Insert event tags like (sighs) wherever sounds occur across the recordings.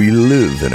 in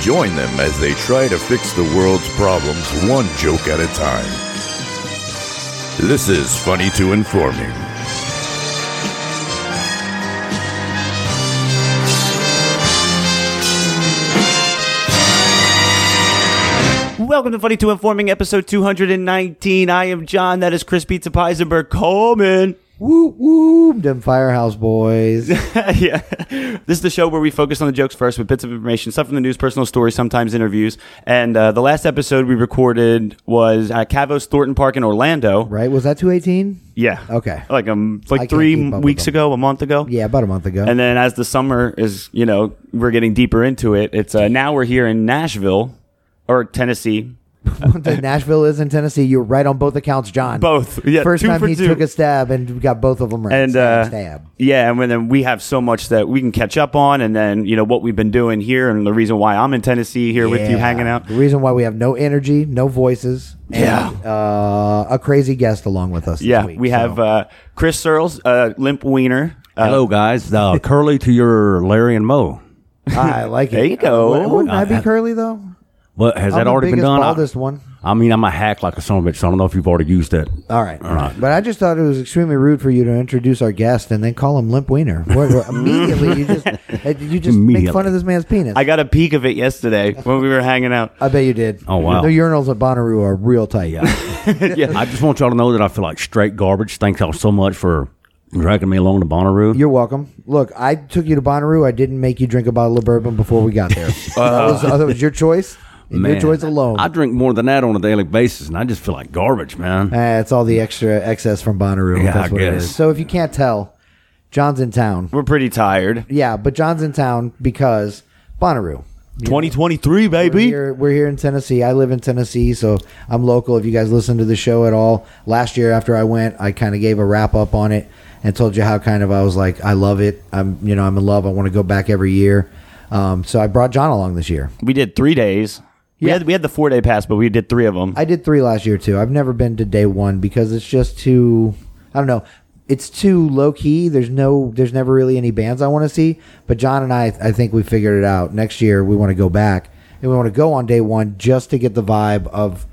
Join them as they try to fix the world's problems one joke at a time. This is Funny to Informing. Welcome to Funny to Informing, episode 219. I am John. That is Chris Pizza Peisenberg Coleman. (laughs) Whoop whoop! Them firehouse boys. yeah. This is the show where we focus on the jokes first with bits of information, stuff from the news, personal stories, sometimes interviews. And uh, the last episode we recorded was at Cavos Thornton Park in Orlando. right? Was that two eighteen? Yeah. Okay. Like um, I like can't three keep up with weeks them. ago, a month ago. Yeah, about a month ago. (laughs) And then as the summer is, you know, we're getting deeper into it. It's uh, now we're here in Nashville or Tennessee. That Nashville is in Tennessee. You're right on both accounts, John. Both. Yeah, First two time for he two. took a stab and we got both of them right. and stab, uh, stab. yeah, and when- then we have so much that we can catch up on, and then you know what we've been doing here, and the reason why I'm in Tennessee here with you Yeah. hanging out. The reason why we have no energy, no voices, and, Yeah. uh, a crazy guest along with us. this Yeah, week, we have so. uh, Chris Searles, uh, Limp Wiener. Uh, Hello, (laughs) guys. Uh, curly to your Larry and Mo. (laughs) I like it. There you go. Uh, Wouldn't- Wouldn't I be curly though? What has I'm that the already been biggest, done? baldest I, one. I mean, I'm a hack like a son of a bitch. So I don't know if you've already used that. All right. All right. But I just thought it was extremely rude for you to introduce our guest and then call him Limp Wiener. What- (laughs) what- immediately, you just uh, you just make Immediately. fun of this man's penis. I got a peek of it (laughs) yesterday when we were hanging out. I bet you did. Oh, wow. The urinals at Bonnaroo are real tight. I just want y'all to know that I feel like straight garbage. Thanks y'all so much for dragging me along to (laughs) Bonnaroo. You're welcome. Look, I took you to Bonnaroo. I didn't make you drink a bottle of bourbon before we got (laughs) there. that, was, that was your choice. and Man, your choice alone. I drink more than that on a daily basis, and I just feel like garbage, man. Eh, it's all the extra excess from Bonnaroo. Yeah, that's I what it guess. is. So if you can't tell, John's in town. We're pretty tired. Yeah, but John's in town because Bonnaroo. 2023, We're baby. here, we're here in Tennessee. I live in Tennessee, so I'm local. If you guys listen to the show at all, last year after I went, I kind of gave a wrap up on it and told you how kind of I was like, I love it. I'm, you know, I'm in love. I want to go back every year. Um, so I brought John along this year. We did three days. We Yeah. had we had the four day pass, but we did three of them. I did three last year too. I've never been to day one because it's just too. I don't know. It's too low key. There's no. There's never really any bands I want to see. But John and I, I think we figured it out. Next year we want to go back and we want to go on day one just to get the vibe of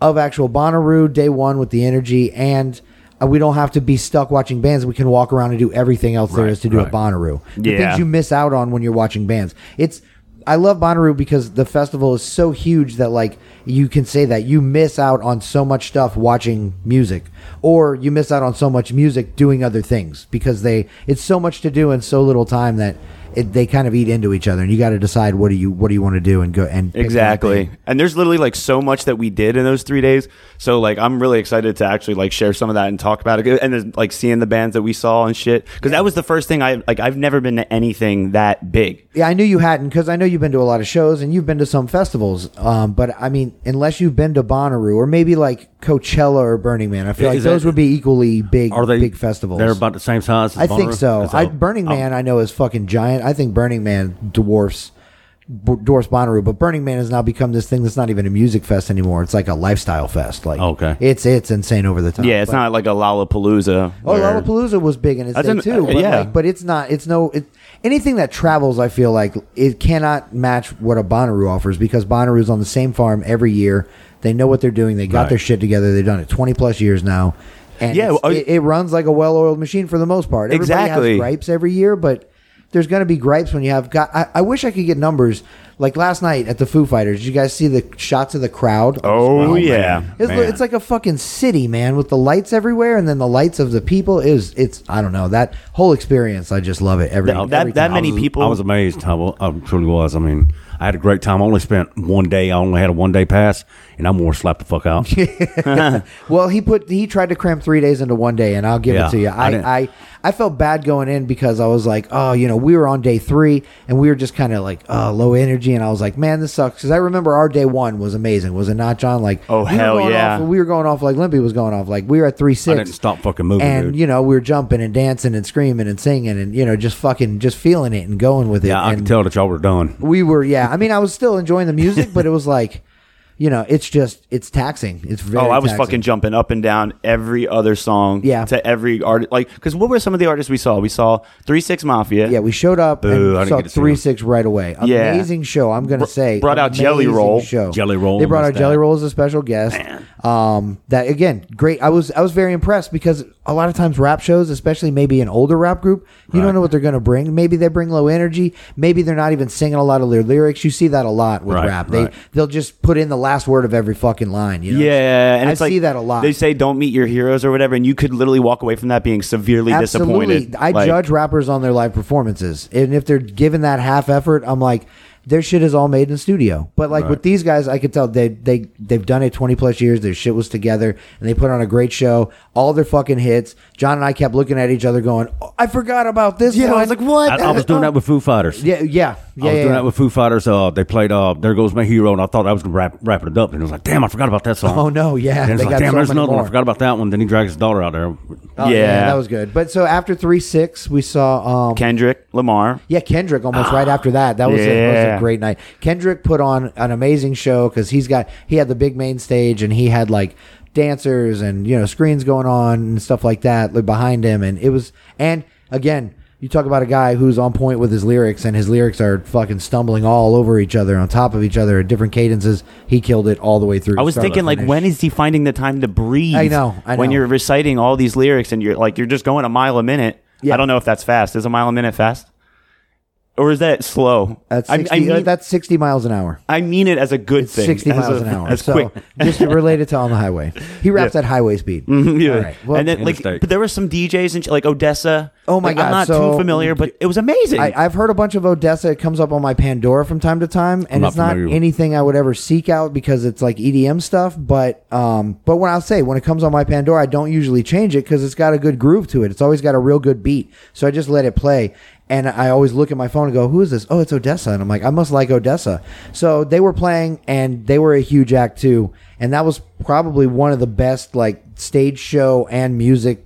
of actual Bonnaroo day one with the energy and. uh, We don't have to be stuck watching bands. We can walk around and do everything else there is to do at Bonnaroo. The Yeah. things you miss out on when you're watching bands. It's I love Bonnaroo because the festival is so huge that like you can say that you miss out on so much stuff watching music or you miss out on so much music doing other things because they it's so much to do in so little time that it, they kind of eat into each other and you got to decide what do you what do you want to do and go and pick one Exactly. thing. And there's literally like so much that we did in those three days. So like I'm really excited to actually like share some of that and talk about it and then, like seeing the bands that we saw and shit. Because that was the first thing I like I've never been to anything that big. Yeah, I knew you hadn't because I know you've been to a lot of shows and you've been to some festivals. Um, but I mean, unless you've been to Bonnaroo or maybe like Coachella or Burning Man, I feel like Is that- those would be equally big. Are they big festivals? They're about the same size. As I think Bonnaroo? so. That's I, all. Burning Man, I know is fucking giant. I think Burning Man dwarfs b- dwarfs Bonnaroo, but Burning Man has now become this thing that's not even a music fest anymore. It's like a lifestyle fest. Like Okay. it's it's insane over the top. Yeah, it's But- not like a Lollapalooza. Oh, where- Lollapalooza was big in its That's day an- uh, too. But yeah. like, but it's not. It's no. It, anything that travels, I feel like it cannot match what a Bonnaroo offers because Bonnaroo's on the same farm every year. They know what they're doing. They got Right. their shit together. They've done it twenty plus years now. And Yeah, it's- well, are- it, it runs like a well-oiled machine for the most part. Everybody Exactly. has gripes every year, but there's going to be gripes when you have got. I, I wish I could get numbers. Like last night at the Foo Fighters, did you guys see the shots of the crowd? Oh, yeah. It's, Man. it's like a fucking city, man, with the lights everywhere, and then the lights of the people is it's I don't know that whole experience. I just love it every That- that- every that time. many I was- people- I was amazed. I, wa- I truly was. I mean, I had a great time. I only spent one day. I only had a one day pass, and I'm going to slap the fuck (laughs) out. Well, he put he tried to cram three days into one day, and I'll give Yeah, it to you. I didn't- I, I I felt bad going in because I was like, oh, you know, we were on day three and we were just kind of like, oh, low energy. energy, and I was like, man, this sucks. Because I remember our day one was amazing, was it not, John? Like, Oh, we were hell going yeah. off- we were going off like Limpy was going off. Like we were at three I six. didn't stop fucking moving, and dude. you know we were jumping and dancing and screaming and singing and you know just fucking just feeling it and going with it. yeah, I and could tell that y'all were done. we were yeah i mean i was still enjoying the music but it was like you know it's just it's taxing it's very Oh, I was taxing. fucking jumping up and down every other song. Yeah. To every artist, like, because what were some of the artists we saw? We saw Three Six Mafia. yeah we showed up Boo, I and didn't saw get to see three them. six right away Yeah. amazing show i'm gonna Br- say brought out Jelly amazing Roll. show Jelly Roll they brought was out jelly that. roll as a special guest um that again great i was i was very impressed because a lot of times rap shows especially maybe an older rap group you don't know what they're gonna bring maybe they bring low energy maybe they're not even singing a lot of their lyrics you see that a lot with Right, rap they right. they'll just put in the last word of every fucking line you know? Yeah, and I it's like see that a lot. They say don't meet your heroes or whatever, and you could literally walk away from that being severely disappointed. I Like, judge rappers on their live performances, and if they're given that half effort, I'm like, their shit is all made in the studio. But like with these guys, I could tell they they they've done it 20 plus years. Their shit was together, and they put on a great show. All their fucking hits. John and I kept looking at each other, going, oh, "I forgot about this." Yeah, I one. was like, what? I, I was doing that with Foo Fighters. Yeah, yeah, yeah. I was yeah, doing yeah. that with Foo Fighters. Uh, they played uh, "There Goes My Hero," and I thought I was gonna wrap, wrap it up, and it was like, "Damn, I forgot about that song." (laughs) Oh, no, yeah, And it's they got like, "Damn, so there's many another one. more. I forgot about that one." Then he drags his daughter out there. Oh, Yeah. that was good. But so after three six, we saw um, Kendrick Lamar. Yeah, Kendrick almost right after that. That was, a, that was Yeah. a great night. Kendrick put on an amazing show because he's got he had the big main stage and he had like dancers and you know screens going on and stuff like that like, behind him and it was and again you talk about a guy who's on point with his lyrics and his lyrics are fucking stumbling all over each other on top of each other at different cadences. He killed it all the way through. I was start to thinking, like, finish. when is he finding the time to breathe? I know, I When know. you're reciting all these lyrics and you're like, you're just going a mile a minute. Yeah. I don't know if that's fast. Is a mile a minute fast, or is that slow? that's I- 60, I, mean, that's sixty miles an hour. I mean it as a good It's thing. 60 as miles a- (laughs) an hour. As So quick. (laughs) Mm-hmm. just related to on the highway. He raps at highway speed. yeah. All right. Well, and then like, Interstate. but there were some DJs and sh- like Odessa. Oh my Like, God, I'm not so- too familiar, but it was amazing. I, I've heard a bunch of Odessa. It comes up on my Pandora from time to time, and not it's not familiar with- anything I would ever seek out because it's like EDM stuff. But um, but when I say when it comes on my Pandora, I don't usually change it because it's got a good groove to it. It's always got a real good beat, so I just let it play. And I always look at my phone and go, "Who is this? Oh, it's Odessa." And I'm like, "I must like Odessa." So they were playing, and they were a huge act too. And that was probably one of the best like stage show and music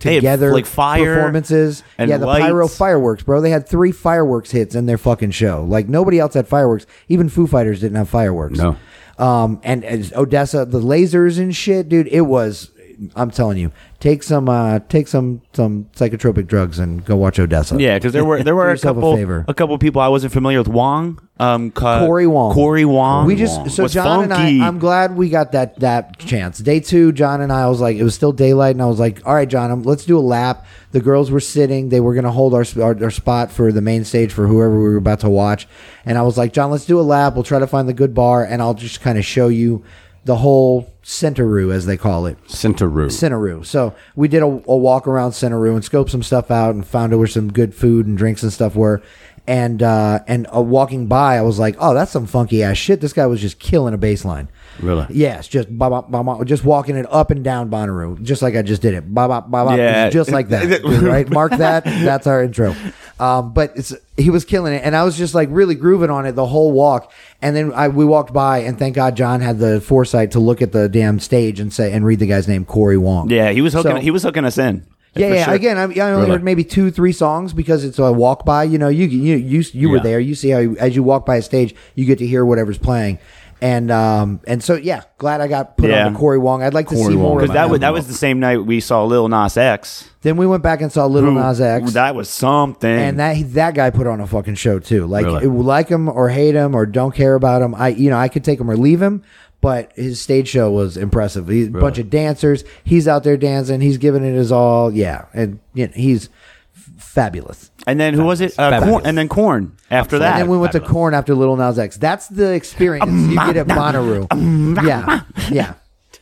They had, together like, fire performances and yeah the pyro lights. fireworks bro they had three fireworks hits in their fucking show like nobody else had fireworks even foo fighters didn't have fireworks No. um and, and odessa the lasers and shit dude it was i'm telling you take some uh take some some psychotropic drugs and go watch odessa Yeah, because there were there were a yourself a couple favor. a, couple people I wasn't familiar with. Wong, um, Ka- Corey Wong. Corey Wong. We just so was John funky. and I. I'm glad we got that that chance. Day two, John and I was like, it was still daylight, and I was like, all right, John, um, let's do a lap. The girls were sitting; they were gonna hold our, sp- our our spot for the main stage for whoever we were about to watch. And I was like, John, let's do a lap. We'll try to find the good bar, and I'll just kind of show you the whole Centeroo, as they call it. Centeroo. Centeroo. So we did a, a walk around Centeroo and scoped some stuff out and found out where some good food and drinks and stuff were. And uh, and uh, walking by, I was like, "Oh, that's some funky ass shit." This guy was just killing a baseline. Really? Yes, just bop, bop, bop, bop, just walking it up and down Bonnaroo, just like I just did it. Bop, bop, bop, bop, Yeah. just like (laughs) that. right? Mark that. That's our intro. Um, but it's he was killing it, and I was just like really grooving on it the whole walk. And then I we walked by, and thank God John had the foresight to look at the damn stage and say and read the guy's name, Corey Wong. yeah, he was hooking So- he was hooking us in. Yeah, For yeah. sure. Again, I, I only Really? heard maybe two, three songs because it's a walk by. You know, you you you you were Yeah. there. You see how you, as you walk by a stage, you get to hear whatever's playing, and um and so yeah, glad I got put Yeah. on to Corey Wong. I'd like to see Wong. more. 'Cause of that him. was that was the same night we saw Lil Nas X. Then we went back and saw Little Nas X. That was something. and that that guy put on a fucking show too. Like Really? it- like him or hate him or don't care about him. I you know I could take him or leave him, but his stage show was impressive. He's a bunch of dancers. He's out there dancing. He's giving it his all. Yeah, and you know, he's f- fabulous. and then who was it? Uh, Fabulous. Corn, and then Corn after that. And then we went to fabulous. Corn after Little Nas X. That's the experience you get at Bonnaroo. yeah, yeah.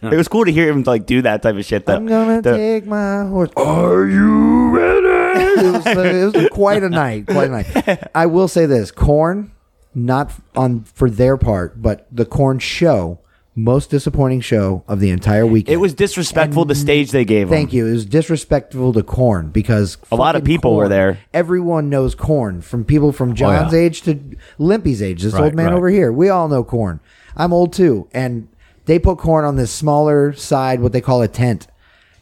it was cool to hear him like do that type of shit. Though. I'm gonna The- take my horse. Are you ready? it was, uh, it was quite a night. Quite a night. I will say this: Corn, not on for their part, but the Corn show most disappointing show of the entire weekend. It was disrespectful the stage they gave Thank him. you. It was disrespectful to Corn because A lot of fucking people were Korn, there. Oh, Everyone knows Corn, from people from John's yeah. age to Limpy's age. This Right, old man right. over here, we all know Corn. I'm old too, and they put Corn on this smaller side, what they call a tent,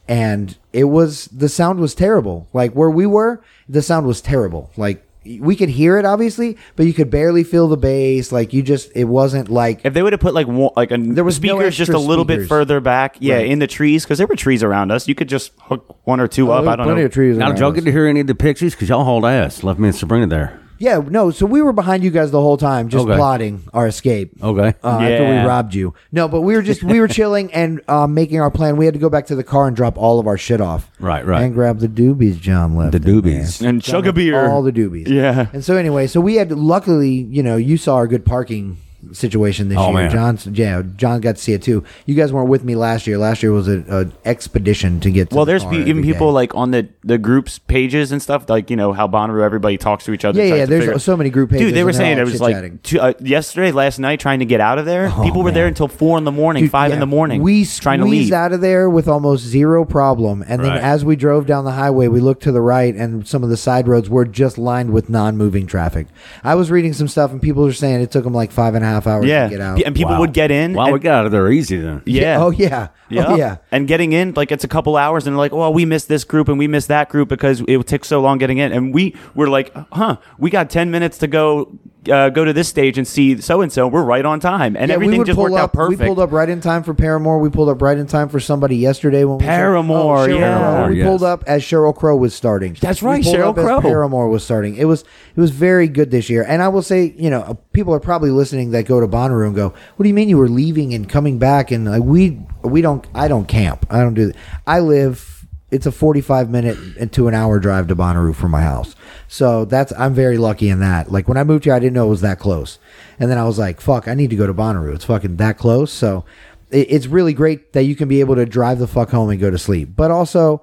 and it was the sound was terrible. Like where we were, the sound was terrible. Like we could hear it obviously, but you could barely feel the bass. Like you just, it wasn't like If they would have put like one, like a there was no speakers just a extra little bit speakers. further back, yeah, Right. Oh, in the trees because there were trees around us. You could just hook one or two up. I don't plenty know. of trees. Now, around did y'all us. get to hear any of the pictures? Because y'all hauled ass. Left me and Sabrina there. Yeah, no. So we were behind you guys the whole time, just Okay. plotting our escape. Okay. Uh, After we Yeah. robbed you. No, but we were just (laughs) we were chilling and uh, making our plan. We had to go back to the car and drop all of our shit off. Right, right. And grab the doobies John left. The in there. doobies. And chug a beer. All the doobies. Yeah. And so anyway, so we had luckily, you know, you saw our good parking situation this Oh, year. man. John's yeah, John got to see it too. You guys weren't with me last year. Last year was a- an expedition to get. To well, the there's car pe- even every people day. like on the the groups pages and stuff, like you know how Bonnaroo everybody talks to each other. Yeah, and tries yeah, to there's figure- so many group pages Dude, they were and they're saying all it was chit-chatting. like two, uh, yesterday, last night, trying to get out of there. people were there until four in the morning, Dude, five yeah. in the morning. We trying to leave. out of there with almost zero problem, and then Right. as we drove down the highway, we looked to the right, and some of the side roads were just lined with non-moving traffic. I was reading some stuff, and people were saying it took them like five and a half hours yeah, to get out. P- and people Wow. would get in. Wow, and- we got out of there easy then. yeah. Oh yeah. Oh yeah. And getting in, like it's a couple hours, and like, well, we missed this group and we missed that group because it took so long getting in. And we were like, huh, we got ten minutes to go, uh, go to this stage and see so and so. We're right on time, and Yeah, everything just worked pull out up, perfect. We pulled up right in time for Paramore. We pulled up right in time for somebody yesterday when we Paramore, Cheryl yeah. Crow. Paramore, we yes. pulled up as Cheryl Crow was starting. That's We right, pulled Sheryl up as Crow. Paramore was starting. It was it was very good this year, and I will say, you know, uh, people are probably listening that go to Bonnaroo and go, "What do you mean you were leaving and coming back?" And like we we don't I don't camp. I don't do that. I live. It's a 45 minute and to an hour drive to Bonnaroo from my house. So that's, I'm very lucky in that. Like when I moved here, I didn't know it was that close. And then I was like, fuck, I need to go to Bonnaroo. It's fucking that close. So it, it's really great that you can be able to drive the fuck home and go to sleep. But also,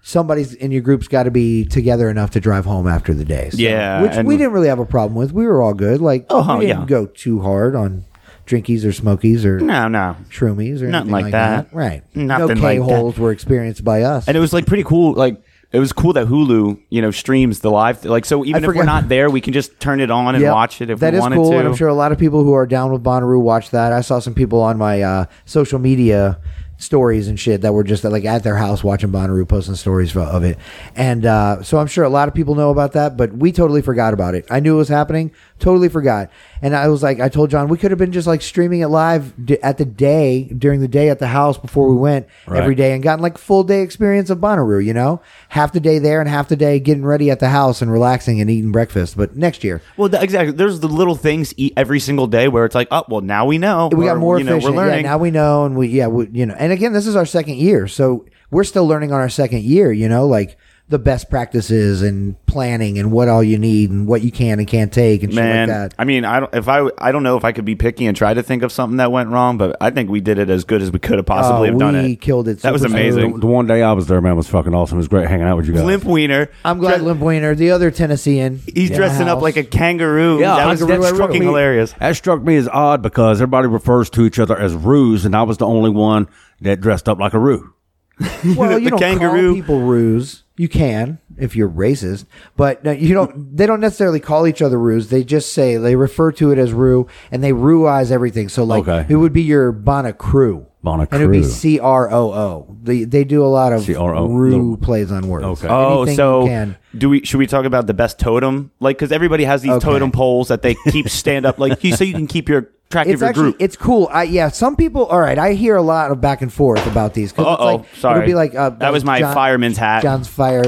somebody's in your group's got to be together enough to drive home after the day. So- Yeah, Which and- we didn't really have a problem with. We were all good. Like, Oh, we didn't yeah. go too hard on drinkies or smokies or. no, no, Shroomies or Nothing anything like that. right? Nothing no like that. K-holes were experienced by us. and it was like pretty cool, like. It was cool that Hulu, you know, streams the live. Like, so even if we're forgot- not there, we can just turn it on and Yep. watch it if That we is wanted cool, to. and I'm sure a lot of people who are down with Bonnaroo watch that. I saw some people on my uh, social media stories and shit that were just like at their house watching Bonnaroo, posting stories fo- of it. And uh, so I'm sure a lot of people know about that, but we totally forgot about it. I knew it was happening, totally forgot. And I was like, I told John we could have been just like streaming it live d- at the day during the day at the house before we went Right. every day and gotten like full day experience of Bonnaroo. You know, half the day there and half the day getting ready at the house and relaxing and eating breakfast. But next year. Well, th- exactly. There's the little things e- every single day where it's like, oh, well, now we know. we Or, got more you know, efficient. We're learning. Yeah, now we know, and we yeah, we, you know. And again, this is our second year, so we're still learning on our second year. You know, like the best practices and planning and what all you need and what you can and can't take and Man, shit like that. I mean, I don't. If I, I don't know if I could be picky and try to think of something that went wrong, but I think we did it as good as we could have possibly Oh, have done we it. killed it That was super amazing. The, the one day I was there, man, was fucking awesome. It was great hanging out with you guys. Limp Wiener. I'm glad Dre- Lim Weiner, the other Tennessean, He's in dressing the up like a house. kangaroo. Yeah, that was kangaroo, that's I fucking remember. hilarious. That struck me as odd because everybody refers to each other as roos, and I was the only one that dressed up like a roo. (laughs) well, you the don't kangaroo. call people ruse. You can if you're racist, but no, you don't. They don't necessarily call each other ruse. They just say they refer to it as rue, and they rueize everything. So like, Okay. it would be your Bona Crew. Bona and it would be Crew. C R O O. They they do a lot of CRO. rue Little- plays on words. Okay. Oh, Anything you so can. do we? Should we talk about the best totem? Like, because everybody has these Okay. totem poles that they (laughs) keep stand up, like you, so you can keep your track of It's your actually group. it's cool. I yeah. Some people. All right. I hear a lot of back and forth about these. 'cause it's Uh-oh, like, It sorry. would be like uh, That was my fireman's hat. John's fire.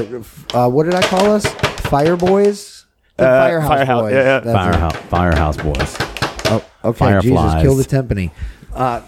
Uh, what did I call us? Fire boys. The Uh, firehouse, Firehouse, boys. yeah, yeah. That's it. Firehouse, Firehouse Boys. Oh, okay. Jesus, Fireflies. kill the timpani. Uh,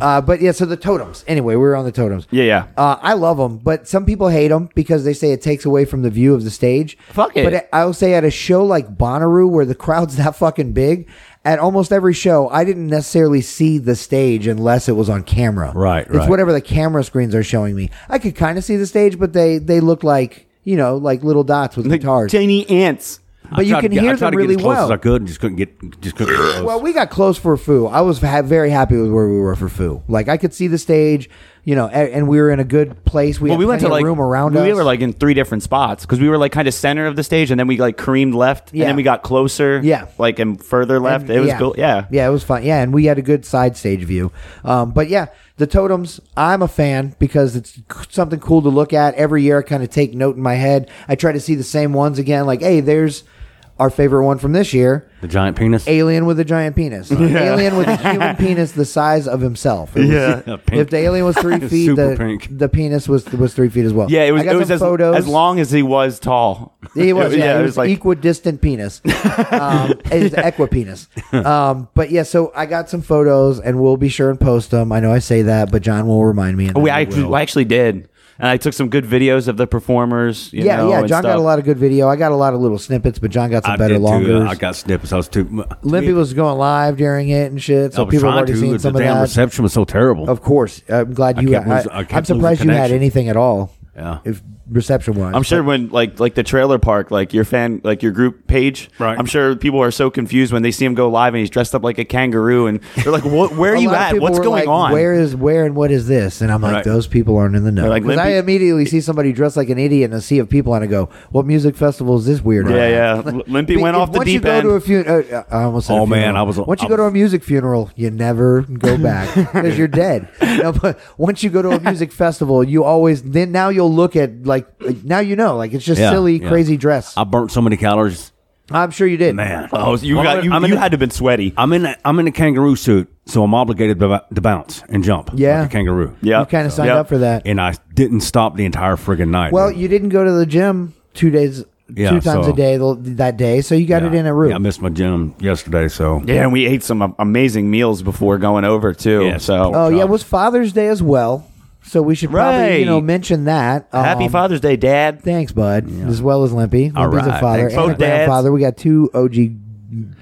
uh, but yeah, so the totems. Anyway, we were on the totems. Yeah, yeah. Uh, I love them, but some people hate them because they say it takes away from the view of the stage. Fuck it. But I'll say at a show like Bonnaroo, where the crowd's (laughs) that fucking big, at almost every show, I didn't necessarily see the stage unless it was on camera. Right, It's right. whatever the camera screens are showing me. I could kind of see the stage, but they they look like you know like little dots with Like guitars. tiny ants. I But you tried to can get- hear I tried them to get really as close well. As I could, and just couldn't get just couldn't. Get close. Well, we got close for Foo. I was ha- very happy with where we were for Foo. Like I could see the stage, you know, a- and, we were in a good place. We Well, had we went to plenty like of room around we us. were like in three different spots because we were like kind of center of the stage, and then we like careened left, Yeah. and then we got closer, Yeah. like and further left. And- it was cool, yeah. yeah, it was fun. Yeah, and we had a good side stage view. Um, but yeah, the totems. I'm a fan because it's c- something cool to look at every year. I kind of take note in my head. I try to see the same ones again. Like, hey, there's our favorite one from this year. the giant penis. Alien with a giant (laughs) penis. Alien with a human penis the size of himself. It was- Yeah, pink. If the alien was three feet, Super the, pink. the penis was was three feet as (laughs) well. Yeah, it was I got it was some as, photos. as long as he was tall. (laughs) (laughs) He was, (laughs) yeah, it was, like equidistant penis. Um, It's equipenis. Um, but yeah, so I got some photos, and we'll be sure and post them. I know I say that, but John will remind me. and we then I actually, will. we actually did, and I took some good videos of the performers. you yeah, know, yeah. and John got stuff. a lot of good video. I got a lot of little snippets, but John got some I better did too. longer. I got snippets. I was too. Limpy was going live during it and shit, I so was people have trying already to. seen but some Oh, the of damn that. reception was so terrible. Of course, I'm glad you. I kept losing- I kept am losing surprised you had connection. anything at all. Yeah. If reception wise, I'm sure when like like the trailer park, like your fan, like your group page. Right. I'm sure people are so confused when they see him go live and he's dressed up like a kangaroo, and they're like, "What? Where are (laughs) A you lot of at? people What's were going like, on?" Where is where and what is this? And I'm like, Right. those people aren't in the know. They're like, Because I Limpy- immediately see somebody dressed like an idiot in a sea of people, and I go, "What music festival is this weird?" Yeah, yeah. (laughs) Limpy went off the once deep you go end. To a fun- uh, uh, I almost said a Oh, man, funeral. I was- Once you I go to a was- music funeral, you never (laughs) go back because you're dead. No, but once you go to a music festival, you always then now you'll look at like now you know like it's just Yeah, silly, yeah. crazy dress. I burnt so many calories. I'm sure you did, (laughs) Man, Oh, so you Well, got you, I'm in you a- had to have been sweaty. I'm in. A, I'm in a kangaroo suit, so I'm obligated to, to bounce and jump. Yeah. like a kangaroo. Yeah, You kind of signed Yeah. up for that. and I didn't stop the entire friggin' night. Well, dude. you didn't go to the gym two days, Yeah, two times so- a day th- that day, so you got it Yeah. in a room. Yeah, I missed my gym yesterday, so Yeah, and we ate some a- amazing meals before going over too. Yes. So oh yeah, job. it was Father's Day as well, so we should probably you know Right. mention that. happy Um, Father's Day, Dad. Thanks, bud. As well as Limpy. All Limpy's a right, father thanks, and a bud. Both dads. grandfather. We got two OG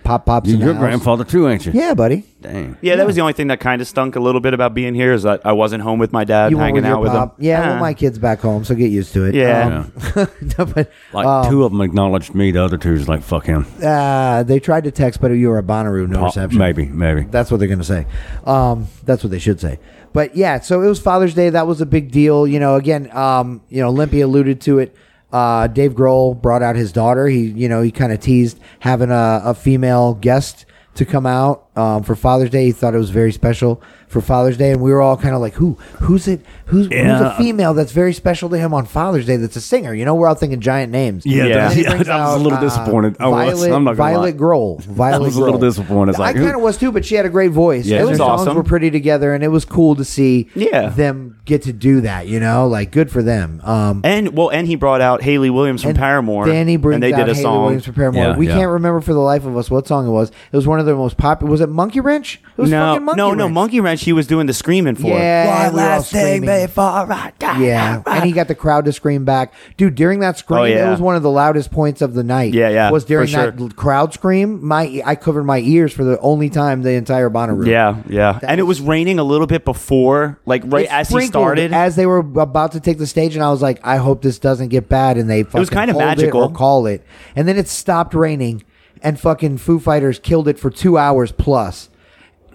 pop pops. in you're the your house. grandfather too, ain't you? Yeah, buddy. Dang. Yeah, that was the only thing that kind of stunk a little bit about being here is that I wasn't home with my dad You went hanging with your out with pop. him. Yeah, Ah. well, my kid's back home, so get used to it. Yeah. Um, (laughs) no, but Like Um, two of them acknowledged me, the other two's like fuck him. uh, they tried to text, but you were a Bonnaroo, no Oh, reception. maybe, maybe. That's what they're going to say. Um, that's what they should say. But yeah, so it was Father's Day. That was a big deal. You know, again, um, you know, Limpy alluded to it. Uh, Dave Grohl brought out his daughter. He, you know, he kind of teased having a, a female guest to come out um, for Father's Day. He thought it was very special for Father's Day, and we were all kind of like, "Who? Who's it? Who's, who's a Yeah. female that's very special to him on Father's Day? That's a singer? You know, we're all thinking giant names. Yeah, And that- then he yeah, brings uh, I was a little disappointed. I was. Violet, I'm not gonna lie. Violet Grohl. Violet was a little Grohl. disappointed. It's I like, who- kind of was too, but she had a great voice. Yeah, and it was their songs awesome. were pretty together, and it was cool to see Yeah. them get to do that. You know, like good for them. Um, And well, and he brought out Haley Williams from Paramore. Danny brings and they out did a Haley song. Williams from Paramore. Yeah, we yeah. can't remember for the life of us what song it was. It was one of their most popular. Was it Monkey Wrench? It was no, fucking Monkey no, Wrench. no, Monkey Wrench. He was doing the screaming for. Yeah, we were all screaming. before I die. Yeah, and he got the crowd to scream back, dude. During that scream, Oh, yeah. it was one of the loudest points of the night. Yeah, yeah, Was during for sure. that l- crowd scream, my I covered my ears for the only time the entire Bonnaroo. Yeah, yeah. and it was raining a little bit before, like right It as he sprinkled started. as they were about to take the stage, and I was like, I hope this doesn't get bad. And they fucking was kinda hold it magical. or call it, and then it stopped raining, and fucking Foo Fighters killed it for two hours plus.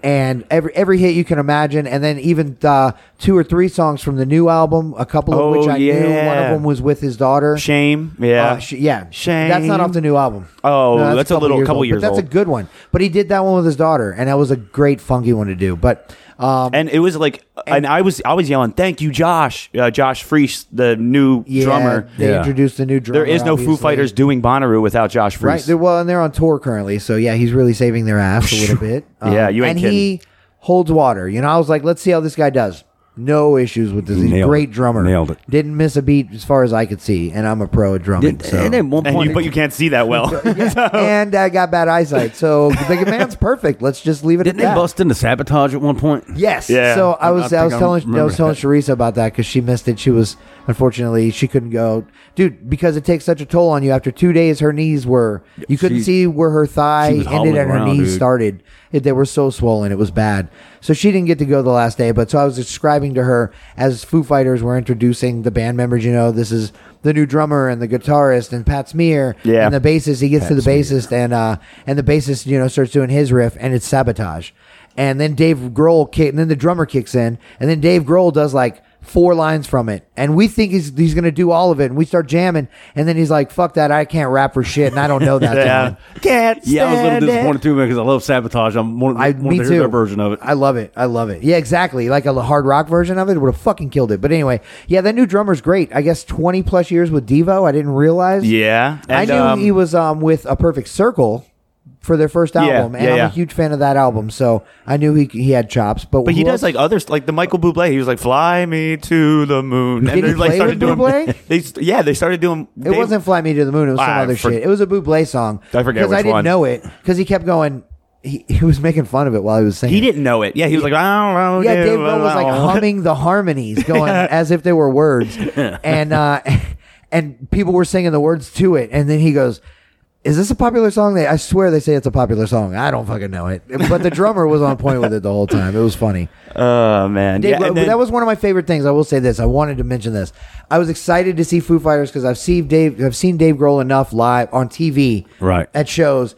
And every every hit you can imagine, and then even uh, two or three songs from the new album, a couple of Oh, which I knew. One of yeah. them was with his daughter. Shame. Yeah. Uh, sh- yeah. Shame. That's not off the new album. Oh, that's a little- couple old, years But that's a old. good one. But he did that one with his daughter, and that was a great funky one to do. But um, and it was like, and, I was, I was yelling, "Thank you, Josh, uh, Josh Freese, the new yeah, drummer." they Yeah. introduced a new drummer. There is no obviously. Foo Fighters doing Bonnaroo without Josh Freese. right? They're, well, and they're on tour currently, so yeah, he's really saving their ass (laughs) a little bit. Um, Yeah, you ain't and he kidding. holds water. You know, I was like, let's see how this guy does. No issues with this. He's a Nailed great it. drummer. Nailed it. Didn't miss a beat as far as I could see, and I'm a pro at drumming. Did- so. And at one and point, you, but you can't see that (laughs) well. (laughs) and I got bad eyesight, so the man's perfect. Let's just leave it didn't at that. they bust into sabotage at one point? Yes. Yeah. So I I was I, think was I telling I, remember was telling that. Sharisa about that because she missed it. She was unfortunately she couldn't go, dude, because it takes such a toll on you. After two days, her knees were you couldn't She- see where her thigh she was ended hobbling and her around, knees dude. started. It, they were so swollen, it was bad. So she didn't get to go the last day. But so I was describing describing to her as Foo Fighters were introducing the band members. You know, this is the new drummer and the guitarist and Pat Smear Yeah. and the bassist. He gets to the bassist and uh and the bassist you know starts doing his riff and it's sabotage, and then Dave Grohl kick and then the drummer kicks in and then Dave Grohl does like four lines from it and we think he's he's gonna do all of it and we start jamming and then he's like fuck that I can't rap for shit and I don't know (laughs) that Yeah. yeah. can't Yeah, I was a little stand it. disappointed too, man, because I love Sabotage. I'm one, I, want me to too. hear their version of it. I love it. I love it. Yeah, exactly. Like a hard rock version of it would have fucking killed it. But anyway, yeah, that new drummer's great. I guess twenty plus years with Devo. I didn't realize. Yeah, I And, knew um, he was um with a Perfect Circle for their first Yeah, album, and yeah, I'm yeah. a huge fan of that album. So I knew he he had chops. But But he who does else? like other st- like the Michael Bublé. He was like, "Fly me to the moon." Did he they, like play with doing. Bublé? (laughs) They s- yeah, they started doing. It wasn't "Fly Me to the Moon." It was some I other for- shit. It was a Buble song. I forget because which I didn't one. know it because he kept going. He, (laughs) he was making fun of it while he was singing. He didn't know it. Yeah, he was like, "I don't know." Yeah, Dave Grohl was like humming the harmonies, going as if they were words, and uh, (laughs) and people were singing the words to it, and then he goes. Is this a popular song? They, I swear they say it's a popular song. I don't fucking know it, but the drummer was on point with it the whole time. It was funny. (laughs) "Oh man, Dave, yeah, and then- that was one of my favorite things. I will say this. I wanted to mention this. I was excited to see Foo Fighters because I've seen Dave. I've seen Dave Grohl enough live on TV, Right. at shows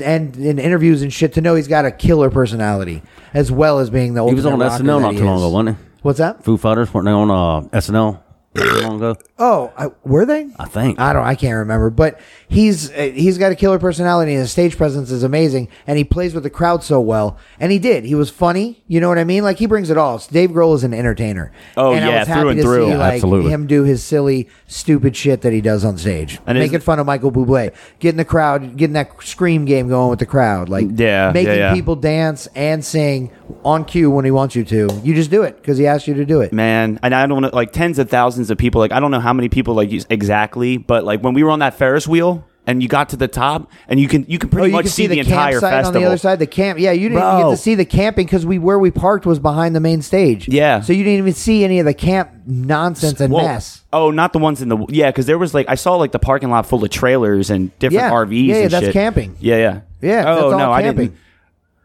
and in interviews and shit to know he's got a killer personality as well as being the. He was on SNL not too long ago, wasn't he? What's that? Foo Fighters weren't they on uh, SNL not long ago? Oh, I, were they? I think. I don't. I can't remember. But he's uh, he's got a killer personality, and his stage presence is amazing, and he plays with the crowd so well. And he did. He was funny. You know what I mean? Like he brings it all. Dave Grohl is an entertainer. Oh, and yeah, I was through happy and to through. See, Yeah, like, absolutely. Him do his silly, stupid shit that he does on stage, And making is- fun of Michael Bublé, getting the crowd, getting that scream game going with the crowd, like Yeah, yeah, making yeah. people dance and sing on cue when he wants you to. You just do it because he asked you to do it. man and i don't know like tens of thousands of people like i don't know how many people like use- exactly but like when we were on that ferris wheel and you got to the top and you can you can pretty Oh, you much can see, the, entire campsite festival on the other side. The camp, yeah, you didn't even Bro. get to see the camping because we where we parked was behind the main stage. Yeah. so you didn't even see any of the camp nonsense and Well, mess. oh not the ones in the yeah because there was like i saw like the parking lot full of trailers and different Yeah. rvs Yeah, yeah, and that's shit. camping. yeah yeah Yeah, that's oh all no i camping. didn't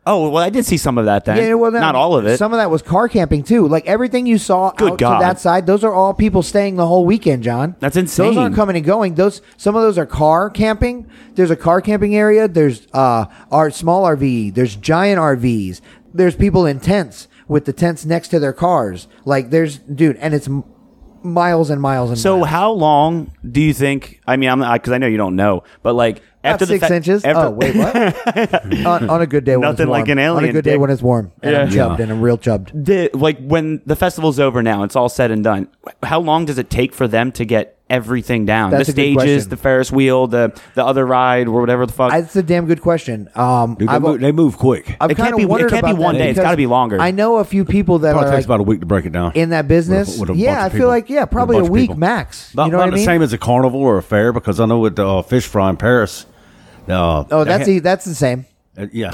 oh well i did see some of that then Yeah, well, that- not all of it Some of that was car camping too. Like everything you saw Good out God. to that side, those are all people staying the whole weekend, John. That's Those insane. aren't coming and going. Those some of those are car camping. There's a car camping area. There's uh our small RV. There's giant RVs. There's people in tents with the tents next to their cars. Like there's dude, and it's m- miles and miles and So miles. how long do you think? I mean, I'm because I know you don't know, but like About after the six fa- inches. after- oh wait, what? (laughs) on, on a good day, when it's Nothing like warm. an On a alien good day dick. when it's warm, and I'm Yeah. chubbed, and I'm real chubbed. the like when the festival's over now, it's all said and done. How long does it take for them to get everything down? That's the a good stages, question. the Ferris wheel, the the other ride, or whatever the fuck. That's a damn good question. Um, Dude, they, I've- move, they move quick. I've It can't kinda be- it wondered can't be about that one day. It's because gotta be longer. I know a few people that probably are takes like about a week to break it down. in that business. With a- with a bunch yeah, I of feel people. like yeah, With a probably a bunch of week people. max. About, you know about what I mean? the same as a carnival or a fair because I know with the uh, fish fry in Paris. Uh, oh, they that's had- the, that's the same. uh, yeah,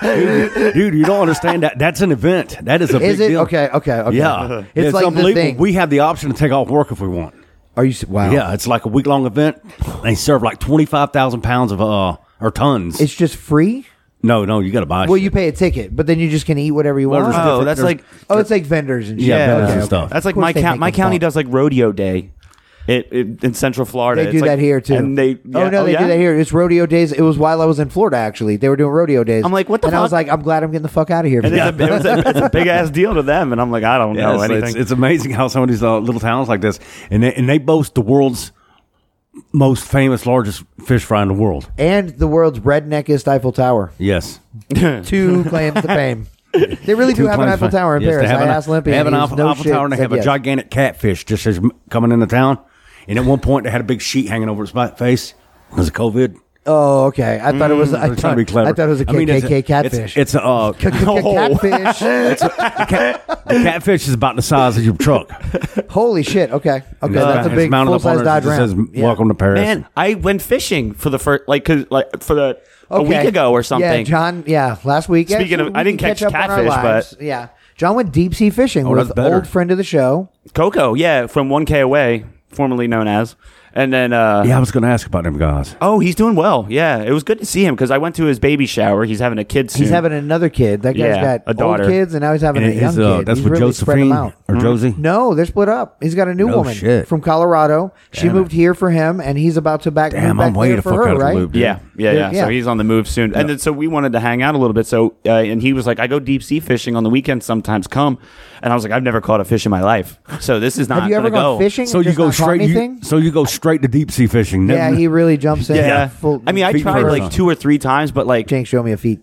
(laughs) dude, dude, dude, you don't understand that. That's an event. That is a Is big it deal. okay? Okay, okay. Yeah, it's, like the thing. We have the option to take off work if we want. are you s- wow? Yeah, it's like a week long event. They serve like twenty five thousand pounds of uh or tons. it's just free. no, no, you got to buy. Well, shit. you pay a ticket, but then you just can eat whatever you Well, want. there's oh, different- that's like there's- oh, it's like vendors and shit. Yeah, vendors okay, and okay. stuff. that's like Of my course they county. make My them county bump. does like rodeo day. It, it in Central Florida. They It's do like- that here too. And they oh yeah, no, they yeah? do that here. It's rodeo days. It was while I was in Florida actually. They were doing rodeo days. I'm like, what the And I fuck? was like, I'm glad I'm getting the fuck out of here. And it's, a, it's, a, big ass deal to them, and I'm like, I don't Yeah, know it's, anything. it's, it's amazing how some of these uh, little towns like this, and they, and they boast the world's most famous, largest fish fry in the world. and the world's redneckest Eiffel Tower. Yes, two claims to (laughs) fame. They really do Two have an claims Eiffel for- Tower in Yes, Paris. They have I an, asked Limpy. They have an and he was Eiffel, no Eiffel shit, Tower, and they said have a yes. gigantic catfish just as m- coming into town. And at one point, they had a big sheet hanging over its mi- face. It was COVID. Oh, okay. I thought it was. I They're trying thought, to Mm, be clever. I thought it was a KKK I mean, it's a- catfish. It's, it's a uh, (laughs) catfish. the cat- the catfish is about the size of your (laughs) truck. Holy shit. Okay. Okay. It's- That's a Uh, it's big mounted full up size on there. It Dodge Ram. just says, Yeah. "Welcome to Paris." Man, I went fishing for the first like cause, like for the a Okay. week ago or something. Yeah, John. Yeah, last week. Yeah, Speaking of- we I didn't can catch up on our catfish, lives. yeah, John went deep sea fishing Oh, that's with better. old friend of the show. Coco, yeah, from 1K away, formerly known as. And then, uh, Yeah, I was going to ask about them guys. oh, he's doing well. Yeah, it was good to see him because I went to his baby shower. He's having a kid soon. He's having another kid. That guy's Yeah, got a old daughter. kids, and now he's having And a it young is, uh, kid. that's He's with really spreading Josephine them out. Hmm? or Josie. No, they're split up. He's got a new No woman shit. from Colorado. she Damn it. moved here for him, and he's about to back. move Damn, back I'm way there the for fuck her, out of right? the loop. dude. Yeah, yeah, yeah, Yeah. So he's on the move soon, and then so we wanted to hang out a little bit. So uh, and he was like, I go deep sea fishing on the weekends sometimes. Come, and I was like, I've never caught a fish in my life, (laughs) so this is not. Have you ever gonna gone go. fishing? So and you just go not caught straight. You, anything? so you go straight to deep sea fishing. yeah, Never- he really jumps in. Yeah, full- I mean, I feet tried first. like two or three times, but like Jenks, show me a feet.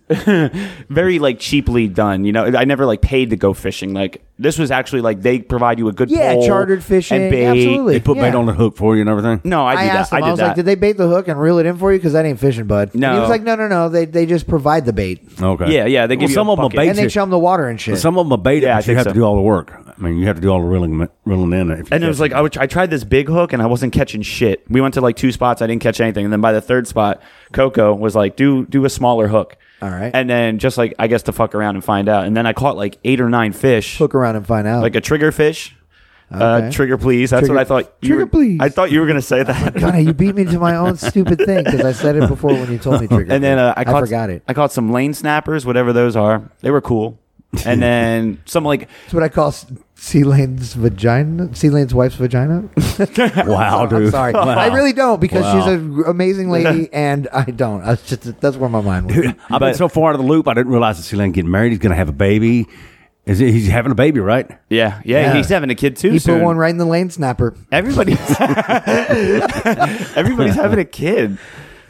very like cheaply done. You know, I never like paid to go fishing. Like this was actually like they provide you a good Yeah, pole chartered fishing, and bait. absolutely. they put Yeah. bait on the hook for you and everything. No, I, I, did asked that. him. I I, did was that. like, "Did they bait the hook and reel it in for you? Because that ain't fishing, bud." And he No. was like, "No, no, no. They they just provide the bait Okay. Yeah, yeah, they give well, you some a of them bucket. are bait. and they chum the water and shit." Some of them are bait. Yeah, I Yeah, you think have so. to do all the work. I mean, you have to do all the reeling, reeling in. If you And it catch was like I, would, I tried this big hook and I wasn't catching shit. We went to like two spots, I didn't catch anything. And then by the third spot, Coco was like, "Do do a smaller hook." All right. And then just like I guess to fuck around and find out. And then I caught like eight or nine fish, Look around and find out. like a trigger fish. Okay. Uh, trigger please. That's Trigger- what I thought. you Trigger were- please. I thought you were gonna say that. (laughs) (laughs) God, you beat me to my own stupid thing because I said it before when you (laughs) told me trigger. and then uh, I, caught, forgot it. I caught some lane snappers, whatever those are. They were (laughs) cool. And then some like That's what I call s- Sea Lane's vagina. Sea Lane's wife's vagina. (laughs) (laughs) wow, dude. I'm sorry, Wow. I really don't because Wow. she's an amazing (laughs) lady, and I don't. I was just that's where my mind was. (laughs) I've been so far out of the loop. I didn't realize that Celine getting married. He's going to have a baby. Is he, he's having a baby, right? yeah, yeah, Yeah. he's having a kid too. He soon. put one right in the lane snapper. Everybody's (laughs) everybody's having a kid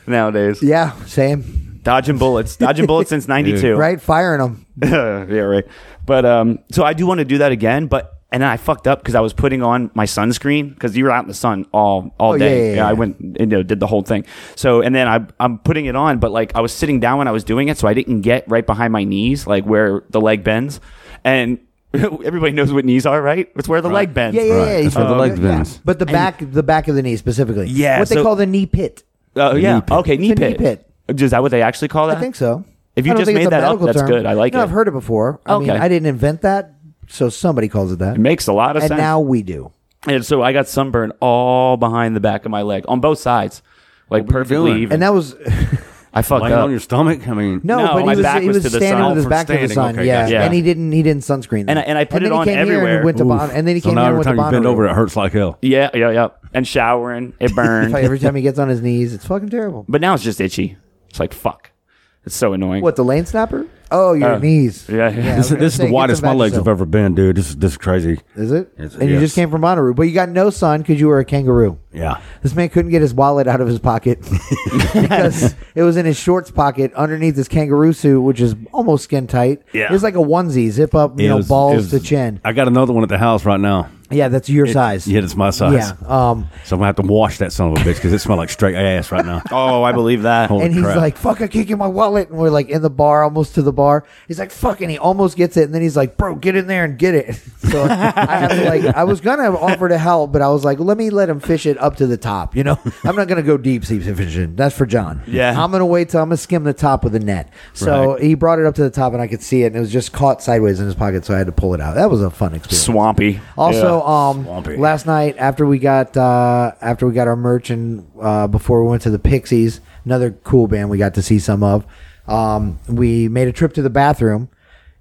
nowadays. Yeah, same. Dodging bullets, dodging bullets (laughs) since '92. Right, firing them. (laughs) yeah, right. But um, so I do want to do that again, but and then I fucked up because I was putting on my sunscreen because you were out in the sun all all Oh, day. yeah, yeah, yeah. I went, you know, did the whole thing. So and then I I'm putting it on, but like I was sitting down when I was doing it, so I didn't get right behind my knees, like where the leg bends, and. (laughs) Everybody knows what knees are, right? It's where the leg bends. Uh, Yeah, yeah, Right. yeah. That's where the Um, leg bends. yeah. But the back, the back of the knee specifically. Yeah, what they so- call the knee pit. Oh yeah. knee pit. Okay, knee It's a knee pit. Is that what they actually call that? I think so. Uh-huh. If you I don't just think it's made a that up, medical that's good. I like No, it. I've heard it before. I mean, Okay. I didn't invent that, so somebody calls it that. It makes a lot of and sense. now we do. and so I got sunburn all behind the back of my leg on both sides, like were you perfectly doing? even. And that was I fucked Laying up. on your stomach. I mean, no, No, but my he was, back he was was, to the standing sun. with his Oh, back for to the standing. sun. Okay, yeah. gotcha. Yeah. and he didn't he didn't sunscreen. Them. And I- and I put then it he on came Here and everywhere. he went to Oof. bon- and then he so came now here every with the time you bend Bonnaroo. (laughs) over, it hurts like hell. yeah, yeah, yeah. And showering, it burned. Probably Every time he gets on his knees, it's fucking terrible. (laughs) but now it's just itchy. It's like fuck. It's so annoying. What the lane snapper? Oh, your knees. yeah. I This was This, gonna this is say, the get widest some my legs Vagisil. have ever been, dude. This is this is crazy. Is it? It's- and you yes. just came from Bonnaroo, but you got no sun because you were a kangaroo. Yeah. This man couldn't get his wallet out of his (laughs) pocket because it was in his shorts pocket underneath his kangaroo suit, which is almost skin tight. Yeah. it's like a onesie, zip up, you It know, was- balls it was- to chin. I got another one at the house right now. Yeah, that's your size. Yeah, it's my size. yeah. Um, So I'm gonna have to wash that son of a bitch because it smells like straight ass right now. (laughs) oh, I believe that. Holy and he's crap. like, "Fuck, I can't get my wallet." And we're like in the bar, almost to the bar. He's like, "Fuck," and he almost gets it. And then he's like, "Bro, get in there and get it." (laughs) So I have to like, I was gonna offer to help, but I was like, "Let me let him fish it up to the top." You know, (laughs) I'm not gonna go deep sea fishing. That's for John. Yeah. I'm gonna wait till I'm gonna skim the top with a net. So Right. he brought it up to the top, and I could see it, and it was just caught sideways in his pocket. So I had to pull it out. That was a fun experience. Swampy. Also, um, Swampy. last night after we got uh, after we got our merch and uh, before we went to the Pixies, another cool band we got to see some of. Um, we made a trip to the bathroom,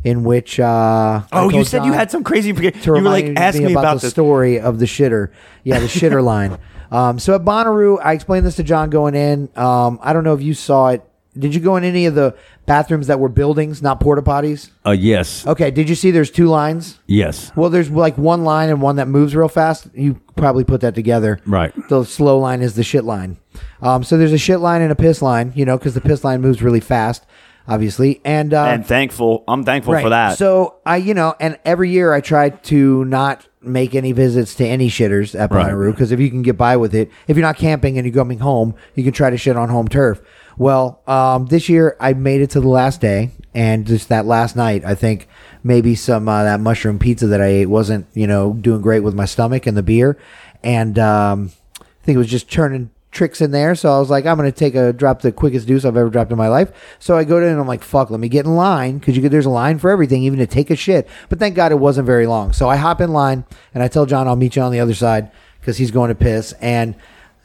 in which uh, I oh, you told said you John had some crazy. You to were remind like asking me about, the this. story of the shitter. Yeah, (laughs) the shitter line. Um, so at Bonnaroo, I explained this to John going in. Um, I don't know if you saw it. Did you go in any of the bathrooms that were buildings, not porta potties? uh, yes, Okay. Did you see? There's two lines. yes. Well, there's like one line and one that moves real fast. You probably put that together. Right. The slow line is the shit line. Um, so there's a shit line and a piss line, you know, because the piss line moves really fast, obviously. And, uh, And thankful, I'm thankful right. for that. So I, you know, and every year I try to not make any visits to any shitters at Right. Bonnaroo because if you can get by with it, if you're not camping and you're coming home, you can try to shit on home turf. Well, um, this year I made it to the last day, and just that last night, I think maybe some uh, that mushroom pizza that I ate wasn't, you know, doing great with my stomach and the beer, and um, I think it was just turning tricks in there. So I was like, I'm going to take a drop the quickest deuce I've ever dropped in my life. So I go to it and I'm like, fuck, let me get in line because you could, there's a line for everything, even to take a shit. But thank God it wasn't very long. So I hop in line and I tell John I'll meet you on the other side because he's going to piss. And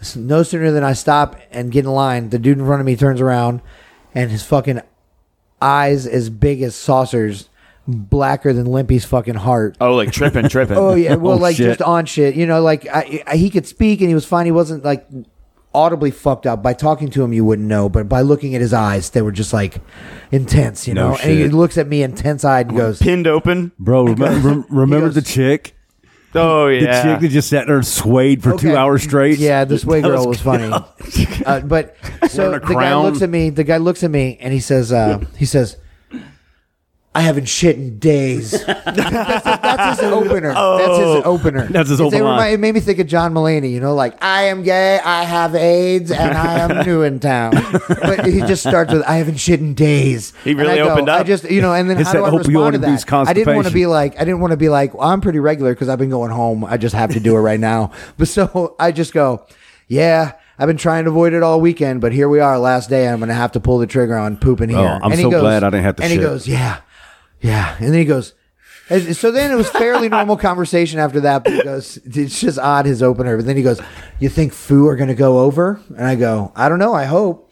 S- No sooner than I stop and get in line, the dude in front of me turns around, and his fucking eyes as big as saucers, blacker than Limpy's fucking heart. Oh, like tripping, tripping. (laughs) Oh yeah, well, (laughs) Oh, like shit. just on shit, you know, like I, I, he could speak and he was fine. He wasn't like audibly fucked up. By talking to him, you wouldn't know, but by looking at his eyes, they were just like intense, you No know. And he shit. looks at me intense eyed and goes, Pinned open. Bro, remember, rem- remember the chick? Oh The yeah. chick that just sat there and swayed for Okay. two hours straight? Yeah, this way That girl was, funny. (laughs) uh, but so (laughs) Wearing a the guy crown. looks at me. The guy looks at me and he says, uh, he says. I haven't shit in days. (laughs) that's, that's his opener. that's his opener. Oh. That's his It- open it, line. remi- it made me think of John Mulaney. You know, like I am gay, I have AIDS, and I (laughs) am new in town. But he just starts with I haven't shit in days. He And I really go, opened up. I just, you know, and then It's how do that I respond to opioid that? abuse I didn't want to constipation. be like I didn't want to be like well, I'm pretty regular because I've been going home. I just have to do it right now. (laughs) But so I just go, yeah. I've been trying to avoid it all weekend, but here we are, last day. I'm going to have to pull the trigger on pooping here. Oh, I'm and he so goes, glad I didn't have to And he shit. goes, yeah, yeah. And then he goes. and So then it was fairly normal conversation after that. But he goes, it's just odd his opener. But then he goes, "You think Foo are going to go over?" And I go, "I don't know. I hope."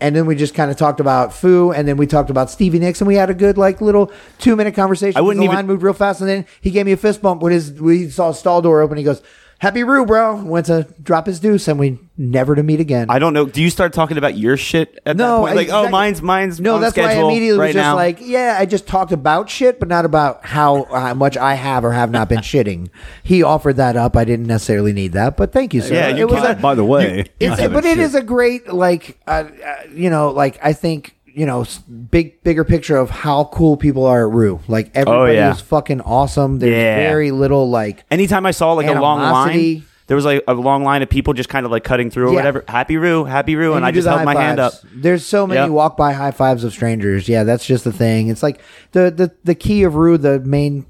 And then we just kind of talked about Foo, and then we talked about Stevie Nicks, and we had a good like little two minute conversation. I wouldn't the even- line moved real fast, and then he gave me a fist bump when his we saw a stall door open. He goes, "Happy Rue, bro." Went to drop his deuce, and we never to meet again. I don't know. Do you start talking about your shit at that No, point? Like, exactly. oh, mine's mine's No, on that's why I schedule immediately right was just now. like, yeah, I just talked about shit, but not about how, how much I have or (laughs) have not been shitting. He offered that up. I didn't necessarily need that, but thank you, sir. Yeah, you it was can't- a, By the way, it's a, but it is a great like uh, uh, you know like I think you know s- big bigger picture of how cool people are at Rue. Like everybody Oh, yeah. is fucking awesome. There's Yeah. very little like anytime I saw like a long Animosity. line, there was like a long line of people just kind of like cutting through or Yeah. whatever. Happy Roo, Happy Roo, and, you I do just the held high my hand up. fives. There's so many Yep. walk by high fives of strangers. Yeah, that's just the thing. It's like the the the key of Rue, the main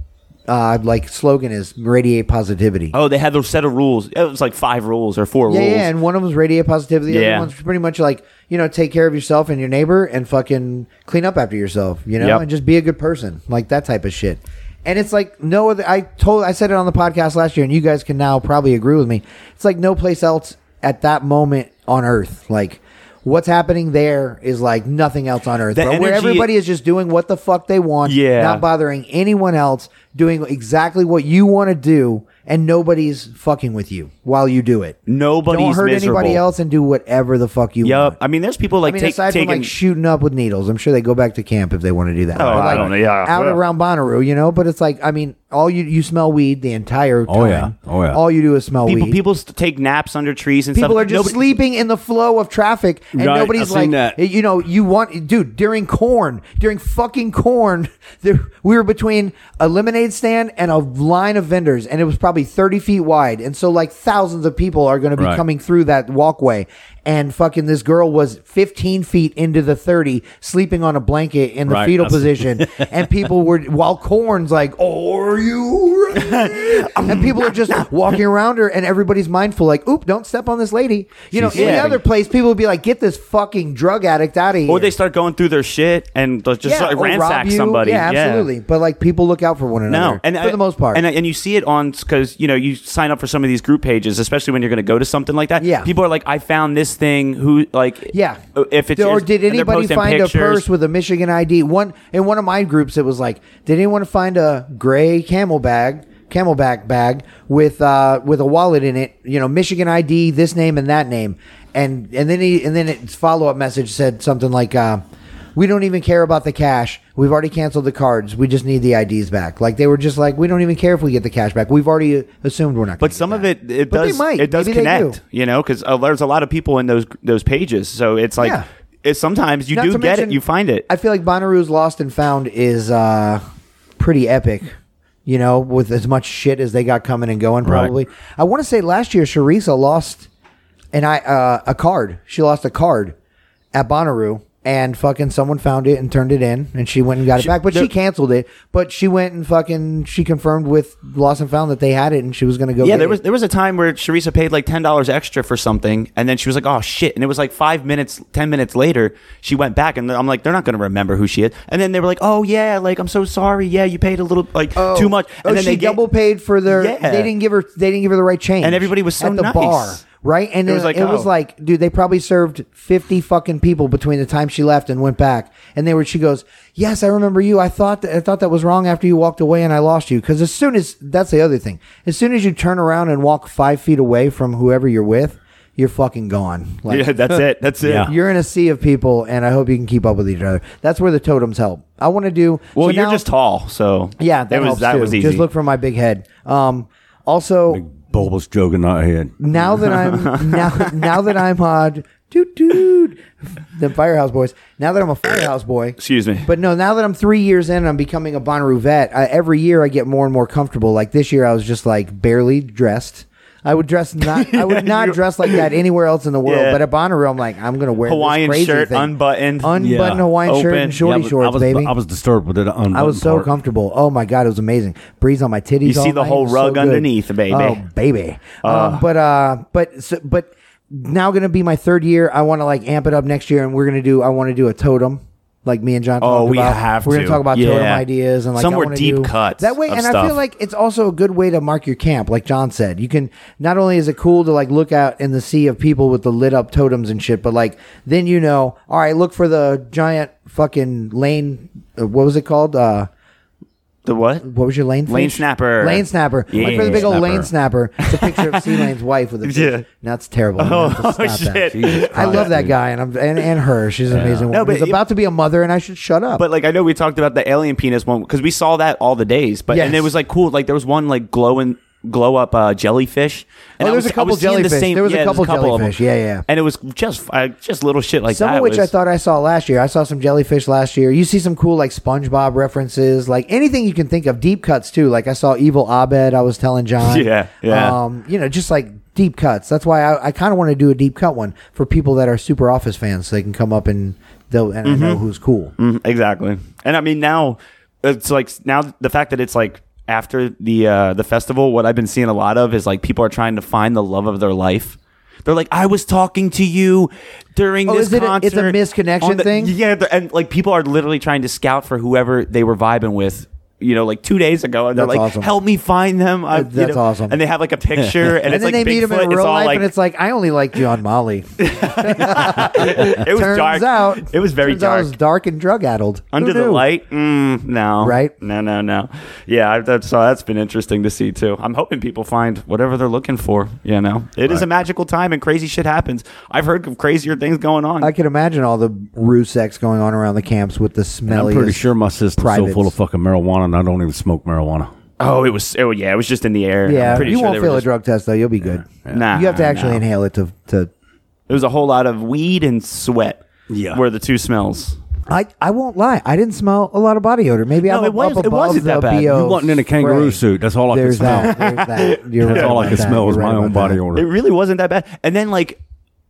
uh like slogan is radiate positivity. Oh, they had those set of rules. It was like five rules or four yeah, rules. yeah, and one of them's radiate positivity. The Yeah. other one's pretty much like you know, take care of yourself and your neighbor, and fucking clean up after yourself, you know, Yep. and just be a good person, like that type of shit. And it's like no other. I told, I said it on the podcast last year, and you guys can now probably agree with me. It's like no place else at that moment on Earth, like. What's happening there is like nothing else on earth, The bro, where energy- everybody is just doing what the fuck they want, Yeah. not bothering anyone else, doing exactly what you want to do, and nobody's fucking with you while you do it Nobody's don't hurt miserable. anybody else and do whatever the fuck you want. Yep. I mean, there's people I like mean, take, aside taking. from like shooting up with needles, I'm sure they go back to camp if they want to do that. Oh, I like, don't know. Yeah, out well. around Bonnaroo, you know. But it's like, I mean, all you you smell weed the entire time. Oh, yeah. Oh, yeah. All you do is smell People, weed. people st- take naps under trees and People stuff. are just Nobody- sleeping in the flow of traffic, and Right, I've nobody's like, seen that. you know, you want, dude. During corn, during fucking corn, (laughs) there, we were between a lemonade stand and a line of vendors, and it was probably thirty feet wide, and so like thousands of people are going to be Right. coming through that walkway, and fucking this girl was fifteen feet into the thirty, sleeping on a blanket in the Right, fetal I've seen- position, and people were while corn's like, oh, "Are you?" ready?" and people are just walking around her, and everybody's mindful, like, "Oop, don't step on this lady." You know, She's any sleeping. other place, people would be like, "Get this fucking drug addict out of here," Or they start going through their shit and they'll just like or rob ransack you. somebody. Yeah, absolutely. But like, people look out for one another. No, and for I- the most part, and I- and you see it on because you know you sign up for some of these group pages, especially when you're going to go to something like that. Yeah. people are like, I found this thing. Who like, uh, Yeah. if it's or just- did and they're anybody posting find a pictures. purse with a Michigan ID? One in one of my groups, it was like, did anyone find a gray camel bag, camelback bag with uh, with a wallet in it? You know, Michigan ID, this name and that name, and and then he and then its follow up message said something like. Uh, we don't even care about the cash. We've already canceled the cards. We just need the IDs back. Like they were just like, we don't even care if we get the cash back. We've already assumed we're not. But some of it, it But they does, might. it does Maybe they connect, do. you know, because uh, there's a lot of people in those those pages. So it's like, Yeah. it, sometimes you Not do to get mention, it, you find it. I feel like Bonnaroo's Lost and Found is uh, pretty epic. You know, with as much shit as they got coming and going, probably. I want to say last year, Sharisa lost, and I uh, a card. She lost a card at Bonnaroo, and fucking someone found it and turned it in, and she went and got it back. But she canceled it. But she went and fucking she confirmed with Lost and Found that they had it, and she was gonna go. yeah, get there it. was there was a time where Sharisa paid like ten dollars extra for something, and then she was like, "Oh shit!" And it was like five minutes, ten minutes later, she went back, and I'm like, "They're not going to remember who she is." And then they were like, "Oh yeah, like I'm so sorry. Yeah, you paid a little like too much." And oh, then she they get- double paid for their. Yeah. They didn't give her. They didn't give her the right change. And everybody was so at the nice. bar. right? And it was, like, it was oh. like, dude, they probably served fifty fucking people between the time she left and went back. And they were, she goes, yes, I remember you. I thought that, I thought that was wrong after you walked away and I lost you because as soon as that's the other thing, as soon as you turn around and walk five feet away from whoever you're with, you're fucking gone. Like, yeah, that's it. That's it. Yeah. You're in a sea of people, and I hope you can keep up with each other. That's where the totems help. I want to do. Well, so you're now- just tall, so yeah. That, that was helps that too. was easy. Just look for my big head. Um, also, Bulbous joke in my head. now (laughs) that I'm now now that I'm uh, dude, dude, the Firehouse Boys. Now that I'm a Firehouse Boy, Excuse me. But no, now that I'm three years in, and I'm becoming a Bonnaroo vet. I, every year, I get more and more comfortable. Like this year, I was just like barely dressed. I would dress not. (laughs) I would not dress like that anywhere else in the world. Yeah. But at Bonnaroo, I'm like, I'm gonna wear Hawaiian this crazy shirt, thing. unbuttoned, unbuttoned Hawaiian shirt open. and shorty Yeah, I was- shorts, I was, baby. I was disturbed with it. I was so comfortable. Oh my god, it was amazing. Breeze on my titties. You see all the night. whole It was rug so good. underneath, baby. Oh baby. um, but uh, but so, but now going to be my third year. I want to like amp it up next year, and we're gonna do. I want to do a totem. Like me and John. Oh, talked we about. have We're gonna to. talk about totem Yeah. ideas and like Some I were wanna deep do- cuts that way. of And I stuff. feel like it's also a good way to mark your camp. Like John said, you can not only is it cool to like look out in the sea of people with the lit up totems and shit, but like then you know, all right, look for the giant fucking lane. uh, What was it called? Uh, the what? what was your lane? Fish? Lane snapper. Lane snapper. Yeah. Look for the big old lane snapper. It's a picture (laughs) of Sea Lane's wife with a fish. Yeah. Now it's terrible. I'm gonna have (laughs) to Oh stop that. shit! I love that guy and I'm and, and her. She's an amazing woman. No, but She's it- about to be a mother and I should shut up. But like I know we talked about the alien penis one because we saw that all the days. But and Yes. it was like cool. Like there was one like glowing glow up uh, jellyfish. And I Oh, there was a I couple seeing the jellyfish. same- There was a yeah, couple of them. jellyfish. Yeah, yeah. And it was just uh, just little shit like some that. of which I was- thought I saw last year. I saw some jellyfish last year. You see some cool like SpongeBob references, like anything you can think of. Deep cuts too. Like I saw Evil Abed. I was telling John. (laughs) Yeah, yeah. Um, you know, just like deep cuts. That's why I, I kind of want to do a deep cut one for people that are Super Office fans, so they can come up and they'll and Mm-hmm. I know who's cool. Mm, exactly. And I mean now it's like now the fact that it's like after the uh, the festival, what I've been seeing a lot of is like people are trying to find the love of their life. They're like, I was talking to you during Oh, this is it a- concert. it's a misconnection on the-" thing? Yeah, they're- and like people are literally trying to scout for whoever they were vibing with. You know, like two days ago, and they're That's like, awesome. "Help me find them." I, you That's know, awesome. And they have like a (laughs) picture, and, And, it's then like they meet him Bigfoot. in It's real all, life, like- and it's like I only like John (laughs) Molly. it was Turns dark. out it was very turns out dark. it was dark and drug addled. Under the light? Mm, no. Right? No, no, no. Yeah, I, that's, so that's been interesting to see too. I'm hoping people find whatever they're looking for. You know, it is a magical time and crazy shit happens. I've heard of crazier things going on. I can imagine all the rue sex going on around the camps with the smelly. I'm pretty sure my system's so privates. full of fucking marijuana, and I don't even smoke marijuana. oh, it was. Oh, yeah, it was just in the air. Yeah, I'm pretty you sure won't they were fail a just- drug test though. You'll be good. Nah, you have to actually no. inhale it to to. It was a whole lot of weed and sweat. Yeah. were the two smells. I, I won't lie. I didn't smell a lot of body odor. Maybe I'm it up was- above it wasn't the that bad. BO You You wasn't in a kangaroo spray. suit. That's all I could There's smell. that. (laughs) There's that. You're That's right all I about could that. smell was You're my right own about body that. It odor. really wasn't that bad. And then like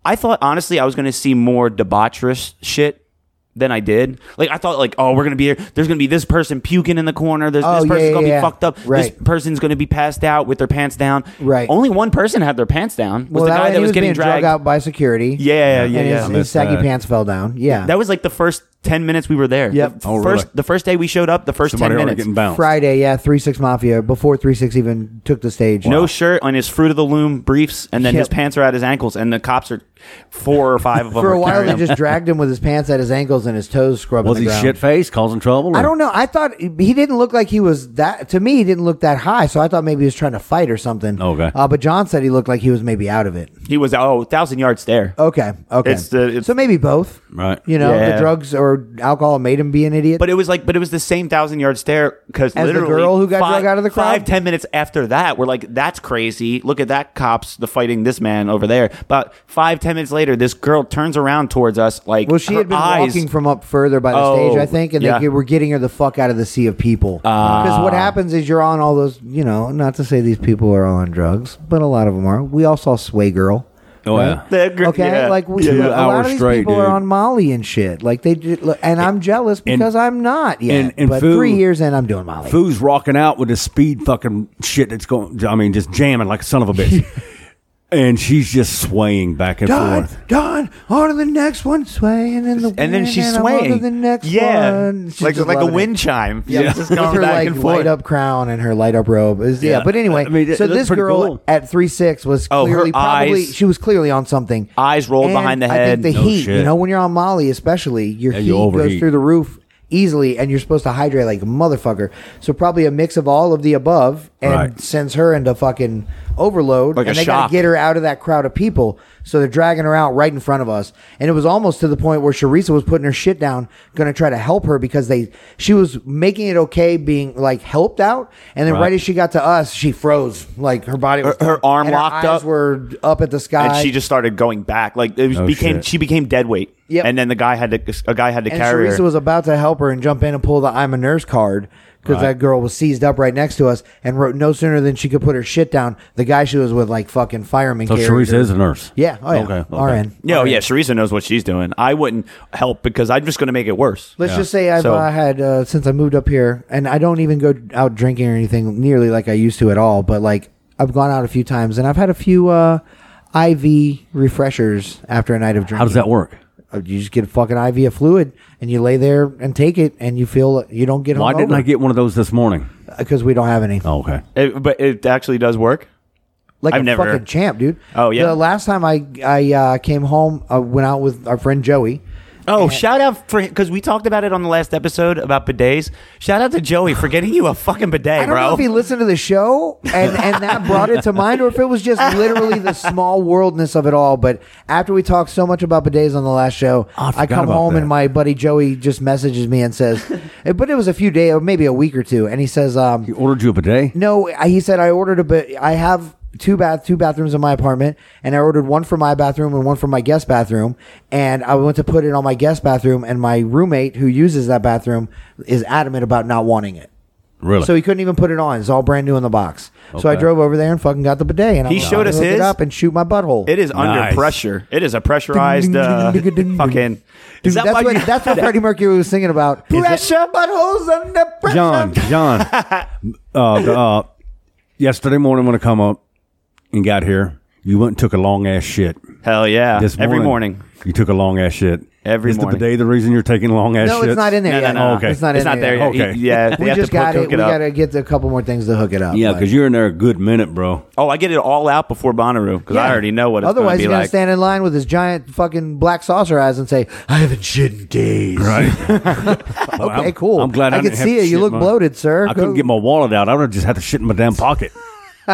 I thought honestly I was gonna see more debaucherous shit than I did. Like I thought like, oh, we're gonna be here. There's gonna be this person puking in the corner. There's, Oh, this yeah, person's yeah, gonna yeah. be fucked up. This Right. person's gonna be passed out with their pants down. Right. Only one person had their pants down. Was Well, the guy that, he was, getting being dragged. drug out by security. Yeah, yeah, and yeah. His, I his missed saggy that. pants fell down. Yeah, That was like the first ten minutes we were there. Yep. The Oh, first really? the first day we showed up, the first Somebody ten already minutes. getting bounced. Friday. Yeah, three six mafia before three six even took the stage. No shirt on his fruit of the loom briefs, and then Yep. his pants are at his ankles, and the cops are four or (laughs) five of them. for are a while carrying they him. just dragged him with his pants at his ankles and his toes scrubbing. Was the he ground. shit faced, causing trouble? uh, I or- don't know. I thought he didn't look like he was that. To me, he didn't look that high. So I thought maybe he was trying to fight or something. Okay. Uh, but John said he looked like he was maybe out of it. He was oh, thousand yard stare. Okay. Okay. It's the- it's- so maybe both. Right. You know, Yeah. the drugs or alcohol made him be an idiot. But it was like, but it was the same thousand yard stare because As the literally girl who got five, drug out of the crowd? Five ten minutes after that, we're like, that's crazy. Look at that cops the fighting this man over there. But five ten minutes later, this girl turns around towards us like, well, she her had been eyes, walking from up further by the Oh, stage, I think, and yeah. Ah. they were getting her the fuck out of the sea of people. Because what happens is you're on all those, you know, not to say these people are all on drugs, but a lot of them are. We all saw Sway Girl. Oh, yeah. (laughs) The gr- Okay, yeah. like we, Two a lot hours of these straight, people are dude. on Molly and shit. Like they, did, look, and I'm jealous because I'm not yet. and- and but food- three years in, I'm doing Molly. (laughs) Foo's rocking out with the speed fucking shit that's going. I mean, just jamming like a son of a bitch. and she's just swaying back and Don, forth. Don, on to the next one, swaying in the wind, and then she's I'm on swaying. to the next yeah, one. She's like just like a loving it. wind chime. Yeah, just (laughs) with going her back like and forth. light up crown and her light up robe. Is, yeah. Yeah. but anyway, I mean, it- so it looks this pretty girl cool. at three six was Oh, her clearly probably eyes- she was clearly on something. Eyes rolled And behind the I think head. the No heat, you shit. know, when you're on Molly, especially your Yeah, heat you goes overheat. through the roof easily, and you're supposed to hydrate like a motherfucker. So probably a mix of all of the above, and Right. sends her into fucking overload. Like a and they gotta shock. get her out of that crowd of people. So they're dragging her out right in front of us. And it was almost to the point where Sharisa was putting her shit down, gonna try to help her because they she was making it okay being like helped out. And then right, Right. as she got to us, she froze. Like her body was Her- her arm and locked eyes up. were up at the sky. and she just started going back. Like it was, Oh, became shit. she became dead weight. Yep. And then the guy had to a guy had to and carry Sharisa her. was about to help her and jump in and pull the I'm a nurse card because that girl was seized up right next to us and wrote no sooner than she could put her shit down. The guy she was with, like fucking fireman. So carried Teresa her. is a nurse. Yeah. Oh yeah. Okay, okay. RN. No, yeah, Sharisa knows what she's doing. I wouldn't help because I'm just going to make it worse. Let's just say I've So- uh, had uh, since I moved up here, and I don't even go out drinking or anything nearly like I used to at all. But like I've gone out a few times, and I've had a few uh, IV refreshers after a night of drinking. How does that work? Uh, You just get a fucking IV of fluid, and you lay there and take it, and you feel you don't get. Why didn't I get one of those this morning? Because we don't have any. Oh, okay. It- but it actually does work. like I've a never- fucking champ, dude. Oh, yeah? The last time I I uh, came home, I went out with our friend Joey. Oh, shout out for because we talked about it on the last episode about bidets. Shout out to Joey for getting you a fucking bidet, I don't bro. know if he listened to the show and, and that brought it to mind, or if it was just literally the small worldness of it all. But after we talked so much about bidets on the last show, Oh, I I, forgot come about home that. and my buddy Joey just messages me and (laughs) says, but it was a few days, or maybe a week or two, and he says, um, He ordered you a bidet? No, I- he said I ordered a bit. I have two bath two bathrooms in my apartment, and I ordered one for my bathroom and one for my guest bathroom. And I went to put it on my guest bathroom, and my roommate who uses that bathroom is adamant about not wanting it. Really? So he couldn't even put it on. It's all brand new in the box. So I Okay. drove over there and fucking got the bidet, and I'm He like, showed "I'm us gonna hook his? it up and shoot my butthole. it is under Nice. pressure. It is a pressurized uh, fucking. Is that that's, why what, you- (laughs) that's what Freddie Mercury was singing about. Pressure, buttholes under pressure. John, (laughs) John. uh, the, uh, yesterday morning when I come up and got here, you went and took a long ass shit. Hell yeah! This Every morning. you took a long ass shit. Every Is morning. the bidet the reason you're taking long ass? No, it's not in there No, no, yet. Oh, no, no. Okay. It's not in it's not there. there. yet. yet. Okay. Yeah, they We have to just got cook it. We up. got to get a couple more things to hook it up. Yeah, but- because you're in there a good minute, bro. Oh, I get it all out before Bonnaroo because I already know what it's Otherwise, going to be he's gonna like. stand in line with his giant fucking black saucer eyes and say, "I haven't shit in days." (laughs) Right. Okay, cool. I'm glad I, I can didn't have see to you. You shit look my- bloated, sir. I couldn't Go- get my wallet out. I would have just had to shit in (laughs) my damn pocket.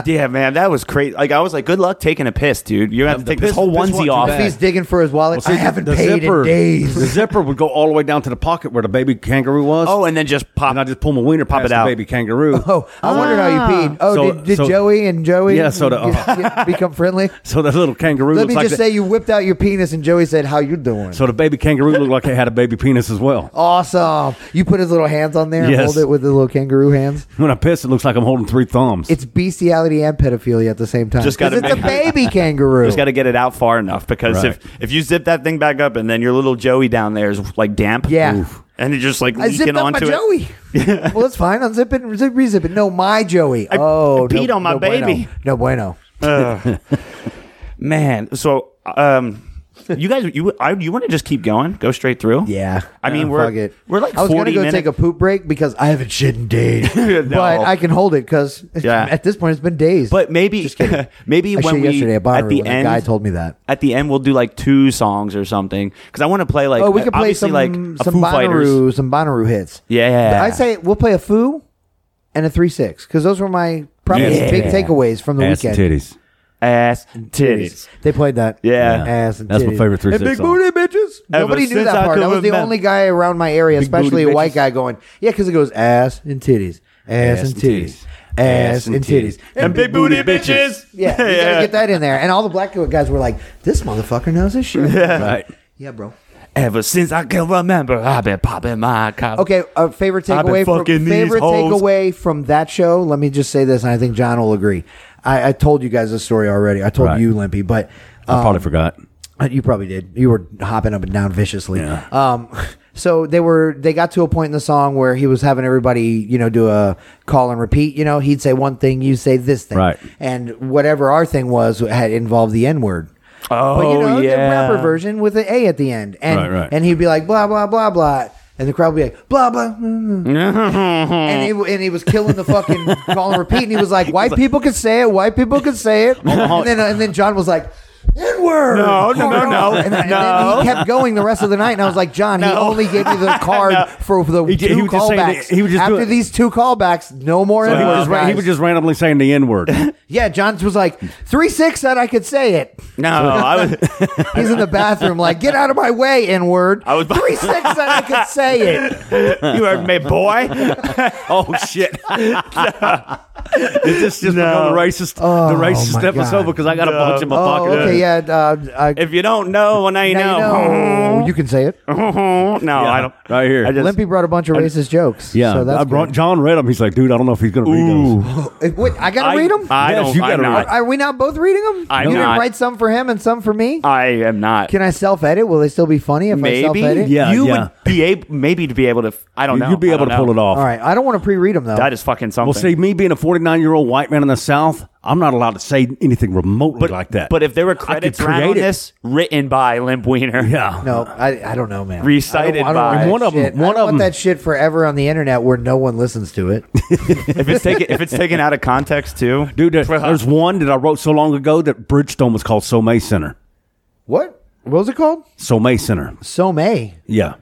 yeah, man, that was crazy. Like I was like, good luck taking a piss, dude. You're gonna have to take this piss- whole piss onesie wasn't off. If he's digging for his wallet, I haven't paid in The (laughs) days. zipper would go all the way down to the pocket where the baby kangaroo was. Oh, and then just pop. and I just pull my wiener, Pop it past the out. baby (laughs) kangaroo. Oh, I wondered how Ah. you peed. Oh, So- did, did so- Joey and Joey Yeah, so the- get- get- (laughs) become friendly? So that little kangaroo. Let looks me like just the- say you whipped out your penis, and Joey said, "How you doing?" So the baby kangaroo looked like it had a baby penis as well. awesome. You put his little hands on there, and Yes. hold it with the little kangaroo hands. When I piss, it looks like I'm holding three thumbs. It's bestiality and pedophilia at the same time. Just 'Cause gotta it's a make- baby (laughs) kangaroo. Just got to get it out far enough because Right. if if you zip that thing back up and then your little Joey down there is like damp, Yeah. Oof. and it just like I zipped leaking up my onto it. Joey. (laughs) well, it's fine. Unzip it, and zip- rezip it. No, my Joey. oh, peed no, on my no bueno. baby. No bueno. Man, so um, you guys, you I, you want to just keep going, go straight through? Yeah. I mean, Yeah, we're- fuck it. we're like I was gonna 40 go minutes- take a poop break because I haven't shit in (laughs) days, but I can hold it because Yeah. at this point it's been days. But maybe, kidding. (laughs) maybe I when shit we yesterday at Bonnaroo at the when end, a guy told me that. at the end we'll do like two songs or something because I want to play like Oh, we could play obviously some like a some Foo Fighters. Bonnaroo, some Bonnaroo hits. Yeah, I say we'll play a foo and a three six because those were my probably Yeah. big takeaways from the Ass and weekend. titties. ass and titties. They played that. Yeah. Ass and That's my titties. favorite three And six big song. booty bitches. Ever Nobody knew since that I part. could I was the remember. only guy around my area, booty especially a white bitches. guy, going, yeah, because it goes ass and titties, ass, and titties, ass and titties, And big booty bitches. (laughs) Yeah, you gotta get that in there. And all the black guys were like, this motherfucker knows his shit. Yeah, Right. bro. Ever since I can remember, I've been popping my cock. Okay, uh, favorite I've been takeaway from fucking these favorite hoes. takeaway from that show. Let me just say this, and I think John will agree. I, I told you guys this story already. I told Right. you, Limpy, but I probably forgot. Uh, You probably did. You were hopping up and down viciously. Um, So they were they got to a point in the song where he was having everybody, you know, do a call and repeat. You know, he'd say one thing, you say this thing, Right. And whatever our thing was had involved the N word. Oh, but you know, yeah. the rapper version with the A at the end, and Right, right. and he'd be like blah blah blah blah, and the crowd would be like blah blah. mm, mm." and he and he was killing the (laughs) fucking call and repeat, and he was like, white people could say it, white people could say (laughs) Oh, it, and then uh, and then John was like. N-word. No, no, no, no, And, and no. then he kept going the rest of the night, and I was like, John, he only gave me (laughs) the card for the He two did- he was just saying that- callbacks. he was just After doing- these two callbacks, no more he, N-word, was just, ra- he guys. was just randomly saying the N (laughs) word. Yeah, John was like, 3-6 said I could say it. (laughs) No, I was. He's in the bathroom, like, get out of my way, N word. I was- three six that I could say it. you are my boy. oh (laughs) shit! (laughs) Is this just become the racist? the racist Oh, my episode God. because I got a bunch in my Oh, pocket. okay, yeah. Uh, I, If you don't know, well, now you now know. you (laughs) know. You can say it. (laughs) no, I don't. Right here. I just, Limpy brought a bunch of racist jokes. Yeah, so that's I brought good. John read them. He's like, dude, I don't know if he's gonna read those. Uh, Wait, I gotta I, read them. I Yes, don't. you I'm gotta not. read. Are we not both reading them? I'm you not. didn't write some for him and some for me. I am not. can I self-edit? Will they still be funny if I maybe self-edit? Yeah, you yeah. would be able, maybe to be able to. f- I don't know. You'd be able to pull it off. All right. I don't want to pre-read them though. That is fucking something. Well, see, me being a 49 year old white man in the South, I'm not allowed to say anything remotely like that. But if there were I could credits ran create on it. this, written by Limp Wiener, (laughs) yeah, no, I, I don't know, man. Recited I don't, I don't by- want One that of 'em- shit. one I don't of want 'em- that shit forever on the internet where no one listens to (laughs) it. if it's taken if it's taken out of context too, dude, there- there's one that I wrote so long ago that Bridgestone was called Somme Center. what? What was it called? Somme Center. So May. Yeah.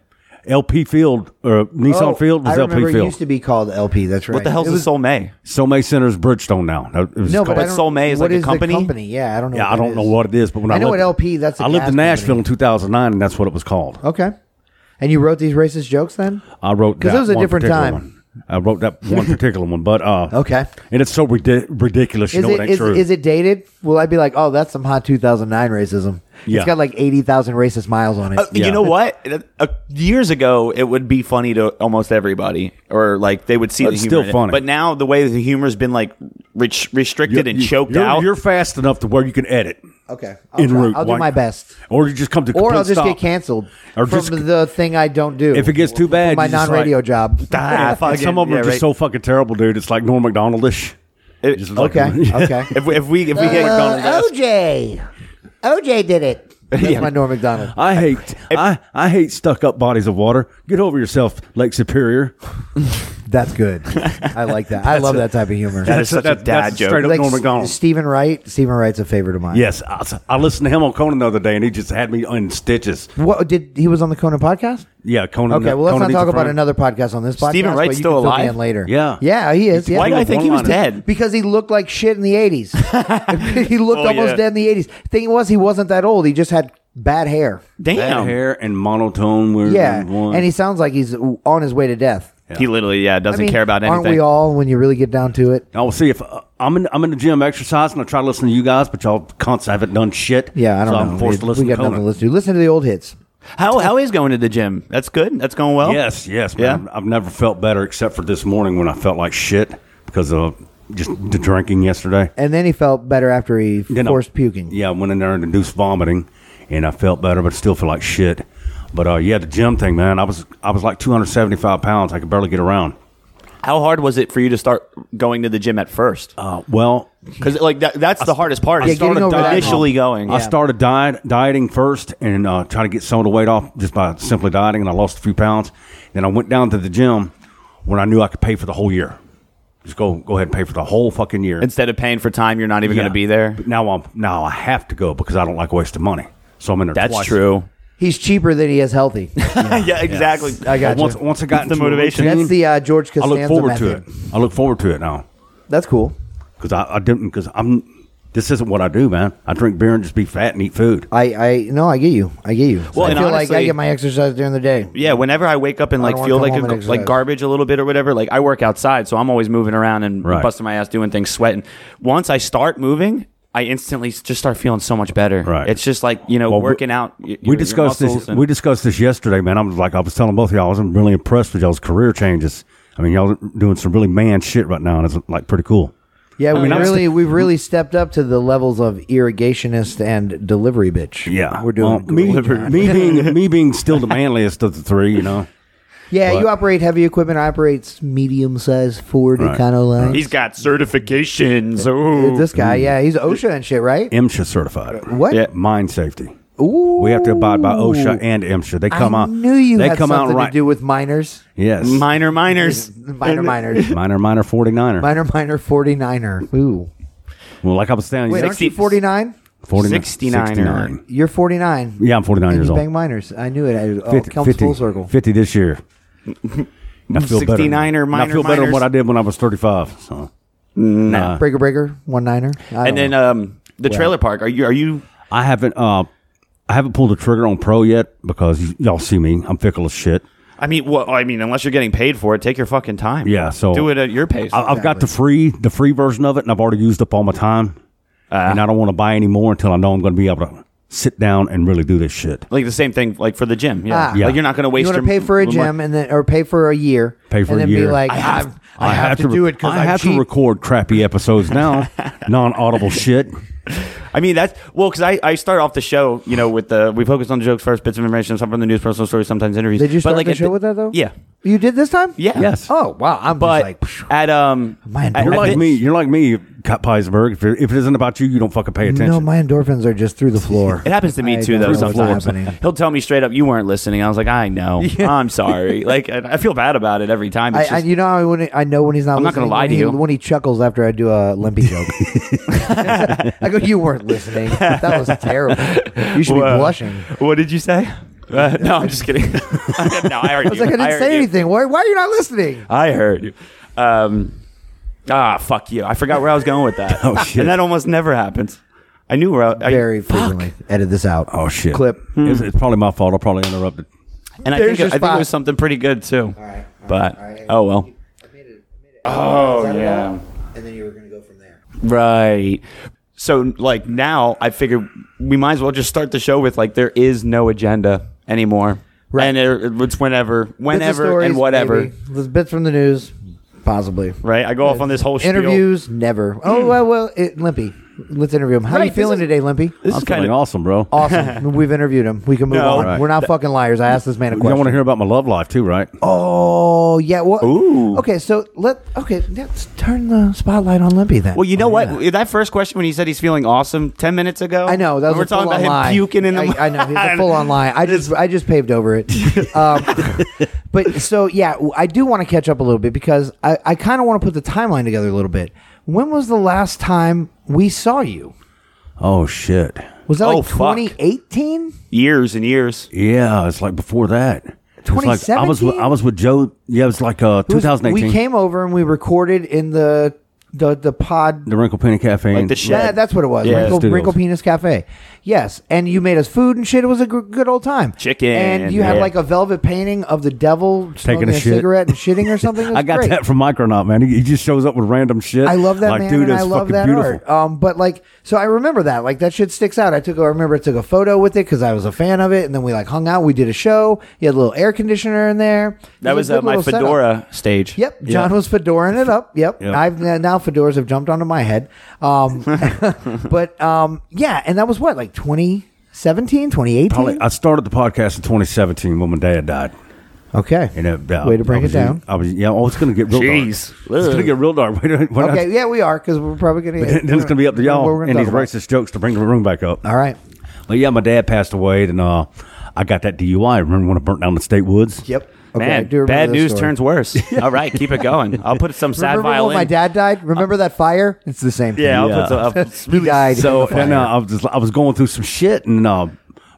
LP Field or Nissan Oh, Field I was remember LP it Field. used to be called LP. That's right. what the hell's It a was- Soul May? Somme Center is Bridgestone now. No, it was No, called- but I But don't, Sol May is what like a the company? Yeah, I don't know. yeah, what I that don't is. know what it is, but when I, Oh, I know lived, what LP, that's a I lived gas in Nashville company. Oh, in 2009, and that's what it was called. Okay. And you wrote these racist jokes then? I wrote 'Cause that it was a one different particular time. one. I (laughs) wrote that one particular one, but uh, Okay. and it's so ridi- ridiculous. You Is know it it ain't is, true. is it dated? Will I be like, oh, that's some hot 2009 racism? Yeah. It's got like 80,000 racist miles on it. Uh, You Yeah. know what? Uh, years ago, it would be funny to almost everybody, or like they would see the It's humor. Uh, still in it. funny. but now the way the humor's been like rich, restricted and choked you're, out. You're fast enough to where you can edit. okay. I'll, En try. route, I'll do like- my best. Or you just come to Or I'll complete just stop. get canceled Or from just- the thing I don't do. If it gets too bad, my you just non-radio like- job. Ah, And fucking- some of them yeah, are just right. so fucking terrible, dude. It's like Norm Macdonaldish. It- Just like- (laughs) Okay. Okay. if we if we, if we get Uh, OJ. OJ did it. That's my Norm McDonald. I hate I, I hate stuck up bodies of water. Get over yourself, Lake Superior. That's good. I like that. I love that type of humor. that is such a That- dad that's joke. straight up like Norm S- Macdonald. Stephen Wright. Stephen Wright's a favorite of mine. Yes, I, I listened to him on Conan the other day, and he just had me in stitches. What did he was on the Conan podcast? Yeah, Conan. Okay, well let's Conan not Needs a talk about Friend. another podcast on this podcast. Stephen Wright's but you still can fill me alive? in later. Yeah. yeah, he is. Yeah. Why do I think he was One-liners. dead? Because he looked like shit in the (laughs) eighties. (laughs) he looked Oh, almost yeah. dead in the eighties. Thing was, he wasn't that old. He just had bad hair. Bad Damn. hair and monotone. We're Yeah, one. and he sounds like he's on his way to death. He literally, yeah, doesn't care about anything. Aren't we all when you really get down to it? I'll see if uh, I'm in. I'm in the gym exercising. I try to listen to you guys, but y'all cunts haven't done shit. Yeah, I don't so know. I'm forced to listen we got to nothing to Conan. listen to. Listen to the old hits. how how is going to the gym? That's good. That's going Oh. well. Yes, yes, man. Yeah. I've never felt better except for this morning when I felt like shit because of just the drinking yesterday. And then he felt better after he Then I- forced puking. Yeah, I went in there and induced vomiting, and I felt better, but still feel like shit. But uh, yeah, the gym thing, man. I was I was like 275 pounds. I could barely get around. How hard was it for you to start going to the gym at first? Uh, well, Because like that, that's the hardest part. is getting started over that initially going. I started diet, dieting first and uh, trying to get some of the weight off just by simply dieting, and I lost a few pounds. Then I went down to the gym when I knew I could pay for the whole year. Just go go ahead and pay for the whole fucking year. Instead of paying for time, you're not even going to be there. But now I'm now I have to go because I don't like wasting money. So I'm in there. That's twice. true. He's cheaper than he is healthy. (laughs) yeah, exactly. I got But once you. once I got That's the into a motivation. routine, That's the uh, George I Costanza look forward method. to it. I look forward to it now That's cool. because I, I didn't because I'm. This isn't what I do, man. I drink beer and just be fat and eat food. I, I no, I get you. I get you. Well, I and feel like I honestly- get my exercise during the day. yeah, whenever I wake up and like don't wanna feel come like home a, and g- like exercise. garbage a little bit or whatever, like I work outside, so I'm always moving around and Right. busting my ass doing things, sweating. Once I start moving, I instantly s- just start feeling so much better. Right. It's just like you know Well, we- working out. y- your- we your discussed muscles this. and- we discussed this yesterday, man. I'm like I was telling both of y'all, I was really impressed with y'all's career changes. I mean, y'all are doing some really man shit right now, and it's like pretty cool. Yeah, we mean, I'm really st- we've really stepped up to the levels of irrigationist and delivery bitch. Yeah, we're doing Um, me, me (laughs) (laughs) being me being still the manliest of the three. You know, Yeah, But- you operate heavy equipment. I operate medium sized Ford Right. Econoline. He's got certifications. Oh, this Mm. guy, yeah, he's OSHA and shit, right? MSHA certified. What? Yeah. Mine safety. Ooh, We have to abide by OSHA and MSHA. They come I out. knew you they had come out something right. to do with minors, yes. minor minors. minor (laughs) minors, minor, minor 49er. minor minor 49er. Ooh, well, like I was saying, wait, yeah, aren't you Sixty- 49? 49 69er. 69. You're 49. Yeah, I'm 49 You years old. bang minors. I knew it. I, oh, 50, it comes 50, full circle. 50 (laughs) this year. I feel better. 69er, And I minor feel better than minors. what I did when I was 35. So. Nah. Breaker breaker, one niner. (laughs) I don't And then know. um, the trailer park. Are you? Are you? I haven't uh, I haven't pulled the trigger on pro yet because y- y'all see me. I'm fickle as shit. I mean, well, I mean, unless you're getting paid for it, take your fucking time. Yeah, so do it at your pace. I, I've got the free the free version of it, and I've already used up all my time, Uh-huh. and I don't want to buy any more until I know I'm going to be able to sit down and really do this shit. like the same thing, like for the gym. Yeah, Ah. Yeah. like you're not going to you waste. want to your pay for a money. gym and then or pay for a year, Pay for and a then year. be like, I have, I have, to, do it because I have to record crappy episodes (laughs) now, non-audible shit. I mean, that's well, because I, I start off the show, you know, with the we focus on the jokes first, bits of information, some from the news, personal stories, sometimes interviews. Did you But, start like, the at show with that though? Yeah, you did this time. yeah, Yes. Oh wow, I'm But just like at um, Man, at- You're at like the- me. You're like me, Kat Peisberg. If it, if it isn't about you, you don't fucking pay attention. no, my endorphins are just through the floor. It happens to me I too, don't know though. what's Sometimes happening. he'll tell me straight up, "You weren't listening." I was like, "I (laughs) know. I'm sorry." Like I I feel bad about it every time. I, It's I, just, you know, I, when I know when he's not. I'm not gonna listening, lie when to he- you. when he chuckles after I do a (laughs) limpy joke. (laughs) I go, you weren't listening. That was terrible. You should Whoa. be blushing. what did you (laughs) say? Uh, no, I'm just kidding. (laughs) no, I heard I was you. like, I didn't heard say you. anything. Why, why are you not listening? I heard you. Um, ah, fuck you. I forgot where I was going with (laughs) that. Oh, shit. And that almost never happens. I knew where I, I Very frequently. Edit this out. oh shit! Clip. Hmm. It's, it's probably my fault. I probably interrupted. and I There's think, your I think it spot. was something pretty good too. right, all but right, all right. oh well. Oh yeah. And then you were going to go from there. Right. So like now I figured we might as well just start the show with like there is no agenda anymore. Right. And it, it's whenever, Bits of whenever stories, and whatever. maybe. There's bits from the news, possibly. Right? I go off on this whole spiel. Interviews, never. Oh well, well, it, Limpy. Let's interview him. How Hmm. are Right, you this feeling is- (laughs) today, Limpy? This is is kind of kinda- awesome, bro. Awesome. We've interviewed him. We can move No. on. Right. We're not fucking liars. I asked this man a Y'all want to question. hear about my love life too, right? Oh yeah. Well, Ooh. Okay, so let okay let's turn the spotlight on Limpy then. Well, you know Oh, what? yeah. That first question when he said he's feeling awesome ten minutes ago. I know that was when we're a full talking about on lie. him puking in the. I, I know he's a full on lie. I just I just paved over (laughs) it. Um, but so yeah, w- I do want to catch up a little bit because I I kind of want to put the timeline together a little bit. When was the last time we saw you? Oh shit! Was that Oh, like fuck. 2018? years and years. Yeah, it's like before that. It's like I was with, 2017? I was with Joe. Yeah, it was like uh, It was- 2018. We came over and we recorded in the the the pod. the Wrinkle Penny Cafe. Like the and- shit. That- that's what it was. Yeah, Wrinkle, studios. Wrinkle Penis Cafe. Yes, and you made us food and shit. It was a gr- good old time. Chicken, And you had yeah. like a velvet painting of the devil smoking a a, shit. cigarette and shitting or something. It was I got great. that from Micronaut, man. He, he just shows up with random shit. I love that like, man, dude, and that's I love fucking that beautiful. art. Um, but like, so I remember that. Like that shit sticks out. I took, I remember I took a photo with it because I was a fan of it, and then we like hung out. We did a show. You had a little air conditioner in there. That It was a good uh, my little setup. fedora stage. Yep, John was fedoring it up. Yep, Yep. I've uh, now fedoras have jumped onto my head. (laughs) Um, (laughs) but um, yeah, and that was what like 2017, 2018. Probably, uh, I started the podcast in 2017 when my dad died. Okay, And it, uh, way to I break it was down. (laughs) In, I was yeah. Oh, it's gonna get real Jeez. dark. It's gonna get real dark. (laughs) We're not- okay, yeah, we are because we're probably gonna. Then it's gonna be up to y'all We're gonna and talk these about- racist jokes to bring the room back up. All right. But yeah, my dad passed away, and uh, I got that DUI. Remember when I burnt down the state woods? Yep. Okay, I Man, do remember bad this news story. turns (laughs) worse. All right, keep it going. I'll put some sad Remember violin. when my dad died? Remember that fire? It's the same thing. Yeah, I'll Yeah. put some. I'll- it's (laughs) he really died. So in the fire. and uh, I was just, I was going through some shit and uh,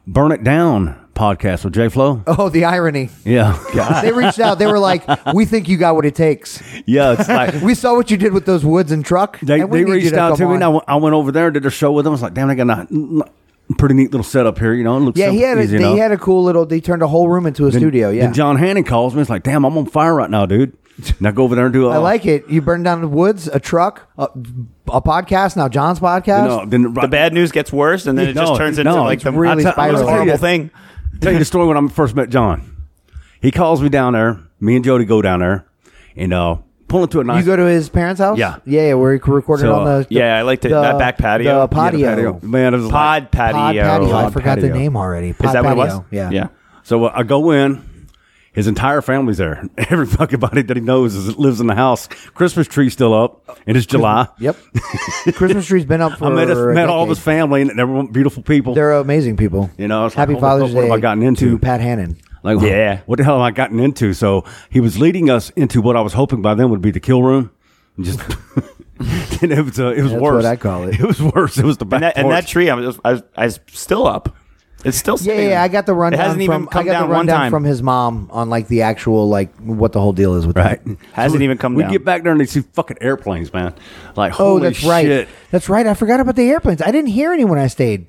burn it down podcast with J Flow. (laughs) oh, the irony. Yeah, yeah, They reached out. They were like, "We think you got what it takes. (laughs) yeah. (laughs) It's like We saw what you did with those woods and truck. they, and we they need you reached out come to me and I on." went- I went over there and did a show with them. I was like, damn, they got a n- n- pretty neat little setup here. You know, it looks Yeah, he simple, had a, easy he enough. had a cool little. They turned a whole room into a studio. Yeah, Then John Hannon calls me. It's like, damn, I'm on fire right now, dude. And I go over there and do. Uh, (laughs) I like it. You burned down the woods, a truck, a, a podcast. Now John's You podcast. know, then The bad news gets worse, and then it No, just turns into no, like (laughs) it's the really most spiraling. horrible Yeah. thing. tell you the story when I first met John. He calls me down there. Me and Jody go down there, and uh, pulling to a nice. You go to his parents' house? Yeah. Yeah, yeah where he recorded So, on Uh, the, the- yeah, I liked it. That back patio. Yeah, The the patio. man. It was Pod like- patio. Pod patio. I oh, Pod forgot patio. the name already. Pod Is that patio. what it was? Yeah. Yeah. So uh, I go in. His entire family's there. (laughs) Every fucking body that he knows is, lives in the house. Christmas tree still up, and (laughs) it's July. (laughs) Yep. Christmas tree's been up for I met, a met all of decade. his family, and they're beautiful people. They're amazing people. You know, it's like, oh, happy what the Father's fuck Day. have I gotten into? to Pat Hannon? Like, Yeah. what the hell have I gotten into? So he was leading us into what I was hoping by then would be the kill room. And Just (laughs) and it was uh, it was That's worse. what I call it. (laughs) It was worse. It was the back And that, and that porch. tree, I was, I was, I was still up. It's still Yeah, sitting yeah, there. yeah, I got the rundown. It hasn't from, even come I got down the one rundown time. from his mom on like the actual like what the whole deal is with right that. (laughs) Hasn't even come We down. get back there and they see fucking airplanes, man. Like Oh, holy that's right. shit. That's right. I forgot about the airplanes. I didn't hear any when I stayed.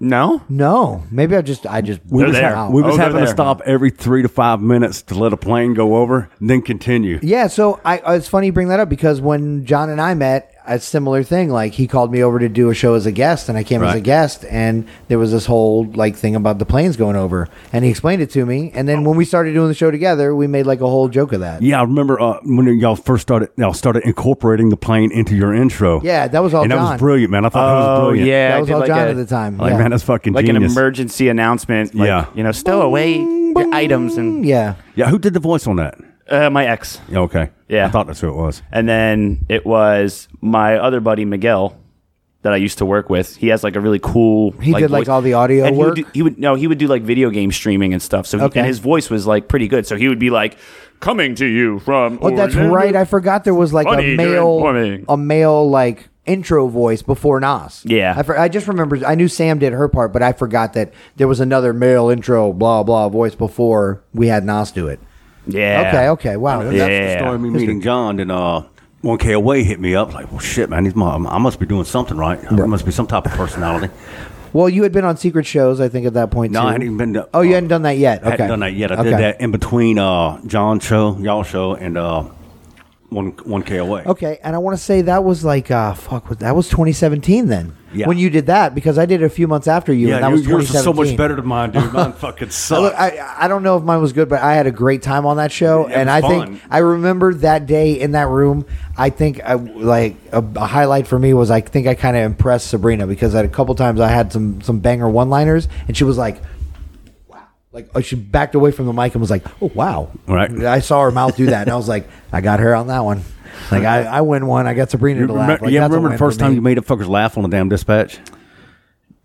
no. No, maybe I just I just We They're was, there. ha- we was Oh, they're having to there. stop every three to five minutes to let a plane go over, then continue. Yeah, so I uh, it's funny you bring that up because when John and I met, a similar thing. Like he called me over to do a show as a guest, and I came as a Right. guest, and there was this whole like thing about the planes going over, and he explained it to me. And then when we started doing the show together, we made like a whole joke of that. Yeah, I remember uh, when y'all first started. Y'all started incorporating the plane into your intro. Yeah, that was all and that John. was brilliant, man. I thought that was Oh brilliant. yeah, that I was did all like John a- at the time. like yeah. man, that's fucking like an genius. emergency announcement. Like, Yeah. you know, stow away your items and yeah. yeah, who did the voice on that? uh, my ex, Yeah, Okay. Yeah. I thought that's who it was. and then it was my other buddy Miguel that I used to work with. He has like a really cool. He did, like, voice- all the audio and work? He would, do, he would no, he would do like video game streaming and stuff. So he, Okay. and his voice was like pretty good. So he would be like, "Coming to you from." Oh, that's Orlando." right. I forgot there was like Funny a you're male, informing. a male like intro voice before Nas. Yeah. I, for, I just remember. I knew Sam did her part, but I forgot that there was another male intro, blah blah voice before we had Nas do it. Yeah. Okay, okay, wow. That's the Yeah. story of me meeting John and uh, 1KOA hit me up like, well, shit, man, he's my, I must be doing something right. I must be some type (laughs) of personality. Well, you had been on secret shows, I think, at that point. No, too. I hadn't even been to- oh, you hadn't done that yet. I Okay, hadn't done that yet. I did Okay. that in between uh, John's show, y'all show, and uh, one 1KOA. Okay, and I want to say that was like, uh, fuck, was- that was 2017 then. Yeah. When you did that, because I did it a few months after you, Yeah, and that your- was yours is so 2017. much better than mine, dude. (laughs) Mine fucking I, look, sucks. I, I don't know if mine was good, but I had a great time on that show, It and was I fun. think I remember that day in that room. I think I, like a, a highlight for me was I think I kind of impressed Sabrina because at a couple times I had some some banger one liners, and she was like. "Wow!" Like oh, she backed away from the mic and was like, "Oh wow!" Right. I saw her mouth do that, and I was like, "I got her on that one." Like I, I win one. I got Sabrina You to remember, laugh. Like, yeah, that's a remember win the for first time me. you made a fuckers laugh on the damn dispatch?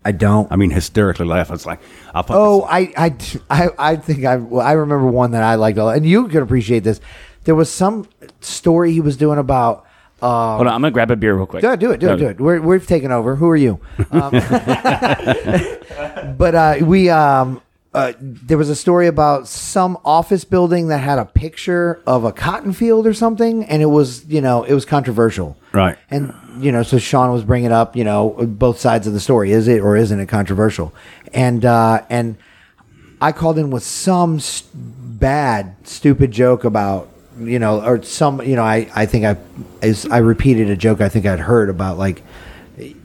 I don't. I mean, hysterically laugh. It's like, I fucking Oh, I, I, I, I think I, well, I remember one that I liked a lot, and you can appreciate this. There was some story he was doing about. Uh, Hold on, I'm gonna grab a beer real quick. do it, do it, do it, do it. We're, we've taken over. Who are you? Um, (laughs) but uh, we, um, uh, there was a story about some office building that had a picture of a cotton field or something, and it was, you know, it was controversial. Right. And you know, so Sean was bringing up, you know, both sides of the story. Is it or isn't it controversial? And uh, and I called in with some st- bad, stupid joke about you know, or some you know, I I think I is I repeated a joke I think I'd heard about like.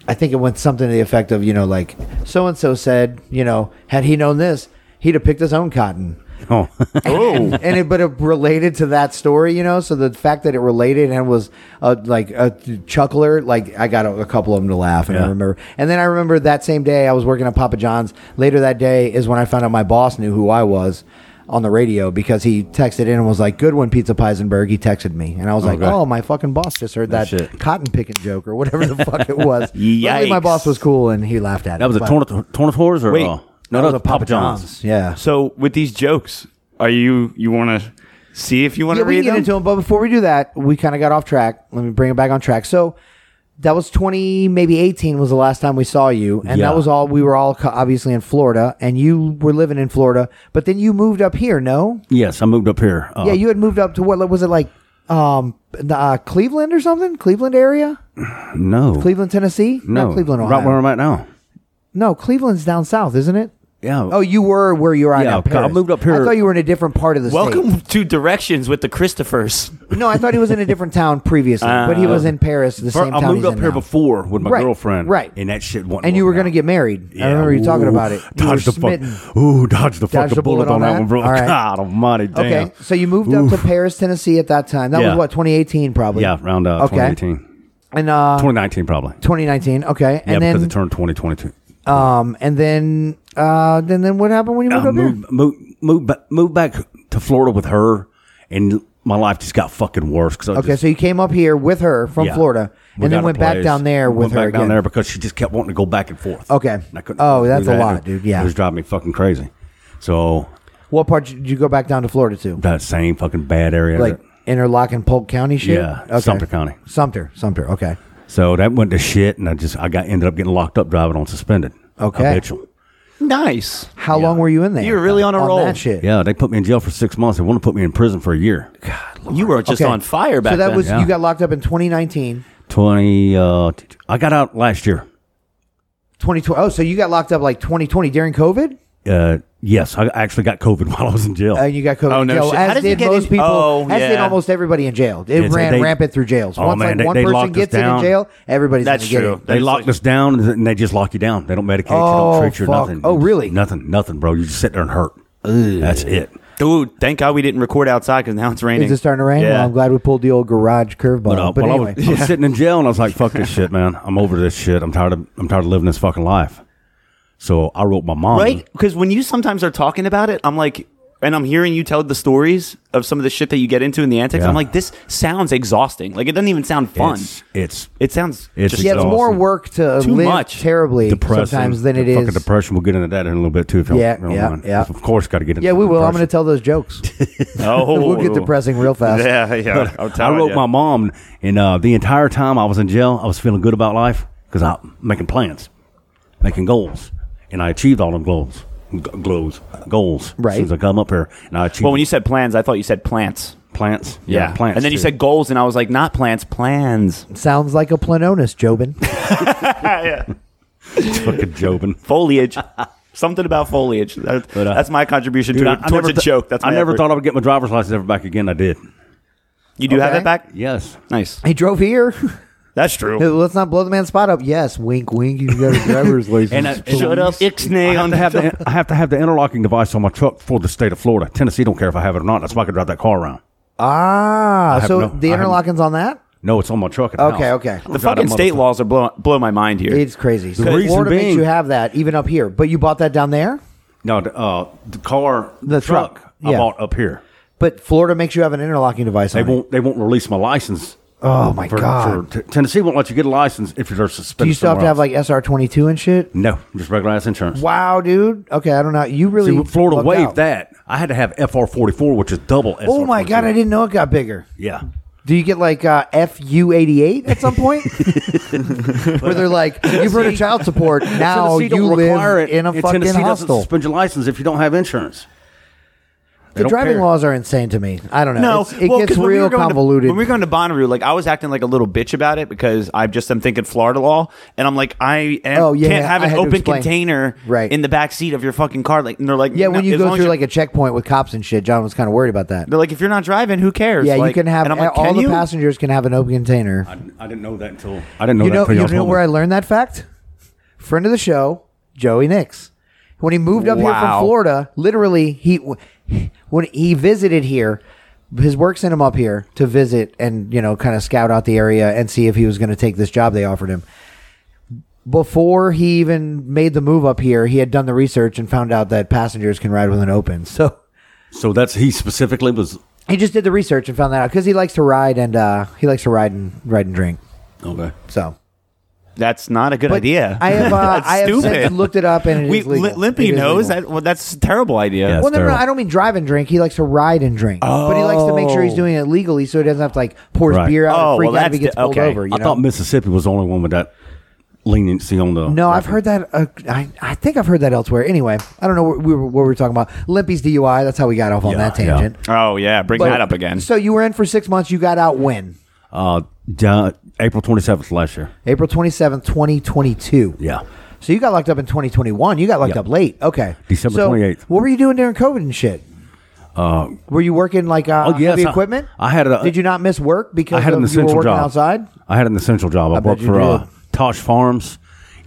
I think it went something to the effect of, you know, like so and so said, you know, had he known this, he'd have picked his own cotton (laughs) Oh. and, and it but it related to that story, you know. So the fact that it related and was uh, like a chuckler, like I got a, a couple of them to laugh, and I Yeah. remember. And then I remember that same day I was working at Papa John's. Later that day is when I found out my boss knew who I was on the radio because he texted in and was like, "Good one, Pizza Peisenberg." He texted me, and I was like, Okay. "Oh, my fucking boss just heard that shit. cotton picking joke or whatever the fuck it (laughs) was." Luckily, my Yikes. boss was cool and he laughed at it. that was a but- Tornathors or? Wait. uh, that no, was a Papa John's. Yeah. So with these jokes, are you you want to see if you want yeah, to we read can get them? into them, but before we do that, we kind of got off track. Let me bring it back on track. So that was 20, maybe 18 was the last time we saw you, and Yeah. that was all. We were all co- obviously in Florida, and you were living in Florida, but then you moved up here. No, Yes, I moved up here. Uh, yeah, you had moved up to what was it like? Um, uh, Cleveland or something? Cleveland area? no. Cleveland, Tennessee? No, Not Cleveland, Ohio. right where I'm at now. no, Cleveland's down south, isn't it? Yeah. Oh, you were where you are Yeah, now. I Paris. moved up I here- thought you were in a different part of the state. Welcome to Directions with the Christophers. No, I thought he was in a different town previously, but he was in Paris the Fir- same Uh, I town moved he's up in here now. before with my Right, girlfriend. right. And that shit went. And you were going going to get married. I remember you talking about (laughs) it. You were Dodge the fuck. smitten. Ooh, dodge the Dodged fucking the bullet, on that one, bro. All right. (laughs) God almighty, damn. Okay, so you moved up to Paris, Tennessee at that time. That Yeah. was what 2018 probably. Yeah, around uh, Okay. 2018. And uh, 2019 probably. 2019. Okay, yeah, and because then it turned 2022. um, and then uh, then then what happened when you moved I up here? moved, moved, moved, back, moved back to Florida with her, and my life just got fucking worse. Cause I Okay, just, so you came up here with her from yeah. Florida, and We got then a went back place. down there with went her back down again. there because she just kept wanting to go back and forth. Okay. And I couldn't Oh, do that's a that. lot, dude. Yeah. It was driving me fucking crazy. So What part did you go back down to Florida to? that same fucking bad area. Like Interlock and Polk County shit. Yeah, Sumter County. Sumter, Sumter. Okay, so that went to shit, and I just I got ended up getting locked up driving on suspended. Okay. Habitual. Nice. how long were you in there? You were really on a roll. That shit. Yeah, they put me in jail for six months. They want to put me in prison for a year. You were just Okay. on fire back So that then. was yeah. you got locked up in 2019, Twenty. Uh, t- I got out last year. 2020. Oh, so you got locked up like 2020 during COVID, Uh, yes, I actually got COVID (laughs) while I was in jail. and you got COVID Oh, in no jail, shit. How as does it did get most in- people, Oh, as did yeah. almost everybody in jail. It It's- ran they- rampant through jails. Oh, Once man, like they- one they person locked us gets in down. jail, everybody's That's gonna get true. it. They That's locked like- us down and they just lock you down. They don't medicate Oh, you, don't treat you, fuck. nothing. Oh, really? Nothing, nothing, bro. You just sit there and hurt. That's it. Dude, thank God we didn't record outside because now it's raining. Is it starting to rain? Yeah. Well, I'm glad we pulled the old garage curveball. But, But, uh, while anyway, I was, I was sitting in jail and I was like, (laughs) "Fuck this shit, man. I'm over this shit. I'm tired of I'm tired of living this fucking life." So I wrote my mom. Right? Because when you sometimes are talking about it, I'm like, and I'm hearing you tell the stories of some of the shit that you get into in the antics. Yeah. I'm like, this sounds exhausting. Like it doesn't even sound fun. It's it's it sounds. it's just, yeah, it's exhausting. more work to Too live much. terribly depressing. sometimes than it The Fucking is. depression. We'll get into that in a little bit too. If y'all Yeah, don't yeah, mind. yeah. Of course, got to get into. Yeah, we the will. I'm going depression. to tell those jokes. (laughs) oh, we'll get depressing real fast. (laughs) Yeah, (laughs) yeah. I'm I telling wrote ya. my mom, and uh, the entire time I was in jail, I was feeling good about life because I'm making plans, making goals, and I achieved all them goals, g- goals, goals. Right. As soon as I come up here, and I achieved Well, when you said plans, I thought you said plants. plants, yeah, plants. And then you too. (laughs) said goals, and I was like, not plants, plans. Sounds like a planonus, Jobin. (laughs) (laughs) fucking Jobin. Foliage. Something about foliage. That- uh, that's my contribution Dude, to I, it. I Towards never a th- joke. That's I my never effort. thought I would get my driver's license ever back again. I did. You do have Okay. it back? Yes. Nice. I drove here. That's true. Let's not blow the man's spot up. Yes, wink, wink. You got a driver's license. (laughs) And I- Shut up, Ixnay. I have, on to have the, I have to have the interlocking device on my truck for the state of Florida. Tennessee don't care if I have it or not. That's why I can drive that car around. ah, have so no- the I have- interlocking's on that? No, it's on my truck. At the Okay, house. okay. I'll The drive that fucking state motherfucker. laws are blow, blow my mind here. It's crazy. So reason Florida makes being- you have that even up here, but you bought that down there. No, the, uh, the car, The truck, yeah. I bought up here. But Florida makes you have an interlocking device. They on it. won't. They won't release my license. Oh my for- god! for- T- Tennessee won't let you get a license if you're suspended. Do you still have to have like SR twenty two and shit? no, just regular ass insurance. Wow, dude. Okay, I don't know. You really See, Florida lucked waived out. that. I had to have FR forty four, which is double. SR Oh my god, I didn't know it got bigger. Yeah, Do you get like uh, FU eighty eight at some (laughs) point? Where they're like, you've heard of child support. Now Tennessee don't you require live it, in a and fucking Tennessee doesn't hostel. suspend your license if you don't have insurance. The They don't driving care. laws are insane to me. I don't know. No, It's- it well, gets 'cause when we real were going to- convoluted. when we were going to Bonnaroo, like I was acting like a little bitch about it because I just am thinking Florida law, and I'm like, I am, Oh, yeah, can't yeah, have I an had to open explain. container Right. in the back seat of your fucking car. Like, and they're like, yeah, no, when you as go long as through you're- like a checkpoint with cops and shit, John was kind of worried about that. they're like, if you're not driving, who cares? Yeah, you Like, can have and I'm like, all can the you? passengers can have an open container. I, I didn't know that until I didn't know you that know, until you y'all know told where me. I learned that fact? Friend of the show, Joey Nix. When he moved up here from Wow. Florida, literally he when he visited here, his work sent him up here to visit and you know kind of scout out the area and see if he was going to take this job they offered him. Before he even made the move up here, he had done the research and found out that passengers can ride with an open. So (laughs) So that's he specifically was. he just did the research and found that out because he likes to ride and uh, he likes to ride and ride and drink. Okay. So That's not a good But idea. (laughs) I have, uh, (laughs) That's I have stupid. since looked it up and it is we legal. Li- Limpy It is knows legal. that. Well, that's a terrible idea. Yeah. Well, no, no, no, terrible. I don't mean drive and drink. He likes to ride and drink, but he likes to make sure he's doing it legally, so he doesn't have to like pour his Right. beer out Oh, or freak well, out if he that's gets the- pulled okay. over. You I know? thought Mississippi was the only one with that leniency on the. no, I've heard that. Uh, I, I think I've heard that elsewhere. Anyway, I don't know what we were, what we were talking about. Limpy's DUI. That's how we got off on Yeah, that yeah. tangent. Oh yeah, bring But- that up again. So you were in for six months. You got out when Uh, down- April twenty seventh last year. April twenty seventh, twenty twenty two. Yeah. So you got locked up in 2021. You got locked Yeah. up late. Okay. December So 28th. What were you doing during COVID and shit? Uh, were you working like uh, Oh, yes, heavy I- equipment? I had a- Did you not miss work because I had of an you were essential working job outside? I had an essential job. I, bet worked you for did. uh, Tosh Farms,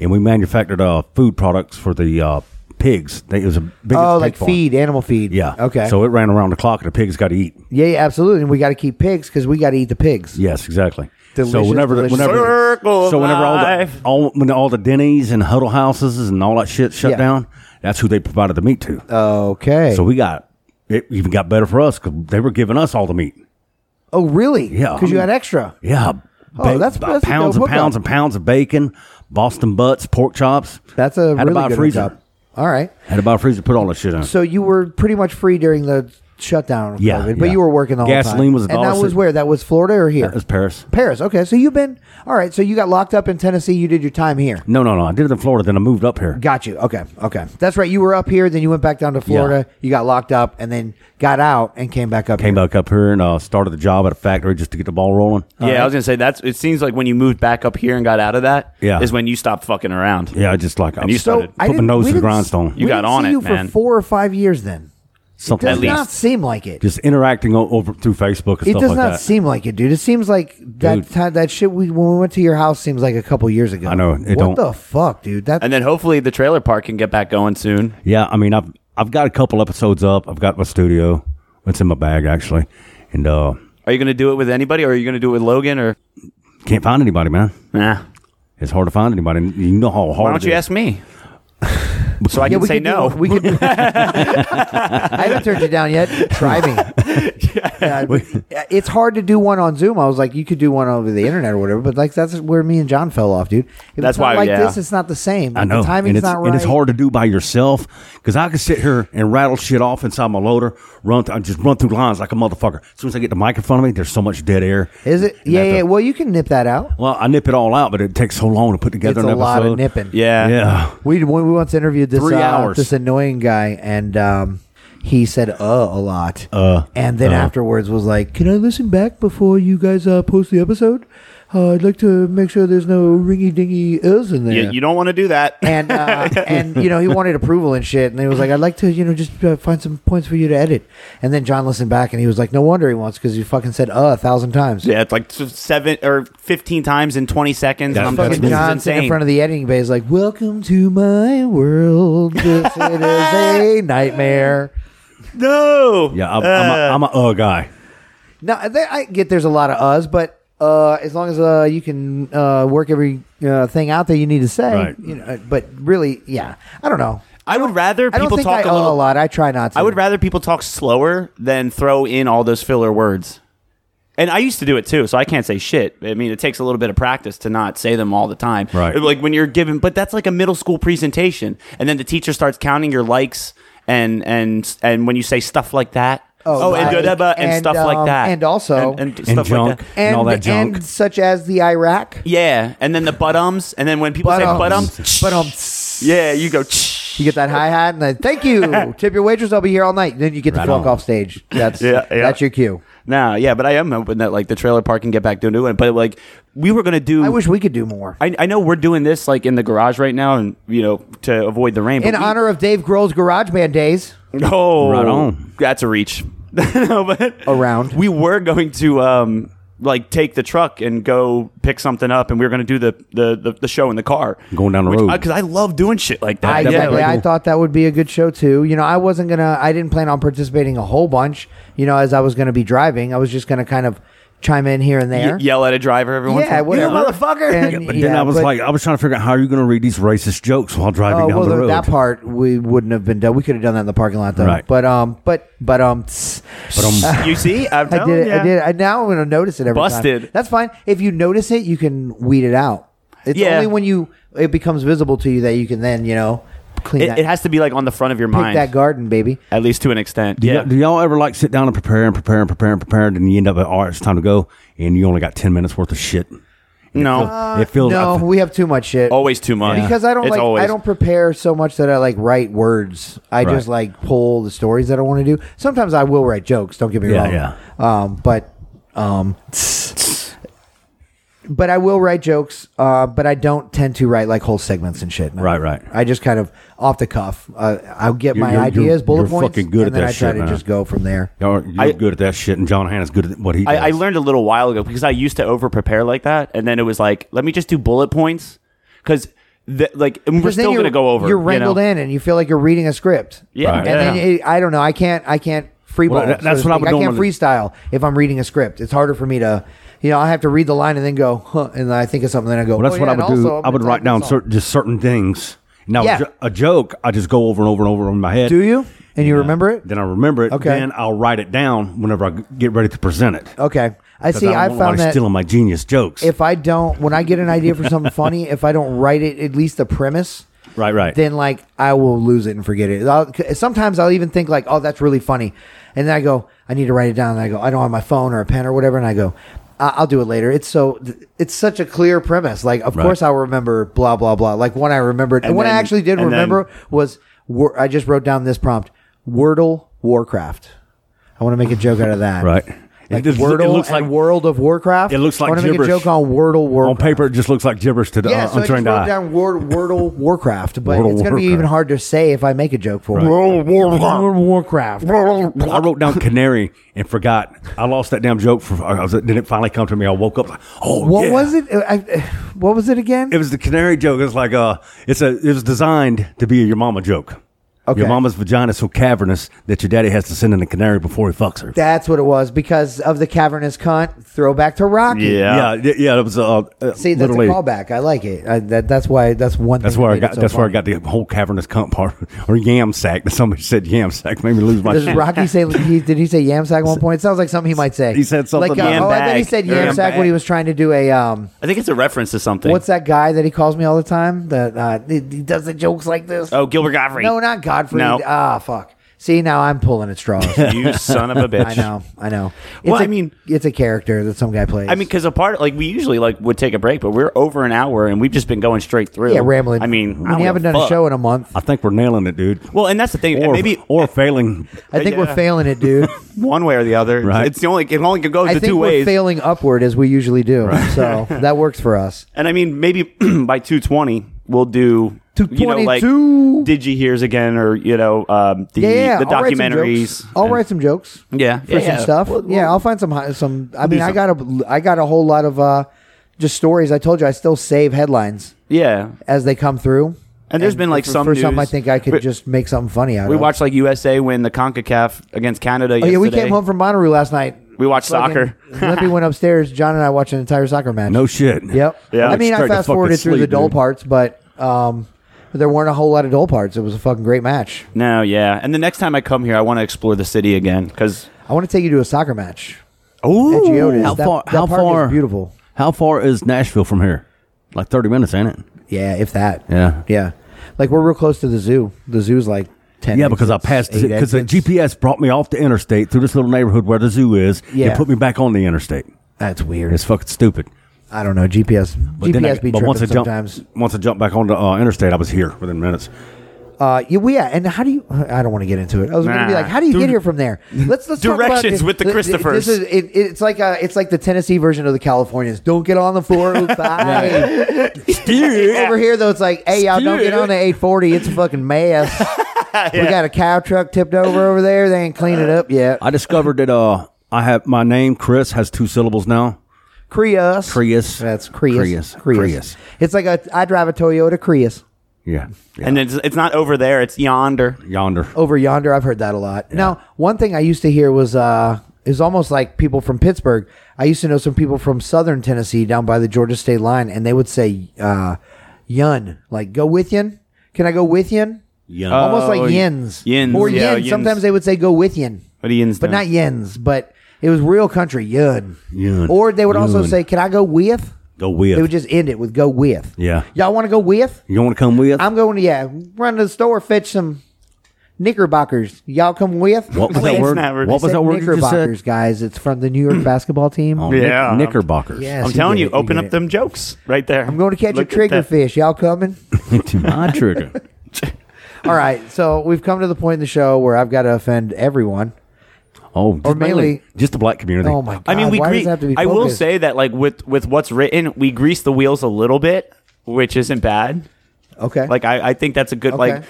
and we manufactured uh, food products for the uh, pigs. They, it was a big Oh, pig like farm. feed, animal feed. Yeah. Okay. So it ran around the clock, and the pigs got to eat. yeah, yeah, absolutely. And we got to keep pigs because we got to eat the pigs. Yes, exactly. so Delicious, whenever, delicious. whenever, Circle of so whenever all the life. all when all the Denny's and huddle houses and all that shit shut Yeah. down, that's who they provided the meat to. Okay. so we got it. Even got better for us because they were giving us all the meat. oh, really? Yeah. Because you had extra. Yeah. Oh, that's- that's a pounds dope and hookup. pounds and pounds of bacon, Boston butts, pork chops. That's a Had to really buy a good freezer. hookup. All right. Had about freezer put all that shit on. So you were pretty much free during the shutdown. Of Yeah, COVID, but yeah. you were working the whole time. Gasoline was a and dollar that was cent- where that was Florida or here. That was Paris. Paris. Okay, so you've been all right. So you got locked up in Tennessee. You did your time here. No, no, no. I did it in Florida. Then I moved up here. Got you. Okay, okay. That's right. You were up here, then you went back down to Florida. You got locked up, and then got out and came back up. Came here. back up here and uh, started the job at a factory just to get the ball rolling. Yeah, I was gonna say that's. It seems like when you moved back up here and got out of that, Yeah. is when you stopped fucking around. Yeah, I just like I you just started- So Put I my didn't- nose we to the didn't- grindstone. You we got didn't on see it, you man. for four or five years. Then something does like not that. least. seem like it. Just interacting o- over through Facebook and it stuff does like not that. seem like it, dude. It seems like that Dude. time, that shit we when we went to your house seems like a couple years ago. I know, it what don't- the fuck, dude? That And then hopefully the trailer park can get back going soon. yeah, I mean, I've I've got a couple episodes up. I've got my studio. It's in my bag actually, and uh, Are you gonna do it with anybody, or are you gonna do it with Logan, or can't find anybody, man. nah? It's hard to find anybody. and You know how hard. Why don't it you is. ask (laughs) me? so I yeah, can we say could do- no. we (laughs) could. I haven't turned you down yet. Try me. Yeah, I- it's hard to do one on Zoom. I was like, you could do one over the internet or whatever, but like that's where me and John fell off, dude. If That's it's not why- Like yeah. this, it's not the same. I know. The timing's and it's, not right. And it's hard to do by yourself because I could sit here and rattle shit off inside my loader, run, th- I just run through lines like a motherfucker. As soon as I get the mic in front of me, there's so much dead air. Is it? And I Yeah, have yeah. to- Well, you can nip that out. Well, I nip it all out, but it takes so long to put together It's a an episode. lot of nipping. yeah. Yeah. We we once interviewed this Three uh, hours. this annoying guy, and um, he said "uh" a lot, uh, and then afterwards was like, "Can I listen back before you guys uh, post the episode? Uh, I'd like to make sure there's no ringy dingy uhs in there." You, you don't want to do that. and (laughs) uh, and you know he wanted approval and shit, and he was like, "I'd like to you know just uh, find some points for you to edit." And then John listened back, and he was like, "No wonder he wants because you fucking said uh a thousand times." (laughs) Yeah, it's like s- seven or fifteen times in twenty seconds. and That's I'm fucking just, this Fucking is John sitting in insane. front of the editing bay is like, "Welcome to my (laughs) world. This it is a nightmare." no. Yeah. I'm, I'm, a, I'm a uh guy. Now th- I get there's a lot of us, but uh, as long as uh, you can uh, work every uh, thing out that you need to say, Right. you know. But really, yeah, I don't know. I would rather I don't people think talk I a uh, little. a lot. I try not to. I would rather people talk slower than throw in all those filler words. And I used to do it too, so I can't say shit. I mean, it takes a little bit of practice to not say them all the time. Right. Like when you're given, but that's like a middle school presentation, and then the teacher starts counting your likes and and and when you say stuff like that. Oh, and, like, da- da- da- and and, stuff um, like that, and also- and, and And stuff like junk. that. and, and all that junk. and such as the Iraq. Yeah, and then the buttums, and then when people say (laughs) buttums, but um, yeah, you go. you get that hi hat, and then thank you, tip your waitress. I'll be here all night. Then you get Right the fuck on. off stage. That's Yeah, yeah. that's your cue. Nah, yeah, but I am hoping that like the trailer park can get back to doing it. But like we were gonna do, I wish we could do more. I, I know we're doing this like in the garage right now, and you know to avoid the rain. in but we- honor of Dave Grohl's Garage Band days, oh, Right on. That's a reach. (laughs) no, but Around. we were going to um like take the truck and go pick something up, and we were gonna do the the the, the show in the car Going down the road. because I, love doing shit like that. I, that exactly, might be I cool. thought that would be a good show too. You know, I wasn't gonna, I didn't plan on participating a whole bunch. You know, as I was gonna be driving, I was just gonna kind of chime in here and there. Ye- yell at a driver every once. in yeah, a while. whatever. You motherfucker. (laughs) And- But then yeah, I was but- like, I was trying to figure out how are you going to read these racist jokes while driving Oh down well, the th- road. that part we wouldn't have been done. We could have done that in the parking lot though. Right. But um, but but um, tss, But um, I'm- you see, I'm I telling did it. ya. I did it. I, now I'm going to notice it every Busted. time. That's fine. If you notice it, you can weed it out. It's Yeah. only when you it becomes visible to you that you can then you know clean It, that, it has to be like on the front of your pick mind, that garden, baby. at least to an extent. do, Yeah. y'all, do y'all ever like sit down and prepare and prepare and prepare and prepare, and then you end up at all right, it's time to go, and you only got ten minutes worth of shit. no. it feels Uh, No, we have too much shit. always too much. because I don't It's like always- I don't prepare so much that I like write words. I Right. just like pull the stories that I want to do. Sometimes I Um, will write jokes. Don't get me Yeah, wrong. yeah. Um, but um, but I will write jokes, uh, but I don't tend to write like whole segments and shit. man. Right, right. I just kind of off the cuff. Uh, I'll get You're- my you're- ideas, you're- bullet you're points, fucking good and at then that I try shit, to man. just go from there. Y'all are- You're I- good at that shit, and John Hannah's good at what he does. I, I learned a little while ago because I used to over prepare like that, and then it was like, let me just do bullet points because like and we're Because then still you're- gonna go over. You're you know? wrangled in, and you feel like you're reading a script. Yeah, Right. and yeah. then it, I don't know. I can't. I can't freeball. Well, that- that's so to what I speak. would I can't normally- freestyle if I'm reading a script. It's harder for me to, you know, I have to read the line and then go, huh, and then I think of something, then I go. Well, that's oh, what yeah, I would and do. also I'm I would gonna write talk down this song. certain, just certain things. Now, Yeah. a, jo- a joke, I just go over and over and over in my head. Do you? And you remember it? Then I remember it. Okay. Then I'll write it down whenever I g- get ready to present it. Okay, I see. I, I, don't want found nobody that stealing my genius jokes. if I don't, when I get an idea for something funny, if I don't write it, at least the premise, Right, right. then like I will lose it and forget it. I'll, sometimes I'll even think like, oh, that's really funny, and then I go, I need to write it down. And I go, I don't have my phone or a pen or whatever, and I go, I- I'll do it later. It's so, it's such a clear premise. Like, of Right. course I'll remember blah blah blah. Like one I remembered, and, And what I then- actually did and then- remember was, wor- I just wrote down this prompt: Wordle Warcraft. I want to make a joke out of that. Right. Like It just- it Wordle looks and like- World of Warcraft. It looks like I want to make a gibberish. joke on Wordle on Warcraft. paper, it just looks like gibberish to the Yeah, so I uh, just untrained wrote eye. down Word, Wordle Warcraft, but Wordle it's going to be Warcraft. even hard to say if I make a joke for World Warcraft. (laughs) I (laughs) wrote down canary and forgot. I lost that damn joke. For I was, then it finally come to me. I woke up like, oh, What yeah. was it? I, what was it again? It was the canary joke. It's like uh, it's a it was designed to be a your mama joke. Okay. Your mama's vagina is so cavernous that your daddy has to send in a canary before he fucks her. That's what it was because of the cavernous cunt. Throwback to Rocky. Yeah. yeah, yeah, yeah, it was uh, uh, See, that's literally. a callback. I like it. I, that, that's why. That's one. That's thing where I made it got. so that's where I fun. got the whole cavernous cunt part, (laughs) or yam sack. That somebody said yam sack made me lose my Does shit. Rocky (laughs) say he, did he say yam sack at one point? It sounds like something he might say. He said something like yam oh, I think he bag. said yam, Yam sack when bag. he was trying to do a um. I think it's a reference to something. What's that guy that he calls me all the time? That uh, he, he does the jokes like this. Oh, Gilbert Godfrey. no, not Godfrey. No. Ah, fuck. See, now I'm pulling at straws. (laughs) (laughs) you son of a bitch. (laughs) I know, I know. It's Well, a- I mean- it's a character that some guy plays. I mean, because a part like we usually like would take a break, but we're over an hour and we've just been going straight through. yeah, rambling. I mean, we haven't done a show in a month. Uh, I think we're nailing it, dude. Well, and that's the thing. Or maybe or failing. I think we're yeah. failing (laughs) it, dude. one way or the other. Right. It's the only it only could go I the think two we're ways. failing upward as we usually do. (laughs) So that works for us. And I mean, maybe (clears throat) by two twenty, we'll do you know like 222. did you hears again or you know um, the Yeah, yeah. the I'll write some documentaries. jokes. I'll And- write some jokes. yeah, for some stuff. yeah, I'll find some hi- some. I mean, I got a I got a whole lot of uh, just stories. I told you, I still save headlines yeah. as they come through. And there's been like for, some for something I news- think I could we- just make something funny out We of. watched like USA win the Concacaf against Canada. Oh yeah, we came home from Monterey last night. We watched Fucking- soccer. (laughs) Lippy went upstairs. John and I watched an entire soccer match. No shit. Yep. Yeah. I mean, I Straight to fast forwarded fucking through the sleep, dull dude. parts, but um, there weren't a whole lot of dull parts. It was a fucking great match. No, yeah. And the next time I come here, I want to explore the city again because I want to take you to a soccer match. Ooh, At Geodis. how That- far? that how park is far? beautiful. How far is Nashville from here? Like thirty minutes, ain't it? Yeah, if that. Yeah. Yeah. Like we're real close to the zoo. The zoo's like ten. Yeah, because I passed exits, eight because the exits. GPS brought me off the interstate through this little neighborhood where the zoo is. Yeah. It put me back on the interstate. That's weird. It's fucking stupid. I don't know GPS. But then I- GPS be but tripping once I jump, sometimes. once I jump back on the uh, interstate, I was here within minutes. Uh, yeah, well, yeah, and how do you? uh, I don't want to get into it. I was going to be Nah. like, how do you get here from there? Let's let's talk about Directions it. with the Th- th- Christophers. This is, it, it's like uh it's like the Tennessee version of the Californians. Don't get on the (laughs) four oh five. Over here though, it's like, hey y'all, don't get on the eight forty. It's a fucking mess. (laughs) We got a cow truck tipped over over there. They ain't cleaned it up yet. I discovered that uh, I have my name Chris has two syllables now. Creus. Creus. That's Creus. Creus. Creus. Creus. It's like a. I drive a Toyota Creus. Yeah, yeah. and it's, it's not over there; it's yonder. yonder. over yonder. I've heard that a lot. Now, one thing I used to hear was uh, is almost like people from Pittsburgh. I used to know some people from Southern Tennessee down by the Georgia state line, and they would say uh, "yun," like "go with yun." Can I go with yun? Yun. almost Oh, like yens, yins, or yeah, yen. yins. Sometimes they would say "go with yun," What do you but not yens. But it was real country yun. Yun. Or they would also Yun. say, "Can I go with?" Go with. They would just end it with "go with." Yeah. y'all want to go with? you want to come with? I'm going to yeah, run to the store, fetch some knickerbockers. Y'all come with? what was that Wait, word? Snapper. What I was Said that word you just knickerbockers, said? guys. It's from the New York basketball team. Oh, I'm Yeah. Knick- Knickerbockers. (laughs) Yes. I'm you telling get you, it, you open get up it. them jokes right there. I'm going to catch a triggerfish. (laughs) Y'all coming? to my (laughs) trigger. All right. So we've come to the point in the show where I've got to offend everyone. Oh, just mainly- just the black community. Oh my god! I mean, we Why does gre- it have to be I will focused? say that like with with what's written, we grease the wheels a little bit, which isn't bad. okay. Like I, I think that's a good okay. like